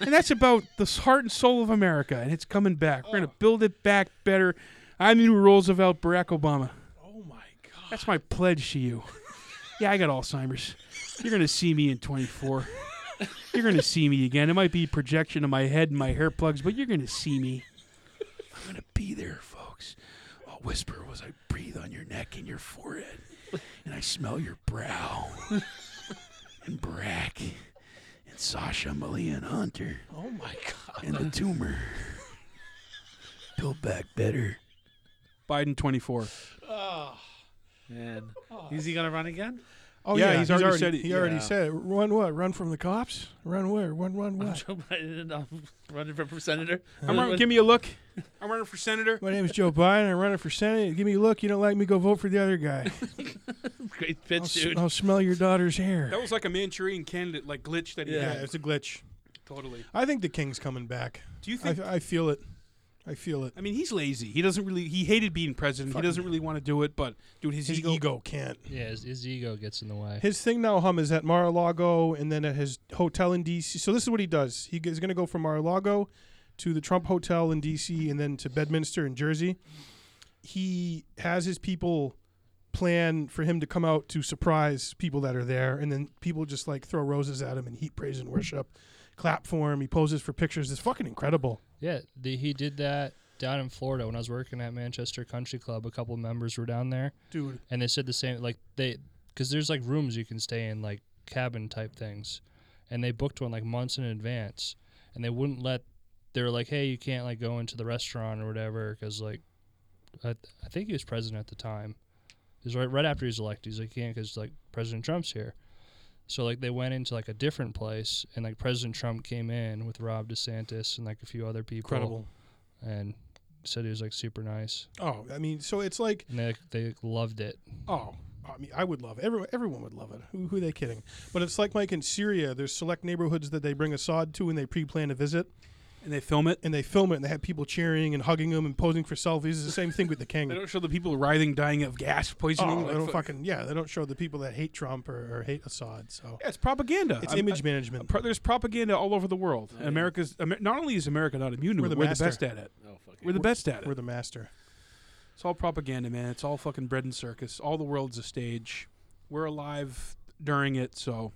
and that's about the s- heart and soul of America. And it's coming back. We're going to build it back better. I'm the new Roosevelt, Barack Obama.
Oh my god!
That's my pledge to you. yeah, I got Alzheimer's. You're going to see me in 24. You're going to see me again. It might be projection of my head and my hair plugs, but you're going to see me. I'm going to be there, folks. I'll whisper as I breathe on your neck and your forehead, and I smell your brow. and Brack, and Sasha, Malia, and Hunter. Oh, my God. And the tumor. Build back better. Biden 24. Ah.
Man, is he gonna run again?
Oh
Yeah, he's already said it.
He already
Yeah.
said it. Run what? Run from the cops? Run where? Run run what?
[LAUGHS] Joe Biden, I'm running for senator.
I'm running, give me a look. I'm running for senator.
My name is Joe Biden. I'm running for senate. Give me a look. You don't like me? Go vote for the other [LAUGHS] guy.
Great
Oh,
I'll,
pitch,
s-
dude.
I'll smell your daughter's hair.
That was like a Manchurian candidate like glitch that he
Yeah,
had.
it's a glitch.
Totally.
I think the king's coming back.
Do you
I,
think? I,
I feel it. I feel it.
mean, he's lazy. He doesn't really. He hated being president. He doesn't really want to do it. But dude, his,
His
ego.
ego, can't.
[LAUGHS] yeah, his, his ego gets in the way.
His thing now, hum, is at Mar-a-Lago and then at his hotel in D.C. So this is what he does. He is going to go from Mar-a-Lago to the Trump Hotel in D.C. and then to Bedminster in Jersey. He has his people plan for him to come out to surprise people that are there, and then people just like throw roses at him and heat praise and worship, clap for him. He poses for pictures. It's fucking incredible.
Yeah, the, he did that down in Florida when I was working at Manchester Country Club. A couple of members were down there,
Dude.
and they said the same. Like they, because there's like rooms you can stay in, like cabin type things, and they booked one like months in advance, and they wouldn't let. They were like, "Hey, you can't like go into the restaurant or whatever," because like, I, I think he was president at the time. It was right right after he was elected. He's like, "You can't," because like President Trump's here. So like they went into like a different place, and like President Trump came in with Rob DeSantis and like a few other people
Incredible.
and said he was like super nice,
Oh, I mean, so it's like
and they they loved it.
Oh, I mean, I would love everyone. Everyone would love it. Who, who are they kidding? But it's like Mike in Syria. There's select neighborhoods that they bring Assad to, and they pre-plan a visit,
and they film it.
and they film it, and they have people cheering and hugging him and posing for selfies. It's the same thing with
[LAUGHS]
the king.
They don't show the people writhing, dying of gas
Oh,
poisoning.
they
like,
don't
fu-
fucking yeah. They don't show the people that hate Trump or, or hate Assad. So
yeah, it's propaganda.
it's
I'm-
image
I-
management.
pro- there's propaganda all over the world. And America's Amer- not only is America not immune to
We're
it,
the
we're
master.
the best at it.
Oh, fuck it.
We're the best at it.
We're the master.
It's all propaganda, man. It's all fucking bread and circus. All the world's a stage. We're alive during it, so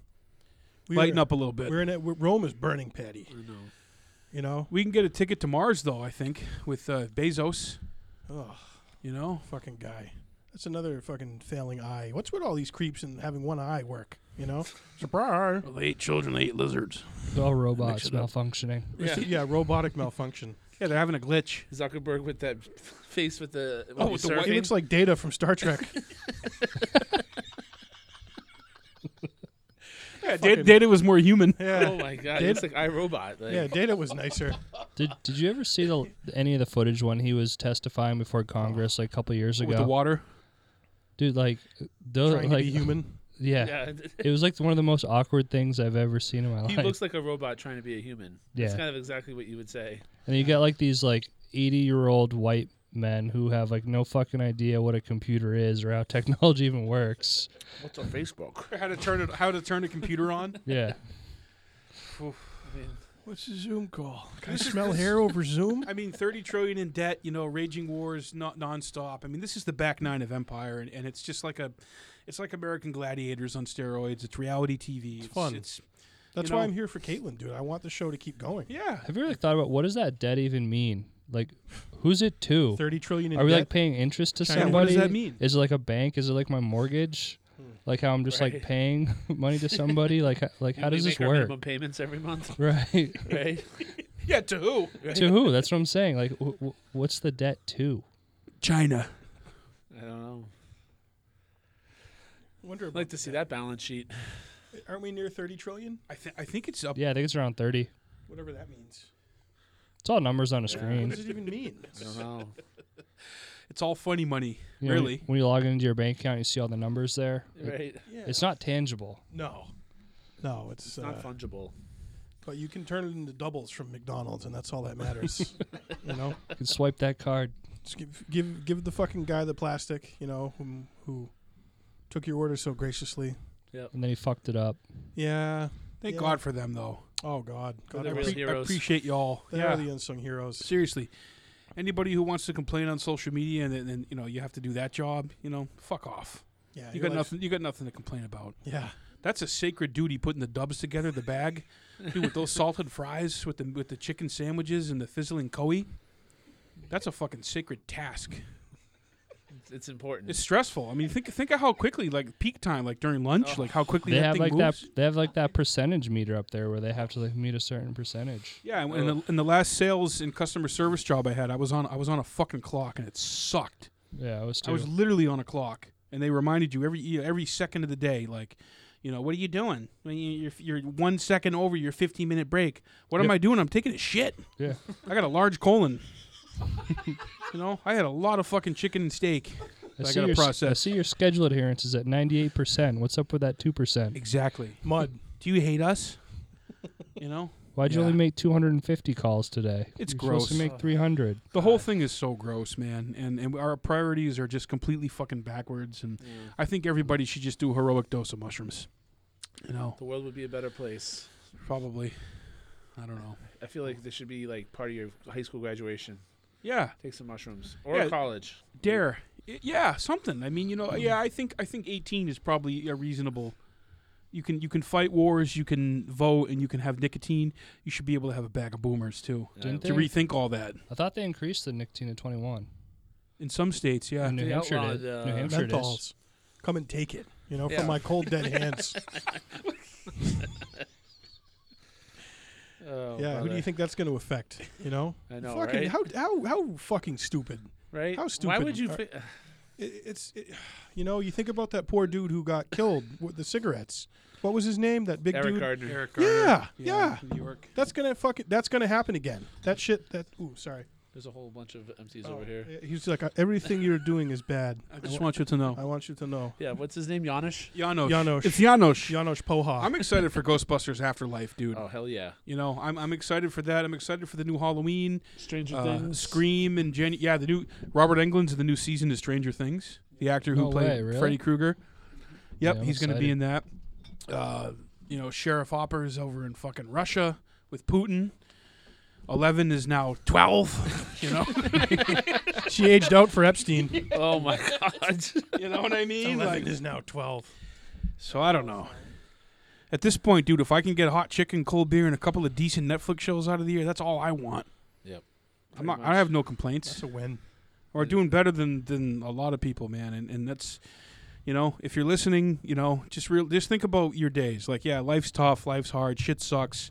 We
lighten
are-
up a little bit.
We're in it. we're- Rome is burning, Patty.
I know.
You know.
We can get a ticket to Mars, though. I think with uh, Bezos.
Oh,
You know,
fucking guy. That's another fucking failing eye. What's with all these creeps and having one eye work? You
[LAUGHS]
know. Surprise.
Well, they ate children, they ate lizards.
They're all robots
it up.
malfunctioning.
Yeah.
yeah. Robotic malfunction.
yeah, they're having a glitch.
Zuckerberg with that [LAUGHS] face with the
Oh,
when
with
you
the
surf
white-
He
it.
looks like Data from Star
[LAUGHS]
Trek.
Yeah,
fucking-
Da- Data was more human.
Yeah.
Oh my god,
Did-
it's like
[LAUGHS]
iRobot. Like,
Yeah, Data was
[LAUGHS]
nicer.
Did Did you ever see the any of the footage when he was testifying before Congress like a couple years
With the
ago?
water.
Dude, like, those
Trying to
Oh, like
be human.
Yeah,
yeah.
it was like one of the most awkward things I've ever seen in [LAUGHS]
[LAUGHS]
my
He
life.
looks like a robot trying to be a human.
Yeah.
That's kind of exactly what you would say.
and you got like these like eighty year old white men who have like no fucking idea what a computer is or how [LAUGHS] technology even works.
What's on Facebook?
How to turn it? How to turn a computer on?
Yeah.
I mean,
What's a Zoom call?
Can I smell hair over [LAUGHS] Zoom?
I mean, thirty trillion in debt. You know, raging wars, not nonstop. I mean, this is the back nine of empire, and, and it's just like a, it's like American gladiators on steroids. It's reality TV. It's,
fun.
It's
That's
You
why
know-
I'm here for Caitlin, dude. I want the show to keep going.
yeah.
[LAUGHS] Have you ever like, thought about what does that debt even mean? Like, who's it to?
Thirty trillion in
Are we
debt.
like paying interest to
China,
somebody?
what does that mean?
Is it like a bank? Is it like my mortgage? Like how I'm just like
Right.
paying [LAUGHS] money to somebody? Like h- like how
we
does
make
this
our
work?
Minimum payments
[LAUGHS]
every month,
Right.
right?
Yeah. To who?
[LAUGHS] to who? That's what I'm saying. Like w- w- what's the debt to?
China.
I don't know.
Wonder
I'd like to see that balance sheet.
Aren't we near thirty trillion?
I think. I think it's up.
Yeah, I think it's around 30.
Whatever that means.
It's all numbers on a
What
screen.
does it even mean?
[LAUGHS]
I don't know.
[LAUGHS]
It's all funny money.
You know,
really.
When you log into your bank account, you see all the numbers there. It-
Right?
Yeah.
It's not tangible.
no. No, it's,
It's
uh,
not fungible.
But you can turn it into doubles from McDonald's, and that's all that
[LAUGHS]
matters. you know,
You can swipe that card.
Just give, give give the fucking guy the plastic. You know, whom, who took your order so graciously.
And then he fucked it up.
Yeah.
Thank
Yeah.
God for them, though.
Oh God. God
the
I
real
appre-
I
heroes.
appreciate y'all.
they
yeah.
are the unsung heroes.
Seriously. Anybody who wants to complain on social media and then and, you know you have to do that job, you know, fuck off.
Yeah.
You
your life-
got nothing. You got nothing to complain about. [LAUGHS]
Yeah.
That's a sacred duty. Putting the dubs together, the bag, dude, with those salted fries, with the with the chicken sandwiches and the fizzling koi. That's a fucking sacred task.
It's, it's important.
It's stressful. I mean, think think of how quickly, like peak time, like during lunch,
Oh.
like how quickly
They
that
have
thing
like
moves.
that. They have like that percentage meter up there where they have to like meet a certain percentage.
Yeah, and in the, in the last sales and customer service job I had, I was on I was on a fucking clock and it sucked.
Yeah, I was too.
I was literally on a clock, and they reminded you every you know, every second of the day, like, you know, what are you doing? I mean, you're, you're one second over your 15 minute break. What am
Yep.
I doing? I'm taking a shit.
Yeah.
[LAUGHS] I got a large colon. [LAUGHS] you know, I had a lot of fucking chicken and steak.
I,
I
see
gotta
your, s- I
process.
see your schedule adherence is at 98%. What's up with that 2%?
Exactly.
Mud.
Do you hate us? you know,
Why'd you
Yeah.
only make 250 calls today?
It's
You're supposed
gross.
to make 300.
the whole thing is so gross, man, and and our priorities are just completely fucking backwards. And
Yeah.
I think everybody should just do a heroic dose of mushrooms. You know,
The world would be a better place.
probably. I don't know.
I feel like this should be like part of your high school graduation.
Yeah,
Take some mushrooms or
Yeah.
college.
dare It- yeah, something. I mean, you know, yeah, I think I think 18 is probably a reasonable. You can you can fight wars, you can vote, and you can have nicotine. You should be able to have a bag of boomers too.
Didn't
To
they?
rethink all that
I thought they increased the nicotine to 21.
in some states, yeah.
In New
They
Hampshire
outlawed,
did.
uh,
New Hampshire did.
Menthols. Come and take it, you know,
Yeah.
from my cold
[LAUGHS]
dead hands.
Oh,
yeah, who do
brother.
you think that's going to affect? You know,
I know,
fucking
right?
how how how fucking stupid.
right?
how
Why
stupid
would you?
are-
Fi-
It, it's it, you know, you think about that poor dude who got killed with the cigarettes. What was his name? That big
Eric
dude.
Gardner.
Yeah, yeah.
New York.
That's gonna fuck it. That's gonna happen again. That shit. That ooh, sorry.
There's a whole bunch of MCs over
Oh,
here.
uh, He's like everything you're doing is bad.
[LAUGHS] I just want you to know,
I want you to know.
Yeah, what's his name? Yanish.
Janosch.
Janosch.
It's Janosch.
Janosch Poha.
I'm excited for Ghostbusters Afterlife, dude.
Oh hell yeah!
You know, I'm I'm excited for that. I'm excited for the new Halloween,
Stranger
uh,
Things.
Scream, and Jenny. Yeah, the new Robert Englund's in the new season of Stranger Things. The actor who
No
played
way, really?
Freddy Krueger. Yep,
Yeah, I'm
he's going to be
excited.
in that. Uh, you know, Sheriff Hopper is over in fucking Russia with Putin. Eleven is now [LAUGHS] twelve. You know, [LAUGHS]
she aged out for Epstein.
[LAUGHS] oh [LAUGHS] my god!
you know what I mean?
Eleven
Like,
is now twelve.
so I don't know. At this point, dude, if I can get hot chicken, cold beer, and a couple of decent Netflix shows out of the year, that's all I want.
Yep.
I'm not.
Pretty
I have no complaints.
That's a win.
are doing better than than a lot of people, man. And and that's you know, if you're listening, you know, just real just think about your days. Like, yeah, life's tough, life's hard, shit sucks.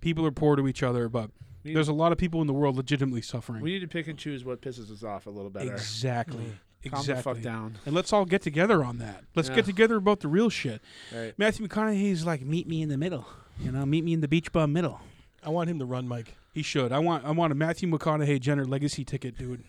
People are poor to each other, but
We-
there's a lot of people in the world legitimately suffering.
We need to pick and choose what pisses us off a little better. Mm.
exactly.
Calm
Exactly.
the fuck down.
And let's all get together on that. Let's
Yeah.
get together about the real shit.
Right.
Matthew McConaughey's like, meet me in the middle. You know, meet me in the beach bum middle.
I want him to run, Mike.
He should. I want I want a Matthew McConaughey Jenner legacy ticket, dude.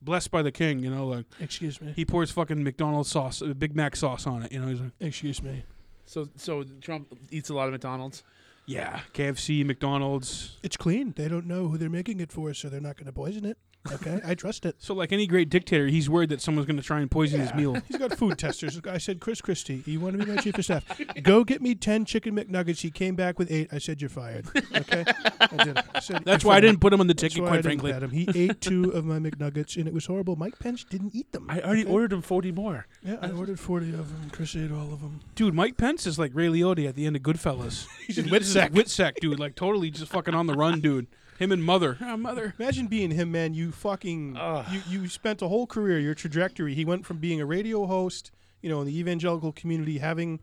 Blessed by the king, you know, like
Excuse me.
He pours fucking McDonald's sauce, uh, Big Mac sauce on it. You know, he's like,
Excuse me.
So, so Trump eats a lot of McDonald's.
yeah, KFC, McDonald's.
It's clean. They don't know who they're making it for, so they're not going to poison it. Okay, I trust it.
So, like any great dictator, he's worried that someone's going to try and [LAUGHS] poison his meal. [LAUGHS]
He's got food testers. I said, Chris Christie, you want to be my chief of staff? Go get me ten chicken McNuggets. He came back with eight. I said, you're fired. Okay, I did. it. I said,
[LAUGHS] That's
"You're
why I
fired."
didn't put him on the
That's
ticket,
why I
quite
didn't
frankly.
let him. He ate two of my McNuggets, and it was horrible. Mike Pence didn't eat them.
I already ordered him 40 more.
yeah, I ordered forty of them. Chris ate all of them.
Dude, Mike Pence is like Ray Liotta at the end of [LAUGHS] Goodfellas.
He's in Witsec.
Whitsack, dude, like totally just fucking on the run, dude. Him and Mother. Ah, mother.
Imagine being him, man. You fucking
Ugh.
you, you spent a whole career, your trajectory. He went from being a radio host, you know, in the evangelical community, having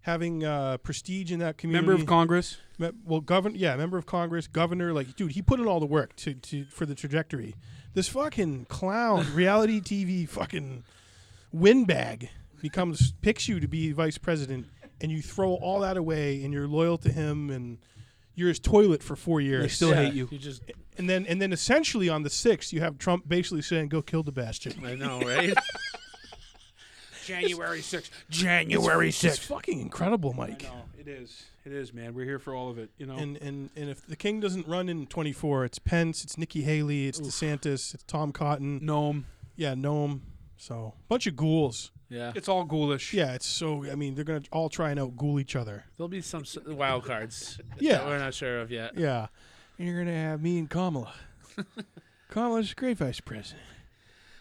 having uh, prestige in that community.
Member of Congress.
Me- well, governor, yeah, member of Congress, governor. Like, dude, he put in all the work to, to for the trajectory. This fucking
[LAUGHS]
clown, reality TV fucking windbag, becomes picks you to be vice president, and you throw all that away, and you're loyal to him, and you're his toilet for four years.
They still hate you.
You just,
And then, and then, essentially on the sixth, you have Trump basically saying, "Go kill the bastard."
I know, right?
January 6th. January
It's
6th.
fucking incredible, Mike.
I know. It is. It is, man. We're here for all of it, you know.
And and and if the king doesn't run in 24, it's Pence, it's Nikki Haley, it's DeSantis, it's Tom Cotton.
Gnome.
Yeah, Noam. So bunch of ghouls.
yeah.
It's all ghoulish.
Yeah, it's so. I mean, they're gonna all try and out ghoul each [LAUGHS] other.
There'll be some s- wild cards that
Yeah,
we're not sure of yet.
yeah. And you're gonna have me and [LAUGHS] Kamala. Kamala's a great vice president.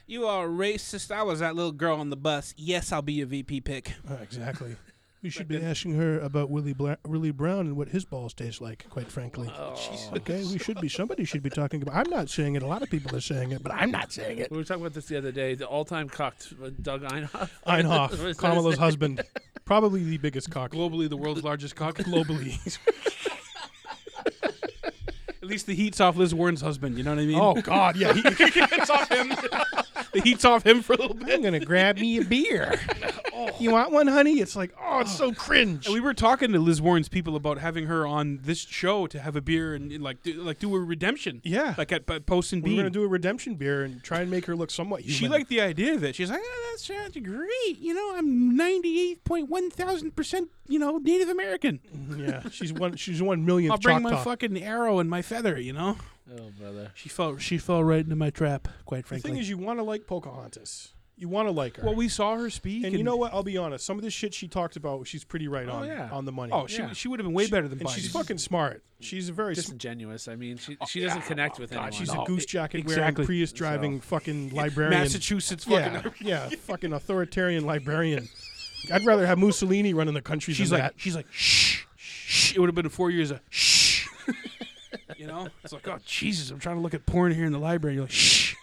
You are racist. I was that little girl on the bus. Yes, I'll be a VP pick.
Oh, exactly.
We should be asking her about Willie, Bla- Willie Brown and what his balls taste like, quite frankly.
Oh,
Okay, we should be. Somebody should be talking about. I'm not saying it. A lot of people are saying it, but I'm not saying it.
[LAUGHS]
We were talking about this the other day. The all-time cocked uh, Doug Einhoff.
Einhoff, Kamala's husband, probably the biggest cock
Globally, the world's largest cock.
globally.
[LAUGHS]
At least the heat's off Liz Warren's husband. You know what I mean?
oh God, yeah. he-
it's off him. [LAUGHS] the heat's off him for a little bit.
I'm gonna grab me a [LAUGHS] beer. You want one, honey? It's like, oh, it's so cringe.
And we were talking to Liz Warren's people about having her on this show to have a beer and, and, like do, like do a redemption.
Yeah.
Like at, at Post and
We We're
Bean.
gonna do a redemption beer and try and make her look somewhat human.
she liked the idea of it. She's like, oh, that sounds great. You know, I'm 98.1 thousand percent, you know, Native American.
[LAUGHS] yeah. She's one. She's one millionth.
I'll bring my
Choctaw.
fucking arrow and my feather, you know?
Oh, brother.
She fell, she fell right into my trap, quite
The
frankly.
thing is, you want to like Pocahontas. You want to like her.
Well, we saw her speak,
and you know what? I'll be honest. Some of the shit she talked about, she's pretty right on
yeah.
on the money.
Oh, she
Yeah.
she would have been way better than
and
Biden.
she's fucking smart. She's a very sm-
disingenuous. I mean, she she doesn't connect with anyone.
she's a goose jacket
exactly.
wearing Prius driving fucking librarian.
Massachusetts fucking.
yeah, [LAUGHS] yeah, fucking authoritarian librarian. I'd rather have Mussolini running the country
She's
than
like she's like shh shh. It would have been four years of shh. you know, it's like oh Jesus, I'm trying to look at porn here in the library. You're like shh.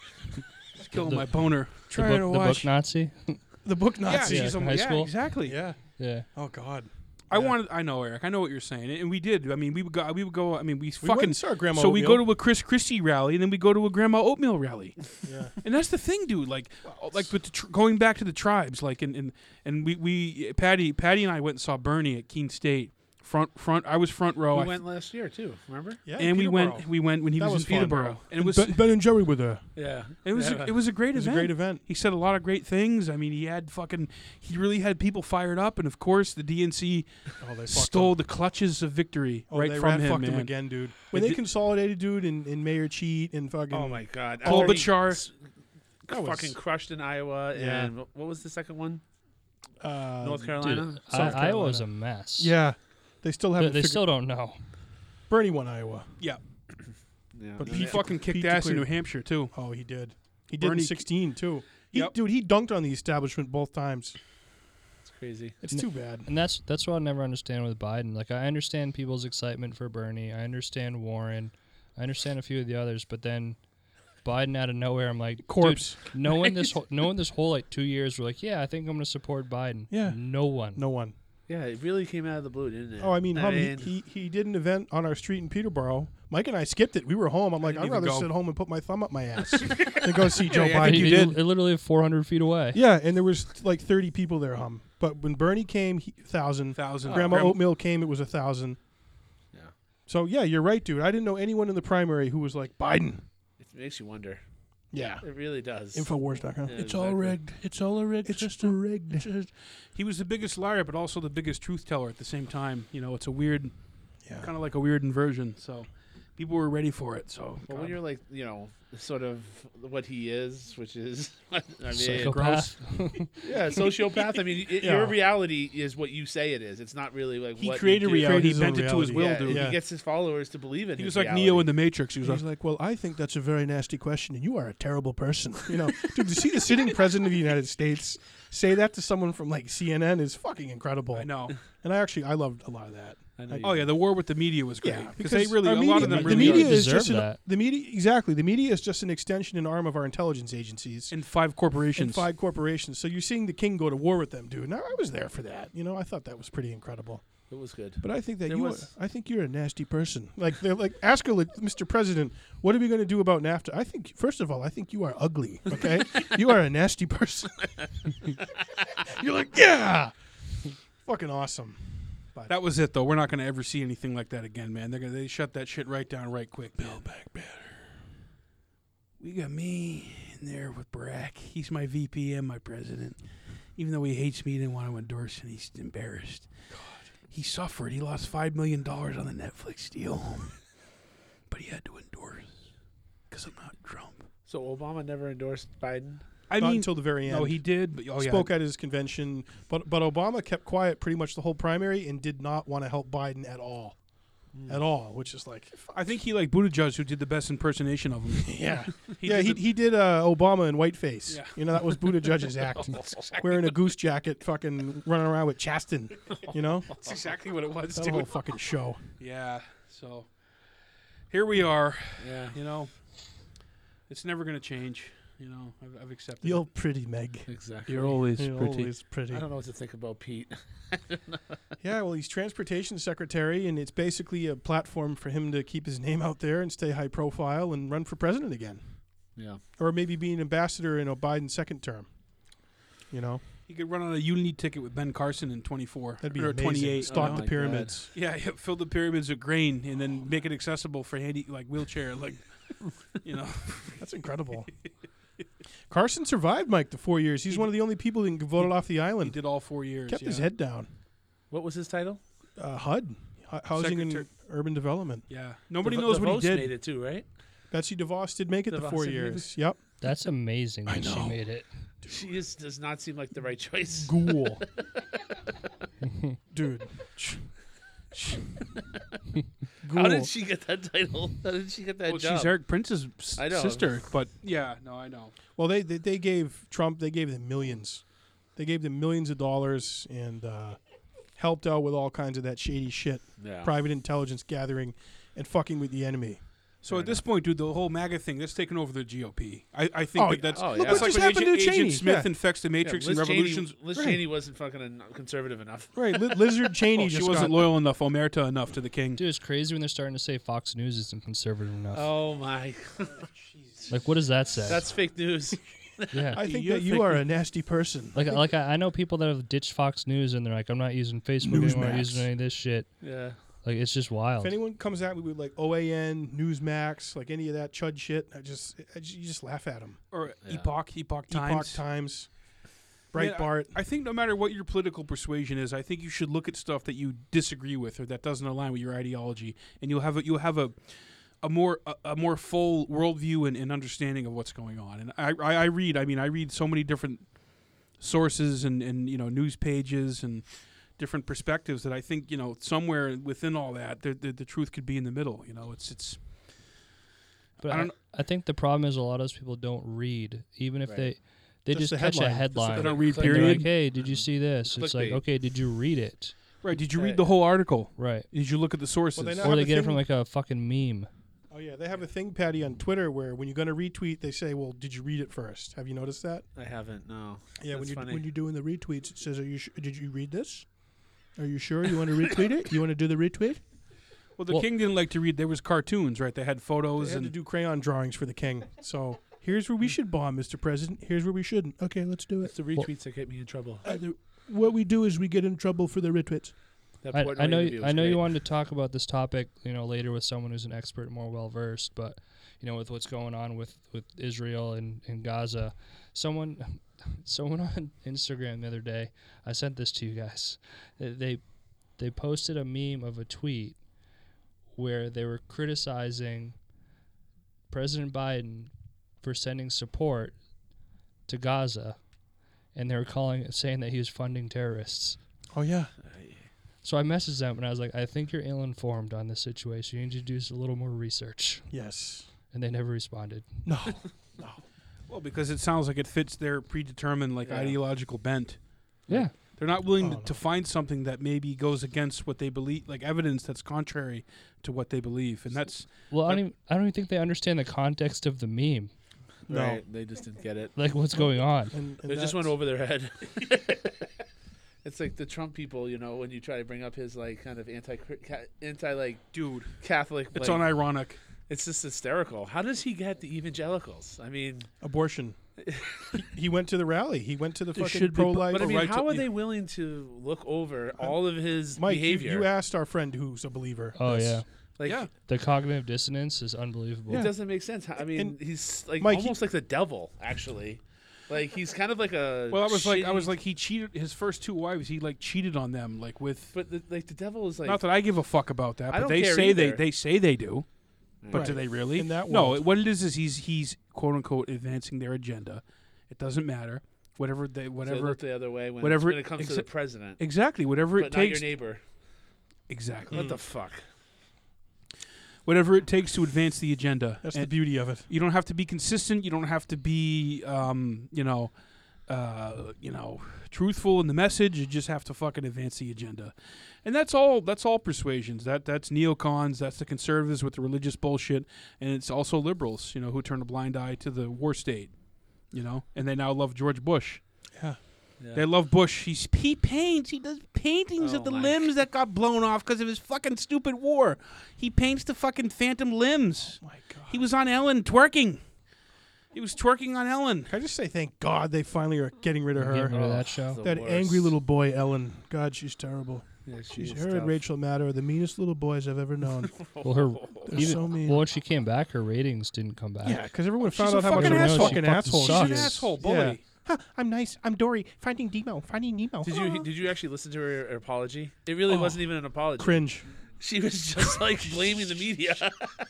It's killing
The-
my boner.
The
Trying
book,
to
the book
watch.
Nazi.
that. The book
yeah,
Nazi.
Yeah,
she's a,
in high
yeah,
school.
exactly.
yeah.
Yeah.
Oh God. I wanted. I know, Eric. I know what you're saying, and we did. I mean, we would go. We would go. I mean, we,
We went
fucking.
and saw Grandma
so we go
Oatmeal.
to a Chris Christie rally, and then we go to a Grandma Oatmeal rally.
Yeah.
And that's the thing, dude. Like, like with the tr- going back to the tribes, like, and and and we we Patty Patty and I went and saw Bernie at Keene State. Front front. I was front row. I-
We went last year too. Remember?
yeah,
and we went.
Peterborough.
We went when he
That
was,
was
in
fun.
Peterborough,
[LAUGHS]
and it was
ben, Ben and Jerry were there.
Yeah.
it was a, it was a
It
great
was a
event.
great event.
He said a lot of great things. I mean, he had fucking. He really had people fired up, and of course, the DNC
Oh, they
stole the clutches of victory
Oh,
right
they
from
rat
him,
fucked
man.
him again, dude. When they
did-
consolidated, dude, and, and Mayor Cheat and fucking
Oh my God.
Klobuchar.
That was-
fucking crushed in Iowa,
Yeah.
and what was the second one?
uh,
North
Dude,
Carolina.
I,
South
Iowa's a mess.
Yeah, they still
They,
haven't.
they
figured-
still don't know.
Bernie won Iowa.
Yeah.
but
and
He
Yeah.
they-
fucking kicked
Pete
ass in
DeClear.
New Hampshire too.
Oh, he did. He did
Bernie-
in sixteen too. He,
Yep.
Dude, he dunked on the establishment both times.
it's crazy.
It's too bad.
And that's that's what I never understand with Biden. Like I understand people's excitement for Bernie. I understand Warren. I understand a few of the others, but then Biden out of nowhere, I'm like, dude,
Corpse.
no one this whole, no one this whole like two years were like, yeah, I think I'm gonna support Biden.
Yeah.
no one.
No one.
Yeah, it really came out of the blue, didn't it?
Oh, I mean, hum,
mean,
he, he he did an event on our street in Peterborough. Mike and I skipped it. We were home. I'm like, I'd
even
rather
go.
sit home and put my thumb up my
[LAUGHS]
ass than go see Joe
I
Biden.
mean, it- It literally 400 feet away.
Yeah, and there was like 30 people there, hum. But when Bernie came, he, thousand.
Thousand.
Grandma Oatmeal came, it was a thousand.
Oh, Yeah.
So yeah, you're right, dude. I didn't know anyone in the primary who was like Biden.
it makes you wonder.
Yeah.
It really does.
Infowars.com.
Yeah,
It's all
exactly.
rigged. It's all a rigged system. rigged. He was the biggest liar, but also the biggest truth teller at the same time. You know, it's a weird,
Yeah.
kind of like a weird inversion. So people were ready for it. So
But
God.
when you're like, you know, sort of what he is, which is, [LAUGHS] I mean,
Psychopath.
yeah, sociopath. I mean, it,
Yeah.
your reality is what you say it is. It's not really like
he
what you
created
do.
reality,
his
he
own
bent it to his
reality.
will,
Yeah,
dude.
yeah.
He gets his followers to believe in.
He
his
was like
reality.
Neo in the Matrix. He was
He's
like,
like, well, I think that's a very nasty question, and you are a terrible person. You know, [LAUGHS] dude, to see the sitting president of the United States say that to someone from like CNN is fucking incredible.
I know.
And I actually I loved a lot of that.
I know you-
Oh yeah, the war with the media was great
Yeah,
because they really
our
a lot
media-
of them
the
really
media
are-
is- deserve
just an-
that.
the media exactly. The media is just an extension and arm of our intelligence agencies.
and five corporations.
and five corporations. So you're seeing the king go to war with them, dude. Now I was there for that. You know, I thought that was pretty incredible.
It was good.
But I think that
There
you,
was-
I think you're a nasty person. Like they're like, ask her, like, Mr. President, what are we going to do about NAFTA? I think first of all, I think you are ugly. Okay, you are a nasty person. [LAUGHS] you're like, yeah, fucking awesome.
That was it, though. We're not going to ever see anything like that again, man. They're gonna they shut that shit right down, right quick. Build back better. We got me in there with Barack. He's my VP and my president. Even though he hates me, he didn't want to endorse, and he's embarrassed. He suffered. He lost five million dollars on the Netflix deal, but he had to endorse because I'm not Trump.
So Obama never endorsed Biden.
I
Not
mean,
until the very end.
no, he did. But, oh, yeah.
spoke at his convention, but but Obama kept quiet pretty much the whole primary and did not want to help Biden at all,
Hmm.
at all. Which is like,
I think he like Buttigieg, who did the best impersonation of him.
yeah,
[LAUGHS] He
yeah,
did
he,
the-
he did uh, Obama in whiteface.
Yeah. Oh,
You know, that was Buddha
[LAUGHS]
Judge's act. Wearing a goose jacket, fucking running around with Chasten. You
[LAUGHS]
know?
That's exactly what it was,
That whole fucking show.
Yeah. So here we are.
Yeah.
You know, it's never going to change. You know, I've, I've accepted.
You're pretty, Meg.
Exactly.
always
You're always pretty.
I
Uh-huh.
don't know what to think about Pete.
Yeah, well, he's transportation secretary, and it's basically a platform for him to keep his name out there and stay high profile and run for president again.
Yeah.
Or maybe be an ambassador in a Biden second term. You know?
He could run on a unity ticket with Ben Carson in 24
That'd be
or
amazing.
28.
Stock
Oh
the
my
pyramids.
Yeah, yeah, fill the pyramids with grain and then make it accessible for handy like wheelchair like you know.
That's incredible. [LAUGHS] Carson survived, Mike, the four years. He's
He
one of the only people that voted off the
He
island.
did all 4 years.
Kept
yeah.
his head down.
What was his title?
uh, HUD, Hu- Housing
Secretar-
and Urban Development.
Yeah. Nobody
Devo-
knows what
DeVos
he did.
Made it too, right?
Betsy DeVos did make it the
DeVos
four
did make
years. Yep.
That's amazing that she
know.
made it.
She just does not seem like the right choice.
Ghoul.
[LAUGHS]
[LAUGHS] Dude.
How did she get that title? [LAUGHS] How did she get that
Well,
job?
she's Eric Prince's s-
I know.
sister, but yeah, no, I know.
Well, they, they they gave Trump they gave them millions, they gave them millions of dollars and uh, helped out with all kinds of that shady shit,
yeah.
private intelligence gathering, and fucking with the enemy.
So at this point, dude, the whole MAGA thing—that's taken over the GOP. I, I think
Oh,
that that's
yeah. Oh, yeah.
that's
Look what
like
just
when
happened
Agent,
to Cheney.
Agent Smith
Yeah.
infects the Matrix
Liz
and revolutions.
Cheney, Liz
Right.
Cheney wasn't fucking en- conservative enough.
Right, Li-
[LAUGHS]
Lizard Cheney
Oh, she
just
wasn't
got-
loyal enough, Omerta enough to the king.
Dude, it's crazy when they're starting to say Fox News isn't conservative enough.
Oh my,
Like, what does that say?
that's fake news.
[LAUGHS] yeah.
I think
You're
that you
thinking-
are a nasty person.
like, like I, I know people that have ditched Fox News and they're like, I'm not using Facebook anymore, I'm not using any of this shit.
Yeah,
Like, it's just wild.
If anyone comes at me with like OAN, Newsmax, like any of that chud shit, I just, I just you just laugh at them.
Or
Yeah.
Epoch, Epoch Times.
Epoch Times,
I mean, I-
Breitbart.
I think no matter what your political persuasion is, I think you should look at stuff that you disagree with or that doesn't align with your ideology, and you'll have a, you'll have a a more a, a more full worldview and, and understanding of what's going on. And I, I I read, I mean, I read so many different sources and and you know news pages and different perspectives that I think you know somewhere within all that the the, the truth could be in the middle. You know, it's it's
But
I
I,
don't-
I, think the problem is a lot of those people don't read, even if
Right.
they they
Just
just,
the
catch a
headline.
headline.
I don't read
Click
and they're like,
period.
hey, did you see this? It's like,
Clickbait.
okay, did you read it?
Right? Did you read the whole article?
Right.
Did you look at the sources?
they know-
Or
have
they
a
get it
thing-
from like a fucking meme.
Oh yeah, they have a thing, Patty, on Twitter where when you're gonna retweet, they say, "Well, did you read it first? Have you noticed that?"
I haven't. No.
Yeah, when
That's
you
funny.
when you're doing the retweets, it says, "Are you sh- did you read this? Are you sure you want to retweet it? You want to do the retweet?"
Well, the
Well-
king didn't like to read. There was cartoons, right? They had
They
photos
had
and
to do crayon drawings for the king. So here's where we should bomb, Mr. President. Here's where we shouldn't. Okay, let's do it.
It's the retweets that get me in trouble.
Uh, the- what we do is we get in trouble for the retweets.
That
I,
Portnoy
I know
interview
you,
was
I know you
great.
wanted to talk about this topic, you know, later with someone who's an expert, and more well versed, but you know, with what's going on with with Israel and, and Gaza, someone [LAUGHS] someone on Instagram the other day, I sent this to you guys. They- They they posted a meme of a tweet where they were criticizing President Biden for sending support to Gaza, and they were calling saying that he was funding terrorists.
Oh yeah,
So I messaged them and I was like, I think you're ill informed on this situation. You need to do s- a little more research.
yes,
And they never responded.
no,
Well, because it sounds like it fits their predetermined like
Yeah.
ideological bent.
Yeah.
They're not willing
Oh,
to,
no.
to find something that maybe goes against what they believe, like evidence that's contrary to what they believe, and that's
Well, I don't, even, I don't even think they understand the context of the meme, [LAUGHS]
no.
Right, They just didn't get it.
like what's going on.
And, and
They just went
that's-
over their head. [LAUGHS] it's like the Trump people, you know, when you try to bring up his like kind of anti anti like
dude,
Catholic.
it's
like,
unironic.
It's just hysterical. How does he get the evangelicals? I mean,
abortion. he, he went to the rally. He went to the
There
fucking
should be pro-
pro-life.
but I
Or
mean,
right
how
to- e
are they willing to look over
[LAUGHS]
all of his
Mike, you,
behavior?
you asked our friend who's a believer.
Oh,
this.
yeah.
like,
Yeah.
The cognitive dissonance is unbelievable.
it doesn't make sense. I mean,
And-
he's like
Mike, he-
almost like the devil, actually. Like he's kind of like a
Well, I was like, I was
shitty-
like, he cheated his first two wives. He like cheated on them, like with.
but the, like the devil is like
not that I give a fuck about that,
I
but
don't
they
care
say they
either.
they say they do. But do
Right.
they really?
In that
no.
world.
it- What it is is he's he's quote unquote advancing their agenda. It doesn't matter. Whatever they
so
whatever
look the other way when,
whatever-
when it comes to the
exa-
president,
exactly whatever
but not
it takes Mm.
your neighbor.
exactly
What the fuck?
whatever it takes to advance the agenda.
That's the
And
beauty of it.
you don't have to be consistent. You don't have to be, um, you know, uh, you know, truthful in the message. You just have to fucking advance the agenda, and that's all. That's all persuasions. That that's neocons. That's the conservatives with the religious bullshit, and it's also liberals. You know, who turn a blind eye to the war state. You know, and they now love George Bush.
Yeah.
They love Bush. He's, he paints. He does paintings
Oh
of the
my
limbs that got blown off because of his fucking stupid war. He paints the fucking phantom limbs.
My God.
He was on Ellen twerking. He was twerking on Ellen.
Can I just say thank God they finally are getting rid of
Getting
her?
rid of
Oh,
that show.
the
That
worst.
angry little boy, Ellen. God, she's terrible.
Yeah,
She's
is
her
tough.
and Rachel Maddow are the meanest little boys I've ever known.
Well, her,
They're
even,
so mean.
well, when she came back, her ratings didn't come back.
yeah, because everyone found
a
out how much
fucking
of a
asshole.
fucking
She fucking
asshole
sucks.
she
She's
is.
an asshole bully.
Yeah. Huh, I'm nice. I'm Dory. Finding Nemo. Finding Nemo. [GASPS]
Did you did you actually listen to her, her apology?
Oh.
It really wasn't even an apology.
cringe? [LAUGHS]
She was just like blaming the media.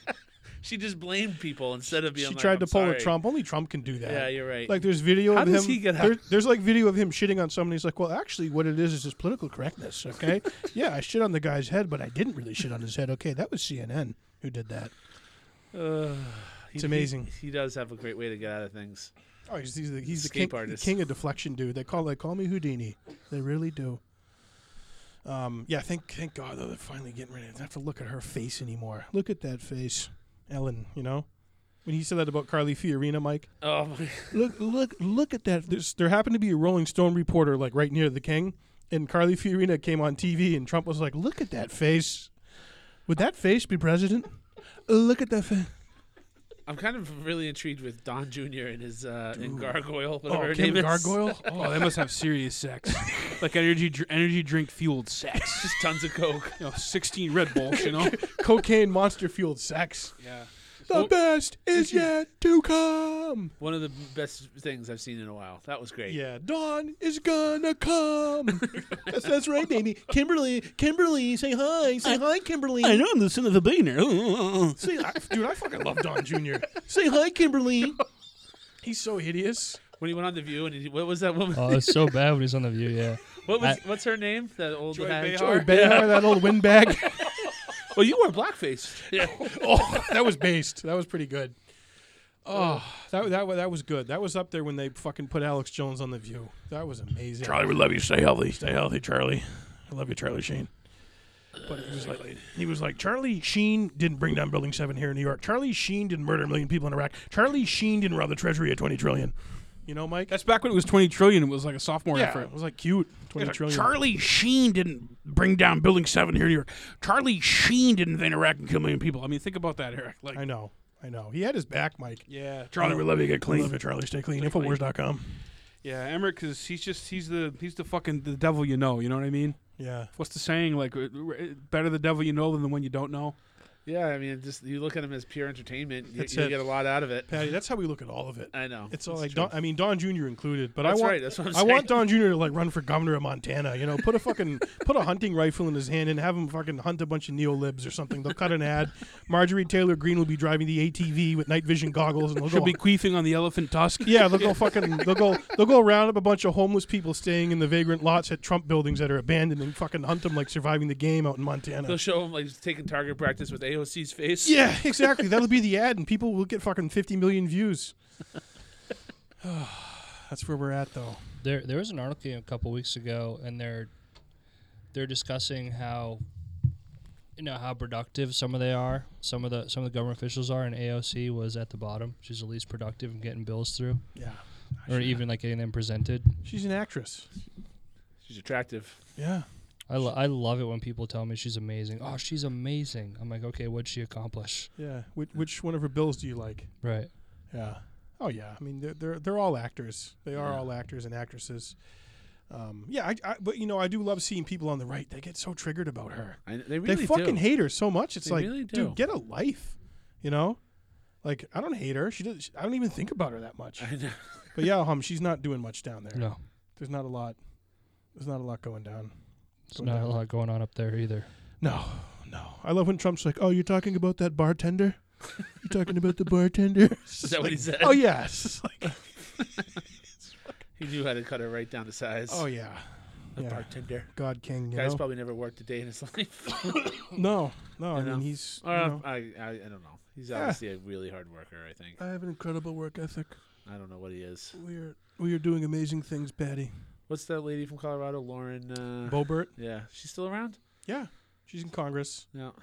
[LAUGHS] she just blamed people instead of being.
She
like,
tried
"I'm
to pull
sorry."
a Trump. Only Trump can do that.
Yeah, you're right.
Like there's video
How
of
does
him.
he get out-
there- there's like video of him shitting on someone. He's like, well, actually, what it is is his political correctness. Okay, [LAUGHS] yeah, I shit on the guy's head, but I didn't really shit on his head. Okay, that was CNN who did that.
Ugh. He-
It's amazing.
He, he does have a great way to get out of things.
Oh, he's, he's the, he's the
Escape
king, the
artist.
king of deflection, dude. They call they call me Houdini. They really do. Um, yeah, thank thank God though they're finally getting rid of. I don't have to look at her face anymore. Look at that face, Ellen. You know, when he said that about Carly Fiorina, Mike.
Oh, my.
Look look look at that. There's, there happened to be a Rolling Stone reporter like right near the king, and Carly Fiorina came on TV, and Trump was like, "Look at that face. Would that face be president? Look at that face."
I'm kind of really intrigued with Don Jr. and his uh,
Dude.
and Gargoyle, whatever
Oh,
her
Kim
name is.
[LAUGHS]
Gargoyle.
Oh, they must have serious sex, [LAUGHS] like energy dr- energy drink fueled [LAUGHS] sex.
Just tons of coke.
You know, sixteen Red Bulls. You [LAUGHS] know.
Cocaine monster fueled sex. Oh.
yeah.
The
Well-
best is yet to come.
One of the best things I've seen in a while. That was great.
Yeah, dawn is gonna come. that's, that's right, baby. Kimberly, Kimberly, say hi, say hi, Kimberly.
know I'm the son of a billionaire.
Say, I, dude, I fucking love Don Jr. say hi, Kimberly. He's so hideous.
When he went on the View and he, what was that woman?
Oh, it's so bad when he's on the view. Yeah.
what was
I-
what's her name? That old
Joy
hag?
Behar.
Or Behar, that old windbag.
Well, you were blackface. Yeah.
oh, that was based. That was pretty good. Oh, that that wa- that was good. That was up there when they fucking put Alex Jones on the View. That was amazing.
Charlie, we love you. Stay healthy. Stay healthy, Charlie. I love you, Charlie Sheen.
But it was like,
He was like,
Charlie Sheen didn't bring down Building Seven here in New York. Charlie Sheen didn't murder a million people in Iraq. Charlie Sheen didn't rob the Treasury at twenty trillion. You know, Mike.
That's back when it was twenty trillion. It was like a sophomore
yeah,
effort.
it was like cute. Twenty
Charlie,
trillion.
Charlie Sheen didn't bring down Building 7 here in New York. Charlie Sheen didn't invade Iraq and kill a million people. I mean, think about that, Eric. Like,
I know, I know. He had his back, Mike.
Yeah.
Charlie, we love you. Get clean.
Love it, Charlie. Stay clean. Infowars.com.
Yeah, Emmerich, because he's just he's the he's the fucking the devil you know. You know what I mean?
Yeah.
What's the saying? Like, uh, uh, better the devil you know than the one you don't know.
yeah, I mean, just you look at him as pure entertainment. You,
That's
you
it.
get a lot out of it.
Patty, that's how we look at all of it.
I know.
It's all
That's
like
true.
Don, I mean Don Jr. included, but
That's
I want
right. That's what I'm
I
saying.
want Don Jr. to like run for governor of Montana. You know, put a fucking [LAUGHS] put a hunting rifle in his hand and have him fucking hunt a bunch of neolibs or something. They'll cut an ad. [LAUGHS] Marjorie Taylor Greene will be driving the ATV with night vision goggles and they'll
Should
go.
be queefing on the elephant tusk.
[LAUGHS] yeah, they'll go fucking. They'll go. They'll go round up a bunch of homeless people staying in the vagrant lots at Trump buildings that are abandoned and fucking hunt them like surviving the game out in Montana.
They'll show him like taking target practice with AOC's face.
[LAUGHS] Yeah, exactly. That'll be the ad, and people will get fucking 50 million views. [SIGHS] That's where we're at, though.
There, there was an article a couple weeks ago, and they're they're discussing how you know how productive some of they are. Some of the some of the government officials are, and AOC was at the bottom. She's the least productive in getting bills through,
Yeah.
or even like getting them presented.
She's an actress.
She's attractive.
Yeah.
I, lo- I love it when people tell me she's amazing. Oh, she's amazing. I'm like, okay, what'd she accomplish?
Yeah. Which, which one of her bills do you like?
Right.
Yeah. Oh yeah. I mean, they're they're they're all actors. They are all actors and actresses. Um, yeah. I, I but you know I do love seeing people on the right. They get so triggered about her.
I, they really
they fucking
do.
hate her so much. It's
They
like,
really do.
dude, get a life. You know, like I don't hate her. She does. I don't even think about her that
[LAUGHS]
much.
[LAUGHS] I know.
But yeah, hum, she's not doing much down there.
No,
There's not a lot. There's not a lot going down.
there's not a lot going on up there either.
No, Oh, no. I love when Trump's like, "Oh, you're talking about that bartender? You're talking about the bartender?" It's
[LAUGHS] Is
[LAUGHS] just
that what
like,
he said?
Oh yeah. It's just like,
He knew how to cut her right down to size.
oh yeah.
The
yeah.
bartender.
God King. You
Guy's
know?
probably never worked a day in his [LAUGHS] life.
no, no. I
You know?
mean, he's.
Or,
you
uh,
know,
I, I, I don't know. He's obviously a really hard worker. I think.
I have an incredible work ethic.
I don't know what he is.
We are we are doing amazing things, Patty.
What's that lady from Colorado, Lauren? Uh,
Bobert.
yeah, she's still around.
Yeah, she's in Congress.
No,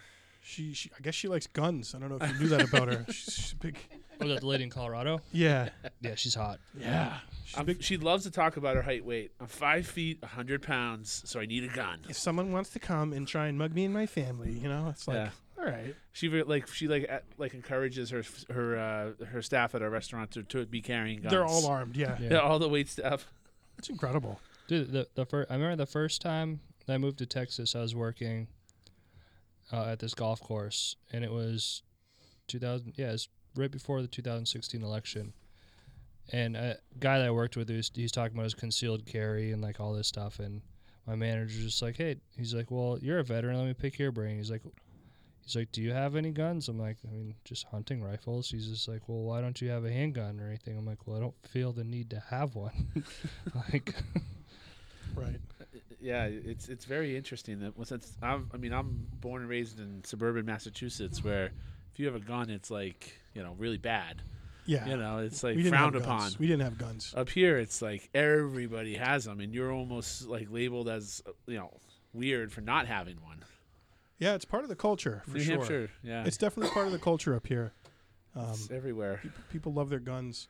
She, she I guess she likes guns. I don't know if you knew that about
[LAUGHS]
her. She's, she's a big.
Oh, that the lady in Colorado?
Yeah,
Yeah, she's [LAUGHS] hot.
yeah. She's a
I'm-
big.
she loves to talk about her height, weight. I'm five feet, hundred pounds, so I need a gun.
If someone wants to come and try and mug me and my family, you know, it's like,
Yeah.
all right.
She re- like she like a- like encourages her her uh, her staff at our restaurant to, to be carrying guns.
They're all armed. Yeah.
Yeah.
[LAUGHS] Yeah, all the wait staff.
It's incredible.
Dude, the the first I remember the first time that I moved to Texas, I was working uh, at this golf course, and it was 2000. Yeah, it's right before the 2016 election. And a guy that I worked with, he's he's talking about his concealed carry and like all this stuff. And my manager's just like, "Hey," he's like, "Well, you're a veteran. Let me pick your brain." He's like, He's like, "Do you have any guns?" I'm like, "I mean, just hunting rifles." He's just like, "Well, why don't you have a handgun or anything?" I'm like, "Well, I don't feel the need to have one." [LAUGHS] like,
Right.
yeah, it's it's very interesting that well, since I'm, I mean I'm born and raised in suburban Massachusetts, where if you have a gun, it's like you know really bad.
Yeah.
You know, it's
we
like
didn't
frowned
have
upon.
Guns. We didn't have guns.
Up here, it's like everybody has them, and you're almost like labeled as uh, you know weird for not having one.
Yeah, it's part of the culture for
New
sure.
Hampshire, yeah,
It's definitely part of the culture up here. Um,
it's everywhere.
people love their guns.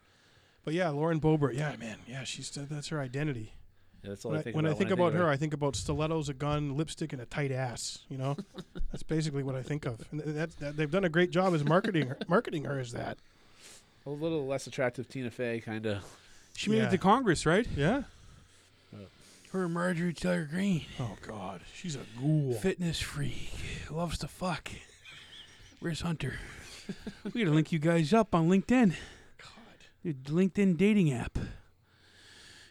But yeah, Lauren Boebert. Yeah, man. Yeah, she's that's her identity.
Yeah, that's all
When
I
I,
think
when I
about.
think about her,
her,
I think about stilettos, a gun, lipstick, and a tight ass. You know, that's basically what I think of. And th- that's that, they've done a great job as marketing her, marketing her as that.
a little less attractive Tina Fey, kind of.
She made
Yeah.
it to Congress, right?
Yeah.
Her Marjorie Taylor Green,
Oh God, she's a ghoul.
fitness freak, loves
[LAUGHS]
to fuck. Where's Hunter?
We gotta link you guys up on LinkedIn. Your LinkedIn dating app.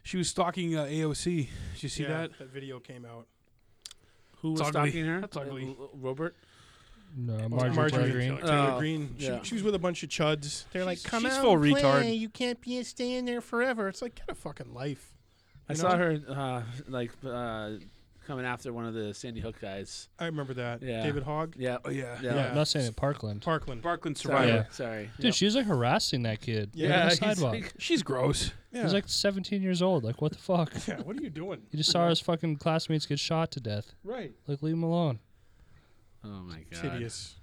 She was stalking uh, AOC. Did you see
Yeah,
that?
That video came out.
Who was
It's ugly.
stalking her?
That's ugly.
Uh, L- L- Robert.
no,
Marjorie
Marjorie,
Taylor
Taylor Greene.
Taylor
Oh,
Green. She,
yeah.
she was with a bunch of chuds. They're like,
She's-
"Come
she's
out,
full
and
retard.
play. You can't be staying there forever." It's like, get a fucking life.
I
You
saw
know?
her uh, like uh, coming after one of the Sandy Hook guys.
I remember that.
Yeah.
David Hogg,
Yeah.
Oh yeah.
Yeah.
Yeah.
I'm not saying at Parkland.
Parkland.
Barkland
Sorry.
Survivor.
Yeah.
Sorry.
Dude, she was like harassing that kid.
Yeah,
right on the
he's
sidewalk.
like-
She's gross.
Yeah.
He's like 17 years old. Like, what the fuck?
yeah. What are you doing?
He just saw his fucking classmates get shot to death.
Right.
Like, leave him alone.
oh my
It's
god.
hideous.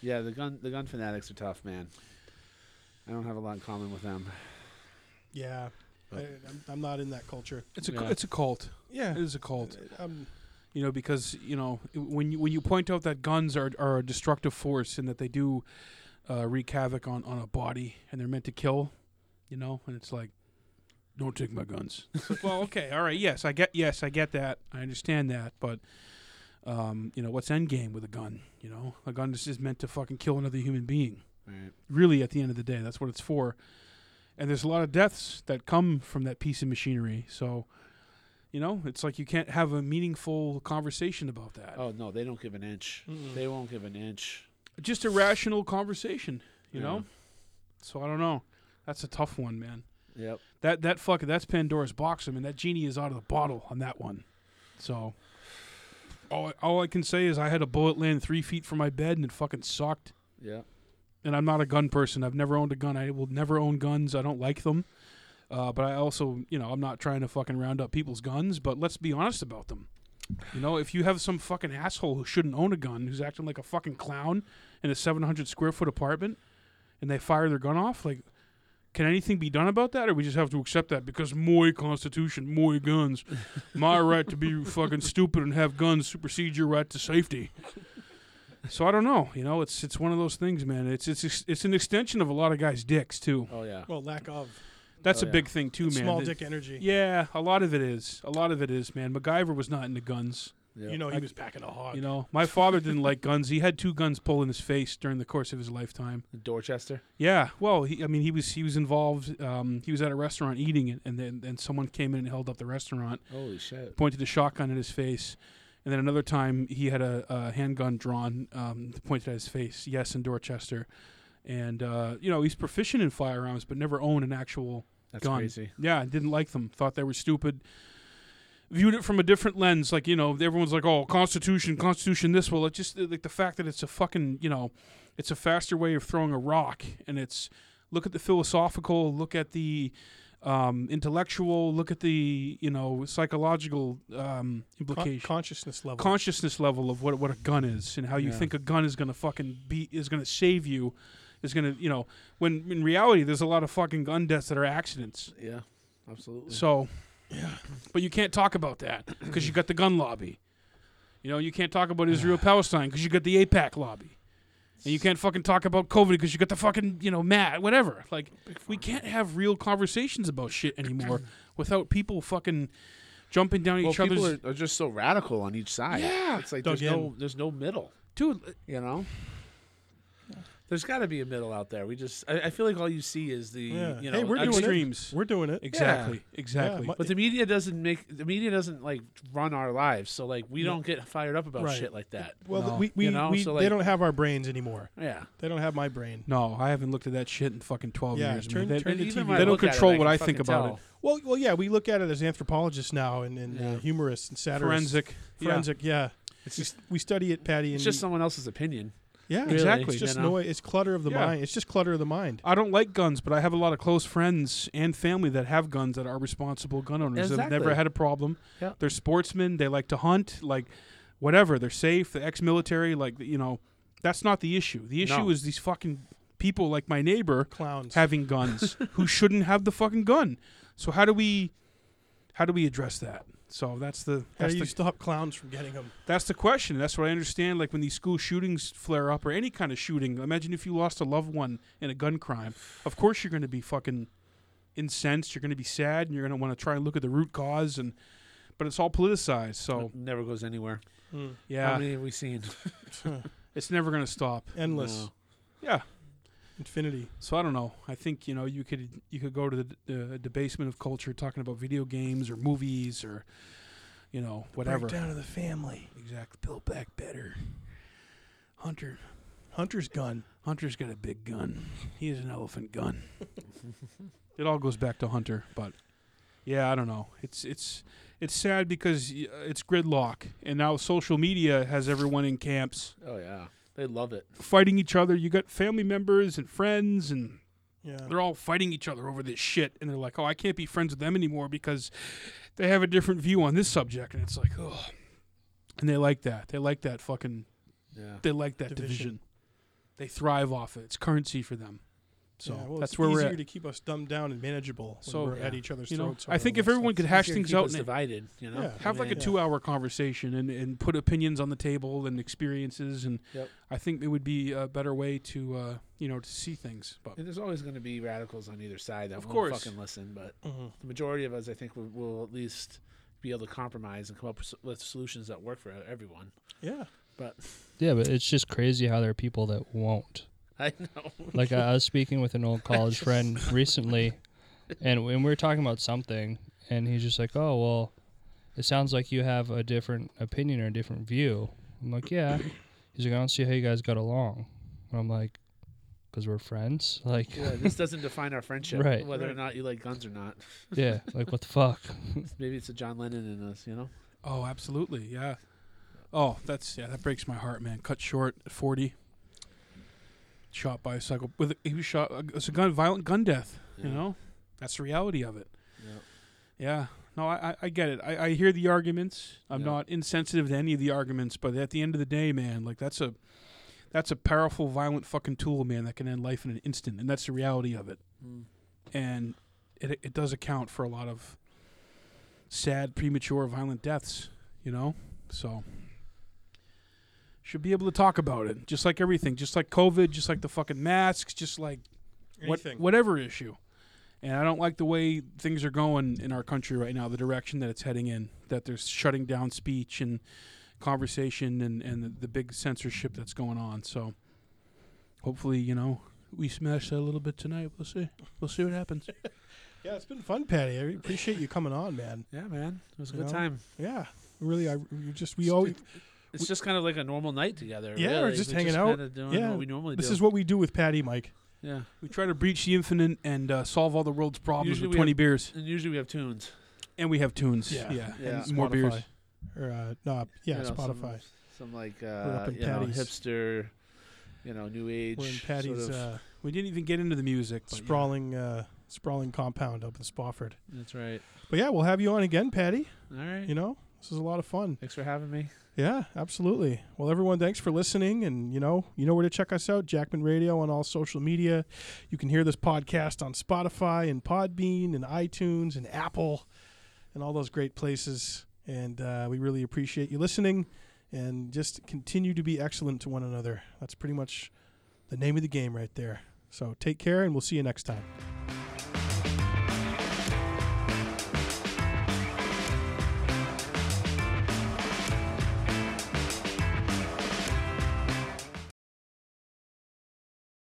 Yeah, the gun the gun fanatics are tough, man. I don't have a lot in common with them.
Yeah. I, I'm, I'm not in that culture.
It's a
Yeah.
it's a cult.
Yeah.
It is a cult.
Um,
You know because you know when you when you point out that guns are are a destructive force and that they do uh, wreak havoc on on a body and they're meant to kill, you know, and it's like,
Don't take my
[LAUGHS]
guns.
it's like, well, okay, all right, yes, I get yes, I get that, I understand that, but. Um, you know what's end game with a gun? You know, a gun is just meant to fucking kill another human being.
Right.
really at the end of the day that's what it's for and there's a lot of deaths that come from that piece of machinery so you know it's like you can't have a meaningful conversation about that
Oh no, they don't give an inch.
Mm-mm.
They won't give an inch.
just a rational conversation you
Yeah.
know so i don't know that's a tough one man
Yep.
that that fuck that's pandora's box i mean that genie is out of the bottle on that one so all I, all I can say is i had a bullet land three feet from my bed and it fucking sucked
Yep.
and I'm not a gun person. I've never owned a gun. I will never own guns. I don't like them. Uh, but I also, you know, I'm not trying to fucking round up people's guns. But let's be honest about them. You know, if you have some fucking asshole who shouldn't own a gun, who's acting like a fucking clown in a 700 square foot apartment, and they fire their gun off, like, can anything be done about that, or we just have to accept that because my constitution, my
[LAUGHS]
guns, my right to be fucking stupid and have guns supersede your right to safety. So I don't know. You know, it's it's one of those things, man. It's it's it's an extension of a lot of guys' dicks too.
Oh yeah.
well, lack of
That's
Oh,
a
yeah.
big thing too, man.
small
That-
dick energy.
Yeah, a lot of it is. A lot of it is, man. MacGyver was not into guns.
Yep.
You know, he
I-
was packing a hog.
You know, my father didn't like guns. He had two guns pulled in his face during the course of his lifetime.
Dorchester.
Yeah, well, he, I mean, he was he was involved. Um, he was at a restaurant eating, it, and then and someone came in and held up the restaurant,
Holy shit.
pointed a shotgun at his face, and then another time he had a, a handgun drawn, um, pointed at his face. Yes, in Dorchester, and uh, you know he's proficient in firearms, but never owned an actual
That's
Gun.
crazy.
yeah, I didn't like them. Thought they were stupid. Viewed it from a different lens, like you know, everyone's like, "Oh, Constitution, Constitution, this." Well, it just uh, like the fact that it's a fucking, you know, it's a faster way of throwing a rock, and it's look at the philosophical, look at the um, intellectual, look at the you know psychological um,
Con-
implication,
consciousness level.
consciousness level of what what a gun is, and how you
Yeah.
think a gun is gonna fucking be is gonna save you, is gonna you know, when in reality there's a lot of fucking gun deaths that are accidents.
Yeah. Absolutely.
So, but you can't talk about that because you got the gun lobby. You know, you can't talk about Israel Palestine because you got the APAC lobby, and you can't fucking talk about COVID because you got the fucking you know Matt whatever. Like, we can't have real conversations about shit
[CLEARS THROAT]
anymore without people fucking jumping down
well,
each
people
other's.
are, are just so radical on each side.
Yeah.
It's like
Dug
there's no there's no middle.
Dude,
You know. There's got to be a middle out there. We just, I, I feel like all you see is the,
Yeah.
you know,
Hey, we're doing it.
Extremes.
We're doing it.
Exactly. Exactly.
Yeah, my-
But the media doesn't make the media doesn't like run our lives, so like we don't get fired up about
Right.
shit like that.
Well, th-
No.
we, we,
You know,
we
so,
they
like-
don't have our brains anymore.
Yeah,
They don't have my brain.
no, I haven't looked at that shit in fucking 12
Yeah,
years. man.
turn-
They-
turn
they-
the
Even
TV
when
they don't
look at it,
control
I
what
can
I think
fucking
about
tell.
it.
Well, well, yeah, we look at it as anthropologists now and, and uh, humorists and satirists.
Forensic. Yeah.
Forensic, yeah.
It's
We-
just
we study it, Patty, and
it's just
we-
someone else's opinion.
yeah,
really,
It's
exactly.
just
you know?
noise. It's clutter of the
Yeah.
mind. It's just clutter of the mind.
I don't like guns, but I have a lot of close friends and family that have guns that are responsible gun owners that have never
Exactly.
had a problem.
Yeah.
They're sportsmen. They like to hunt. Like, whatever. They're safe. They're ex-military. Like, you know, that's not the issue. The issue
No.
is these fucking people, like my neighbor,
Clowns.
having guns who shouldn't have the fucking gun. So how do we, how do we address that? So that's the
How
that's
do you
the
stop clowns from getting them?
That's the question. That's what I understand. Like when these school shootings flare up or any kind of shooting, imagine if you lost a loved one in a gun crime. Of course, you're going to be fucking incensed. You're going to be sad, and you're going to want to try and look at the root cause. And but it's all politicized, so
It never goes anywhere. How
yeah,
many have we seen?
it's never going to stop.
Endless.
No.
Yeah.
Infinity.
So I don't know. I think you know you could you could go to the the debasement of culture, talking about video games or movies or you know whatever.
Breakdown of the family.
Exactly. Build back better. Hunter
Hunter's gun.
Hunter's got a big gun. He has an elephant gun. it all goes back to Hunter, but yeah, I don't know. It's it's it's sad because y- uh, it's gridlock, and now social media has everyone in camps
[LAUGHS] Oh yeah, they love it.
fighting each other. You got family members and friends, and
Yeah.
they're all fighting each other over this shit. And they're like, "Oh, I can't be friends with them anymore because they have a different view on this subject." And it's like, oh, and they like that. They like that fucking.
Yeah,
They like that
Division.
division. They thrive off it. It's currency for them. So
Yeah, well,
that's
it's
where we're
easier
at.
to keep us dumbed down and manageable. When
So,
we're at
yeah.
each other's
you know,
throats.
I think if everyone could hash things out
keep us
and
divided. You know,
Yeah.
have like a
uh,
Yeah.
two-hour conversation and, and put opinions on the table and experiences, and
Yep.
I think it would be a better way to uh, you know to see things. But
And there's always going to be radicals on either side that
Of
won't
course.
fucking listen, but
hmm
the majority of us, I think, will, will at least be able to compromise and come up with, s- with solutions that work for everyone. [LAUGHS]
Yeah.
But
Yeah, but it's just crazy how there are people that won't.
I know.
Like uh, I, I was speaking with an old college friend recently, and when we were talking about something, and he's just like, "Oh well, it sounds like you have a different opinion or a different view." I'm like, "Yeah." He's like, "I don't see how you guys got along," and I'm like, "Cause we're friends." Like,
[LAUGHS]
[LAUGHS]
Yeah, this doesn't define our friendship,
Right.
whether or
Right.
not you like guns or not. [LAUGHS]
yeah, like what the fuck?
Maybe it's a John Lennon in us, you know.
oh, absolutely, yeah. Oh, that's yeah, that breaks my heart, man. Cut short at forty, shot by a psycho. With he was shot. It's a gun, violent gun death. You
Yeah.
know, that's the reality of it.
Yeah.
Yeah. No, I, I- I get it. I, I hear the arguments. I'm
Yeah.
not insensitive to any of the arguments, but at the end of the day, man, like that's a that's a powerful, violent fucking tool, man, that can end life in an instant, and that's the reality of it.
Mm.
And it it does account for a lot of sad, premature, violent deaths, you know? So should be able to talk about it. Just like everything, just like COVID, just like the fucking masks, just like what,
Anything.
whatever issue. And I don't like the way things are going in our country right now, the direction that it's heading in, that they're shutting down speech and conversation and, and the, the big censorship that's going on. So hopefully, you know, we smash that a little bit tonight. We'll see. We'll see what happens.
Yeah, it's been fun, Patty. I appreciate you coming on, man.
Yeah, man, it was a
You
good
know?
time.
Yeah. Really, I you just we always
It's just kind of like a normal night together.
Yeah,
really.
we're just hanging out.
kinda doing
Yeah.
what we normally
this
do.
is what we do with Patty, Mike.
yeah,
We try to breach the infinite and uh, solve all the world's problems
Usually
with
we
20
have-
beers.
and usually we have tunes.
And we have tunes.
Yeah.
Yeah.
And more beers.
Spotify. Or uh, no, yeah,
you know,
Spotify.
Some, some like
up
uh,
in
you know,
Patty's.
hipster, you know, new age.
We're in
sort
Patty's
of-
uh,
We didn't even get into the music. but yeah.
sprawling uh, sprawling compound up in Spofford.
That's right.
But yeah, we'll have you on again, Patty.
All right.
You know, this is a lot of fun.
Thanks for having me.
Yeah, absolutely. Well, everyone, thanks for listening, and you know, you know where to check us out: Jackman Radio on all social media. You can hear this podcast on Spotify and Podbean and iTunes and Apple and all those great places. And uh, we really appreciate you listening, and just continue to be excellent to one another. That's pretty much the name of the game right there. So take care, and we'll see you next time.